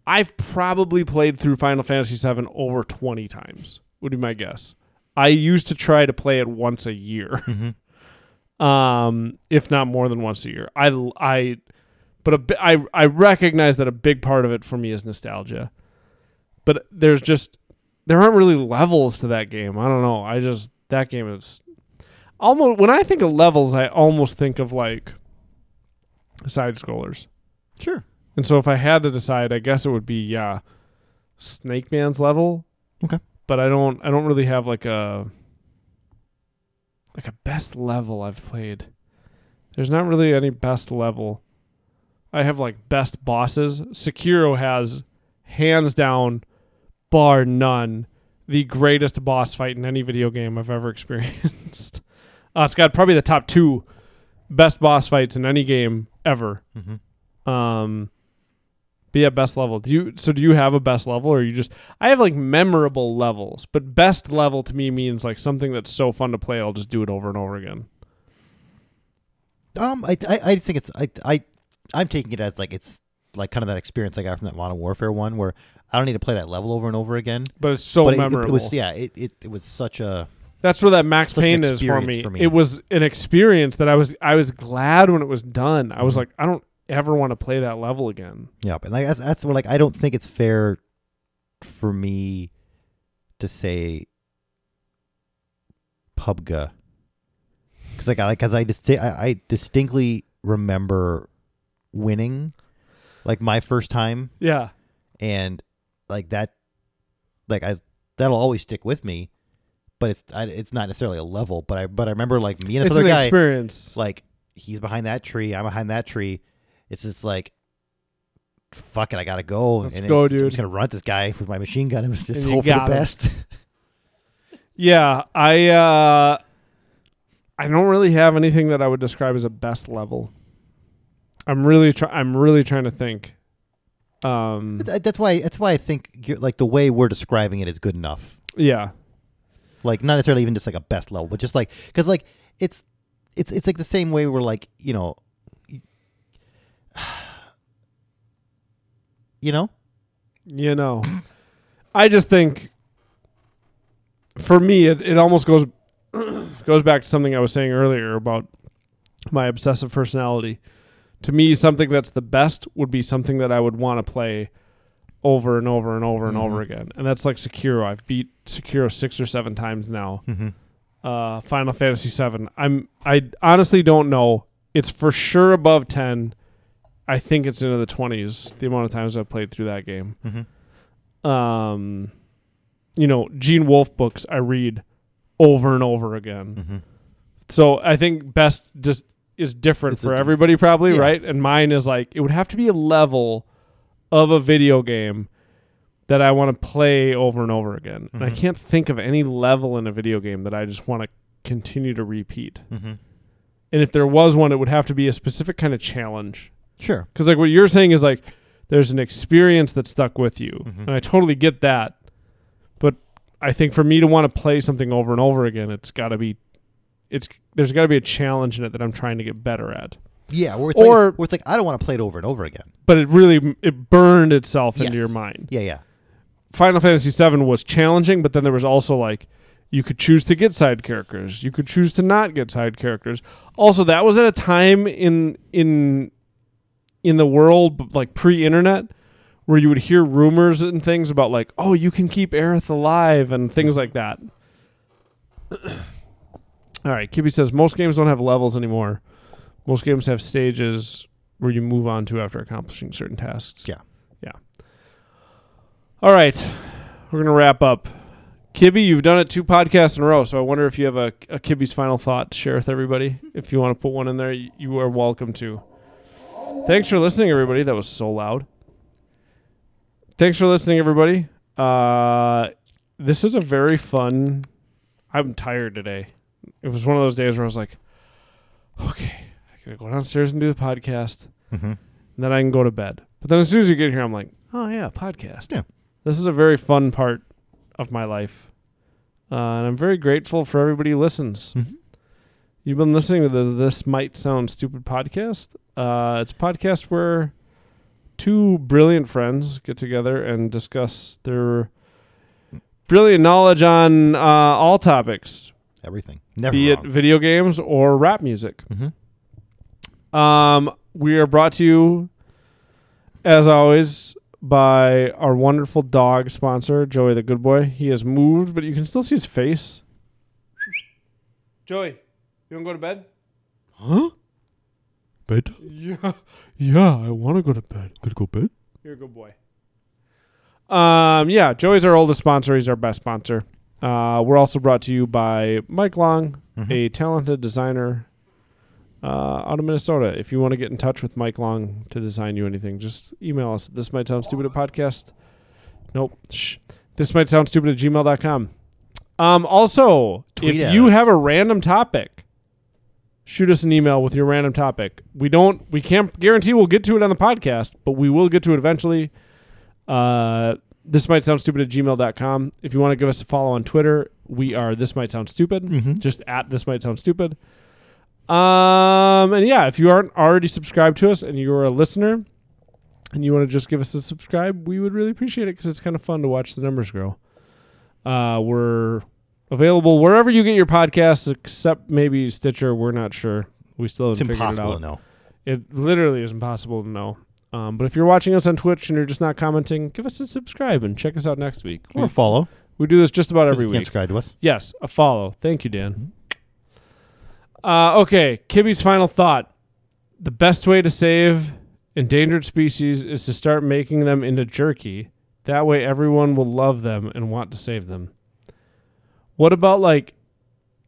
B: I've probably played through Final Fantasy VII over 20 times, would be my guess. I used to try to play it once a year um, if not more than once a year. I, I, but a bi- I, I recognize that a big part of it for me is nostalgia. But there's just there aren't really levels to that game. I don't know. I just that game is almost when I think of levels, I almost think of like side scrollers.
C: Sure.
B: And so if I had to decide, I guess it would be yeah, Snake Man's level.
C: Okay.
B: But I don't I don't really have like a like a best level I've played. There's not really any best level. I have like best bosses. Sekiro has hands down bar none the greatest boss fight in any video game I've ever experienced. Uh, it's got probably the top 2 best boss fights in any game ever.
C: Mhm.
B: Um, but yeah, best level. Do you so? Do you have a best level, or you just? I have like memorable levels, but best level to me means like something that's so fun to play. I'll just do it over and over again.
C: Um, I, I, I just think it's I, I, I'm taking it as like it's like kind of that experience I got from that Modern Warfare one where I don't need to play that level over and over again.
B: But it's so
C: but it- it-
B: memorable.
C: It, was yeah, it, it, it was such a
B: That's where that Max
C: Such an
B: Payne is for
C: experience
B: me.
C: for me.
B: It was an experience that I was I was glad when it was done. I was
C: Mhm.
B: like, I don't ever want to play that level again.
C: yeah, and like that's, that's what like I don't think it's fair for me to say PUBG because like I like because I just I, I distinctly remember winning like my first time
B: Yeah,
C: and like that like i that'll always stick with me but it's I, it's not necessarily a level but i but i remember like me and this
B: it's
C: other
B: an
C: guy
B: experience.
C: like he's behind that tree i'm behind that tree it's just like fuck it i gotta go
B: Let's
C: and
B: go,
C: it- i'm
B: dude.
C: just gonna run at this guy with my machine gun and just
B: And you
C: hope for the
B: got him.
C: best
B: Yeah, I uh I don't really have anything that I would describe as a best level. I'm really try- I'm really trying to think. Um
C: That's- that's why that's why i think you're, like the way we're describing it is good enough
B: yeah.
C: like not necessarily even just like a best level but just like because like it's it's it's like the same way we're like you know you know
B: You know. I just think for me it, it almost goes goes back to something I was saying earlier about my obsessive personality. To me, something that's the best would be something that I would want to play over and over and over and over again. And that's like Sekiro. I've beat Sekiro six or seven times now. uh, Final Fantasy VII. I'm I honestly don't know. It's for sure above ten. I think it's into the twenties. The amount of times I've played through that game.
C: Mhm.
B: Um, you know, Gene Wolfe books I read over and over again.
C: Mhm.
B: So I think best just is different
C: It's a
B: for
C: di-
B: everybody, probably
C: Yeah.
B: right. And mine is like it would have to be a level of a video game that I want to play over and over again. And I
C: Mhm.
B: can't think of any level in a video game that I just want to continue to repeat.
C: Mm-hmm.
B: And if there was one, it would have to be a specific kind of challenge.
C: sure
B: Because like what you're saying is like there's an experience that stuck with you,
C: Mhm.
B: and I totally get that. But I think for me to want to play something over and over again, it's got to be, it's there's got to be a challenge in it that I'm trying to get better at.
C: yeah where it's
B: Or-
C: like, where it's like i don't want to play it over and over again
B: But it really it burned itself into
C: Yes.
B: your mind.
C: yeah yeah
B: Final Fantasy VII was challenging, but then there was also like you could choose to get side characters, you could choose to not get side characters. Also, that was at a time in in in the world b- like pre-internet where you would hear rumors and things about like, oh, you can keep Aerith alive and things like that. All right, Kibby says most games don't have levels anymore. Most games have stages where you move on to after accomplishing certain tasks.
C: Yeah.
B: Yeah. All right. We're going to wrap up. Kibby, you've done it two podcasts in a row, so I wonder if you have a, a Kibby's final thought to share with everybody. If you want to put one in there, y- you are welcome to. Thanks for listening, everybody. That was so loud. Thanks for listening, everybody. Uh, this is a very fun. I'm tired today. It was one of those days where I was like, okay, I gotta go downstairs and do the podcast,
C: Mhm.
B: and then I can go to bed. But then as soon as you get here, I'm like, oh yeah, podcast.
C: Yeah.
B: this is a very fun part of my life, uh, and I'm very grateful for everybody who listens.
C: Mhm.
B: You've been listening to the This Might Sound Stupid podcast. Uh, it's a podcast where two brilliant friends get together and discuss their brilliant knowledge on uh, all topics,
C: Everything. Never
B: be it
C: wrong.
B: video games or rap music.
C: Mhm.
B: Um, we are brought to you, as always, by our wonderful dog sponsor, Joey the Good Boy. He has moved, but you can still see his face. Joey, you want to go to bed?
C: Huh? Bed?
B: Yeah, yeah, I want to go to bed.
C: Gotta go bed?
B: You're a good boy. Um, yeah, Joey's our oldest sponsor. He's our best sponsor. Uh, we're also brought to you by Mike Long, a talented designer uh, out of Minnesota. If you want to get in touch with Mike Long to design you anything, just email us. This might sound stupid at podcast. Nope. Shh. This might sound stupid at gmail.com. Um, also,
C: Tweet
B: if
C: at
B: you
C: us.
B: have a random topic, shoot us an email with your random topic. We don't, we can't guarantee we'll get to it on the podcast, but we will get to it eventually. Uh, this might sound stupid at gmail.com. If you want to give us a follow on Twitter, we are this might sound stupid,
C: Mm-hmm.
B: just at this might sound stupid. Um, and yeah, if you aren't already subscribed to us and you're a listener and you want to just give us a subscribe, we would really appreciate it because it's kind of fun to watch the numbers grow. Uh, we're available wherever you get your podcasts, except maybe Stitcher. We're not sure. We still
C: It's
B: haven't figured it out.
C: impossible to know.
B: It literally is impossible to know. Um, but if you're watching us on Twitch and you're just not commenting, give us a subscribe and check us out next week.
C: Or
B: We,
C: follow.
B: we do this just about every
C: You can't
B: week.
C: subscribe to us.
B: Yes, a follow. Thank you, Dan.
C: Mm-hmm.
B: Uh, okay, Kibby's final thought. The best way to save endangered species is to start making them into jerky. That way, everyone will love them and want to save them. What about, like,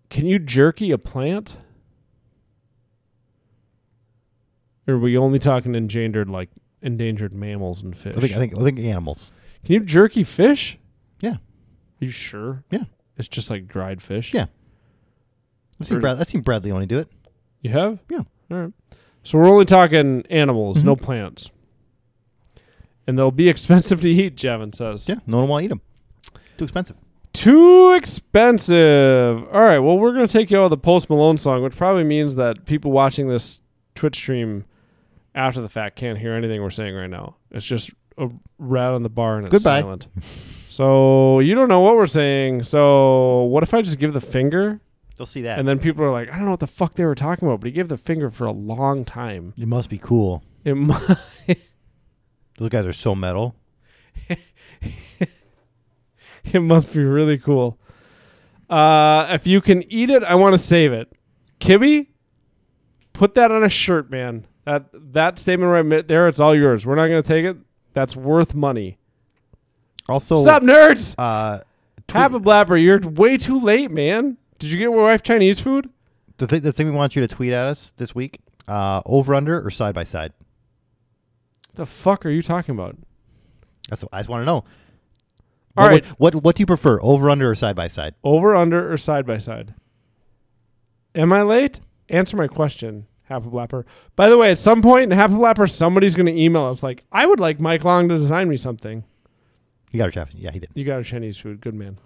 B: can you jerky a plant? Or are we only talking endangered, like, endangered mammals and fish?
C: I think, I think I think animals.
B: Can you jerky fish?
C: Yeah.
B: Are you sure?
C: Yeah.
B: It's just like dried fish?
C: Yeah. I've seen,
B: Or-
C: Brad, I've seen Brad Leone do it.
B: You have?
C: Yeah. Mm-hmm.
B: All right. So we're only talking animals, no plants. And they'll be expensive to eat, Javin says.
C: Yeah. No one will eat them. Too expensive.
B: Too expensive. All right. Well, we're going to take you out with the Post Malone song, which probably means that people watching this Twitch stream after the fact can't hear anything we're saying right now. It's just a rat on the bar and it's
C: Goodbye.
B: silent. so you don't know what we're saying. So what if I just give the finger?
C: They'll see that.
B: And then people are like, I don't know what the fuck they were talking about, but he gave the finger for a long time.
C: it must be cool.
B: It might.
C: Those guys are so metal.
B: It must be really cool. Uh, if you can eat it, I want to save it. Kibby, put that on a shirt, man. That that statement right mi- there, it's all yours. We're not gonna take it. That's worth money.
C: Also,
B: What's up, nerds?
C: Oh. uh,
B: Habba blabber, you're way too late, man. Did you get my wife Chinese food?
C: the, th- the thing we want you to tweet at us this week uh, over under or side by side?
B: The fuck are you talking about?
C: That's what I just want to know.
B: All
C: what,
B: right.
C: What, what, what do you prefer, over under or side by side?
B: Over, under, or side by side? Am I late? Answer my question, Half a Blapper. By the way, at some point in Half a Blapper, somebody's going to email us like, I would like Mike Long to design me something.
C: You got it, Jeff. Yeah, he did.
B: You got a Chinese food. Good man.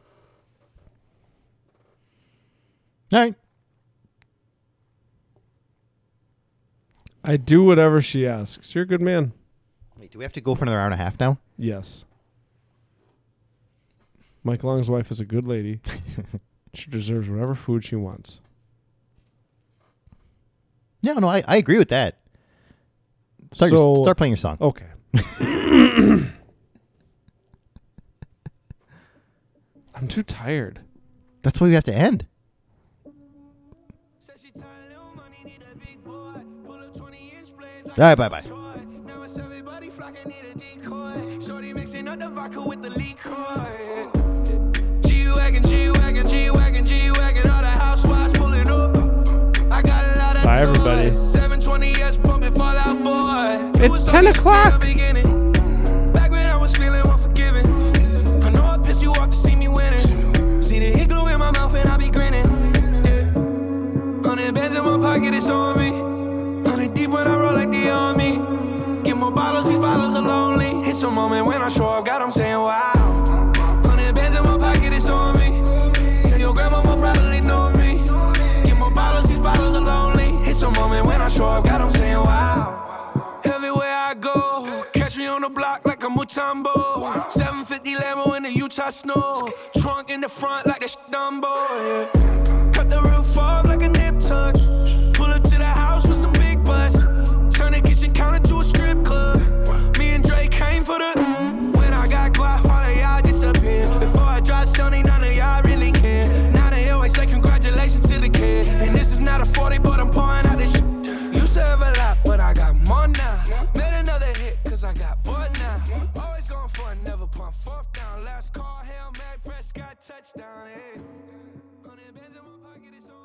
C: All right.
B: I do whatever she asks. You're a good man.
C: Wait, do we have to go for another hour and a half now?
B: Yes. Mike Long's wife is a good lady. she deserves whatever food she wants.
C: Yeah, no, I, I agree with that. Start, your,
B: So-
C: start playing your song.
B: Okay. I'm too tired.
C: That's why we have to end.
D: Said she tired of little money, need a big boy. Pull up 20 inch blades.
C: All right, bye bye.
D: Now it's everybody flocking, need a decoy. Shorty mixing up the vodka with the liquor. G Wagon, G Wagon, G Wagon, G Wagon. All the housewives pulling up. I got a lot of
B: Bye, everybody.
D: toys. 720S pumping Fallout Boy. You
B: It's
D: was
B: 10
D: always
B: o'clock.
D: in the beginning. Back when I was feeling unforgiving. I know I pissed you off to see me winning. See the igloo in my mouth and I be grinning. Yeah. Hundred bands in my pocket, it's on me. Hundred deep when I roll like the army. Get more bottles, these bottles are lonely. It's a moment when I show up, God, I'm saying wow. Hundred bands in my pocket, it's on me. Yeah, your grandma will probably know me. Get more bottles, these bottles are lonely. It's a moment when I show up, God, I'm saying wow. Everywhere I go, catch me on the block like a Mutombo. 750 Lambo in the Utah snow. Trunk in the front like the sh- Dumbo. Yeah. Cut the roof off like a nip tuck. Pull up to the house with some big butts. Turn the kitchen counter to a strip club. Me and Dre came for the. When I got quiet, all of y'all disappeared. Before I dropped Sony, none of y'all really care. Now they always say congratulations to the kid. And this is not a 40, but I'm pouring out this shit. Used to have a lot, but I got more now. Made another hit, cause I got bored now. Always going for it, never pump fourth down. Last call, Hail Mary, Prescott, touchdown, yeah.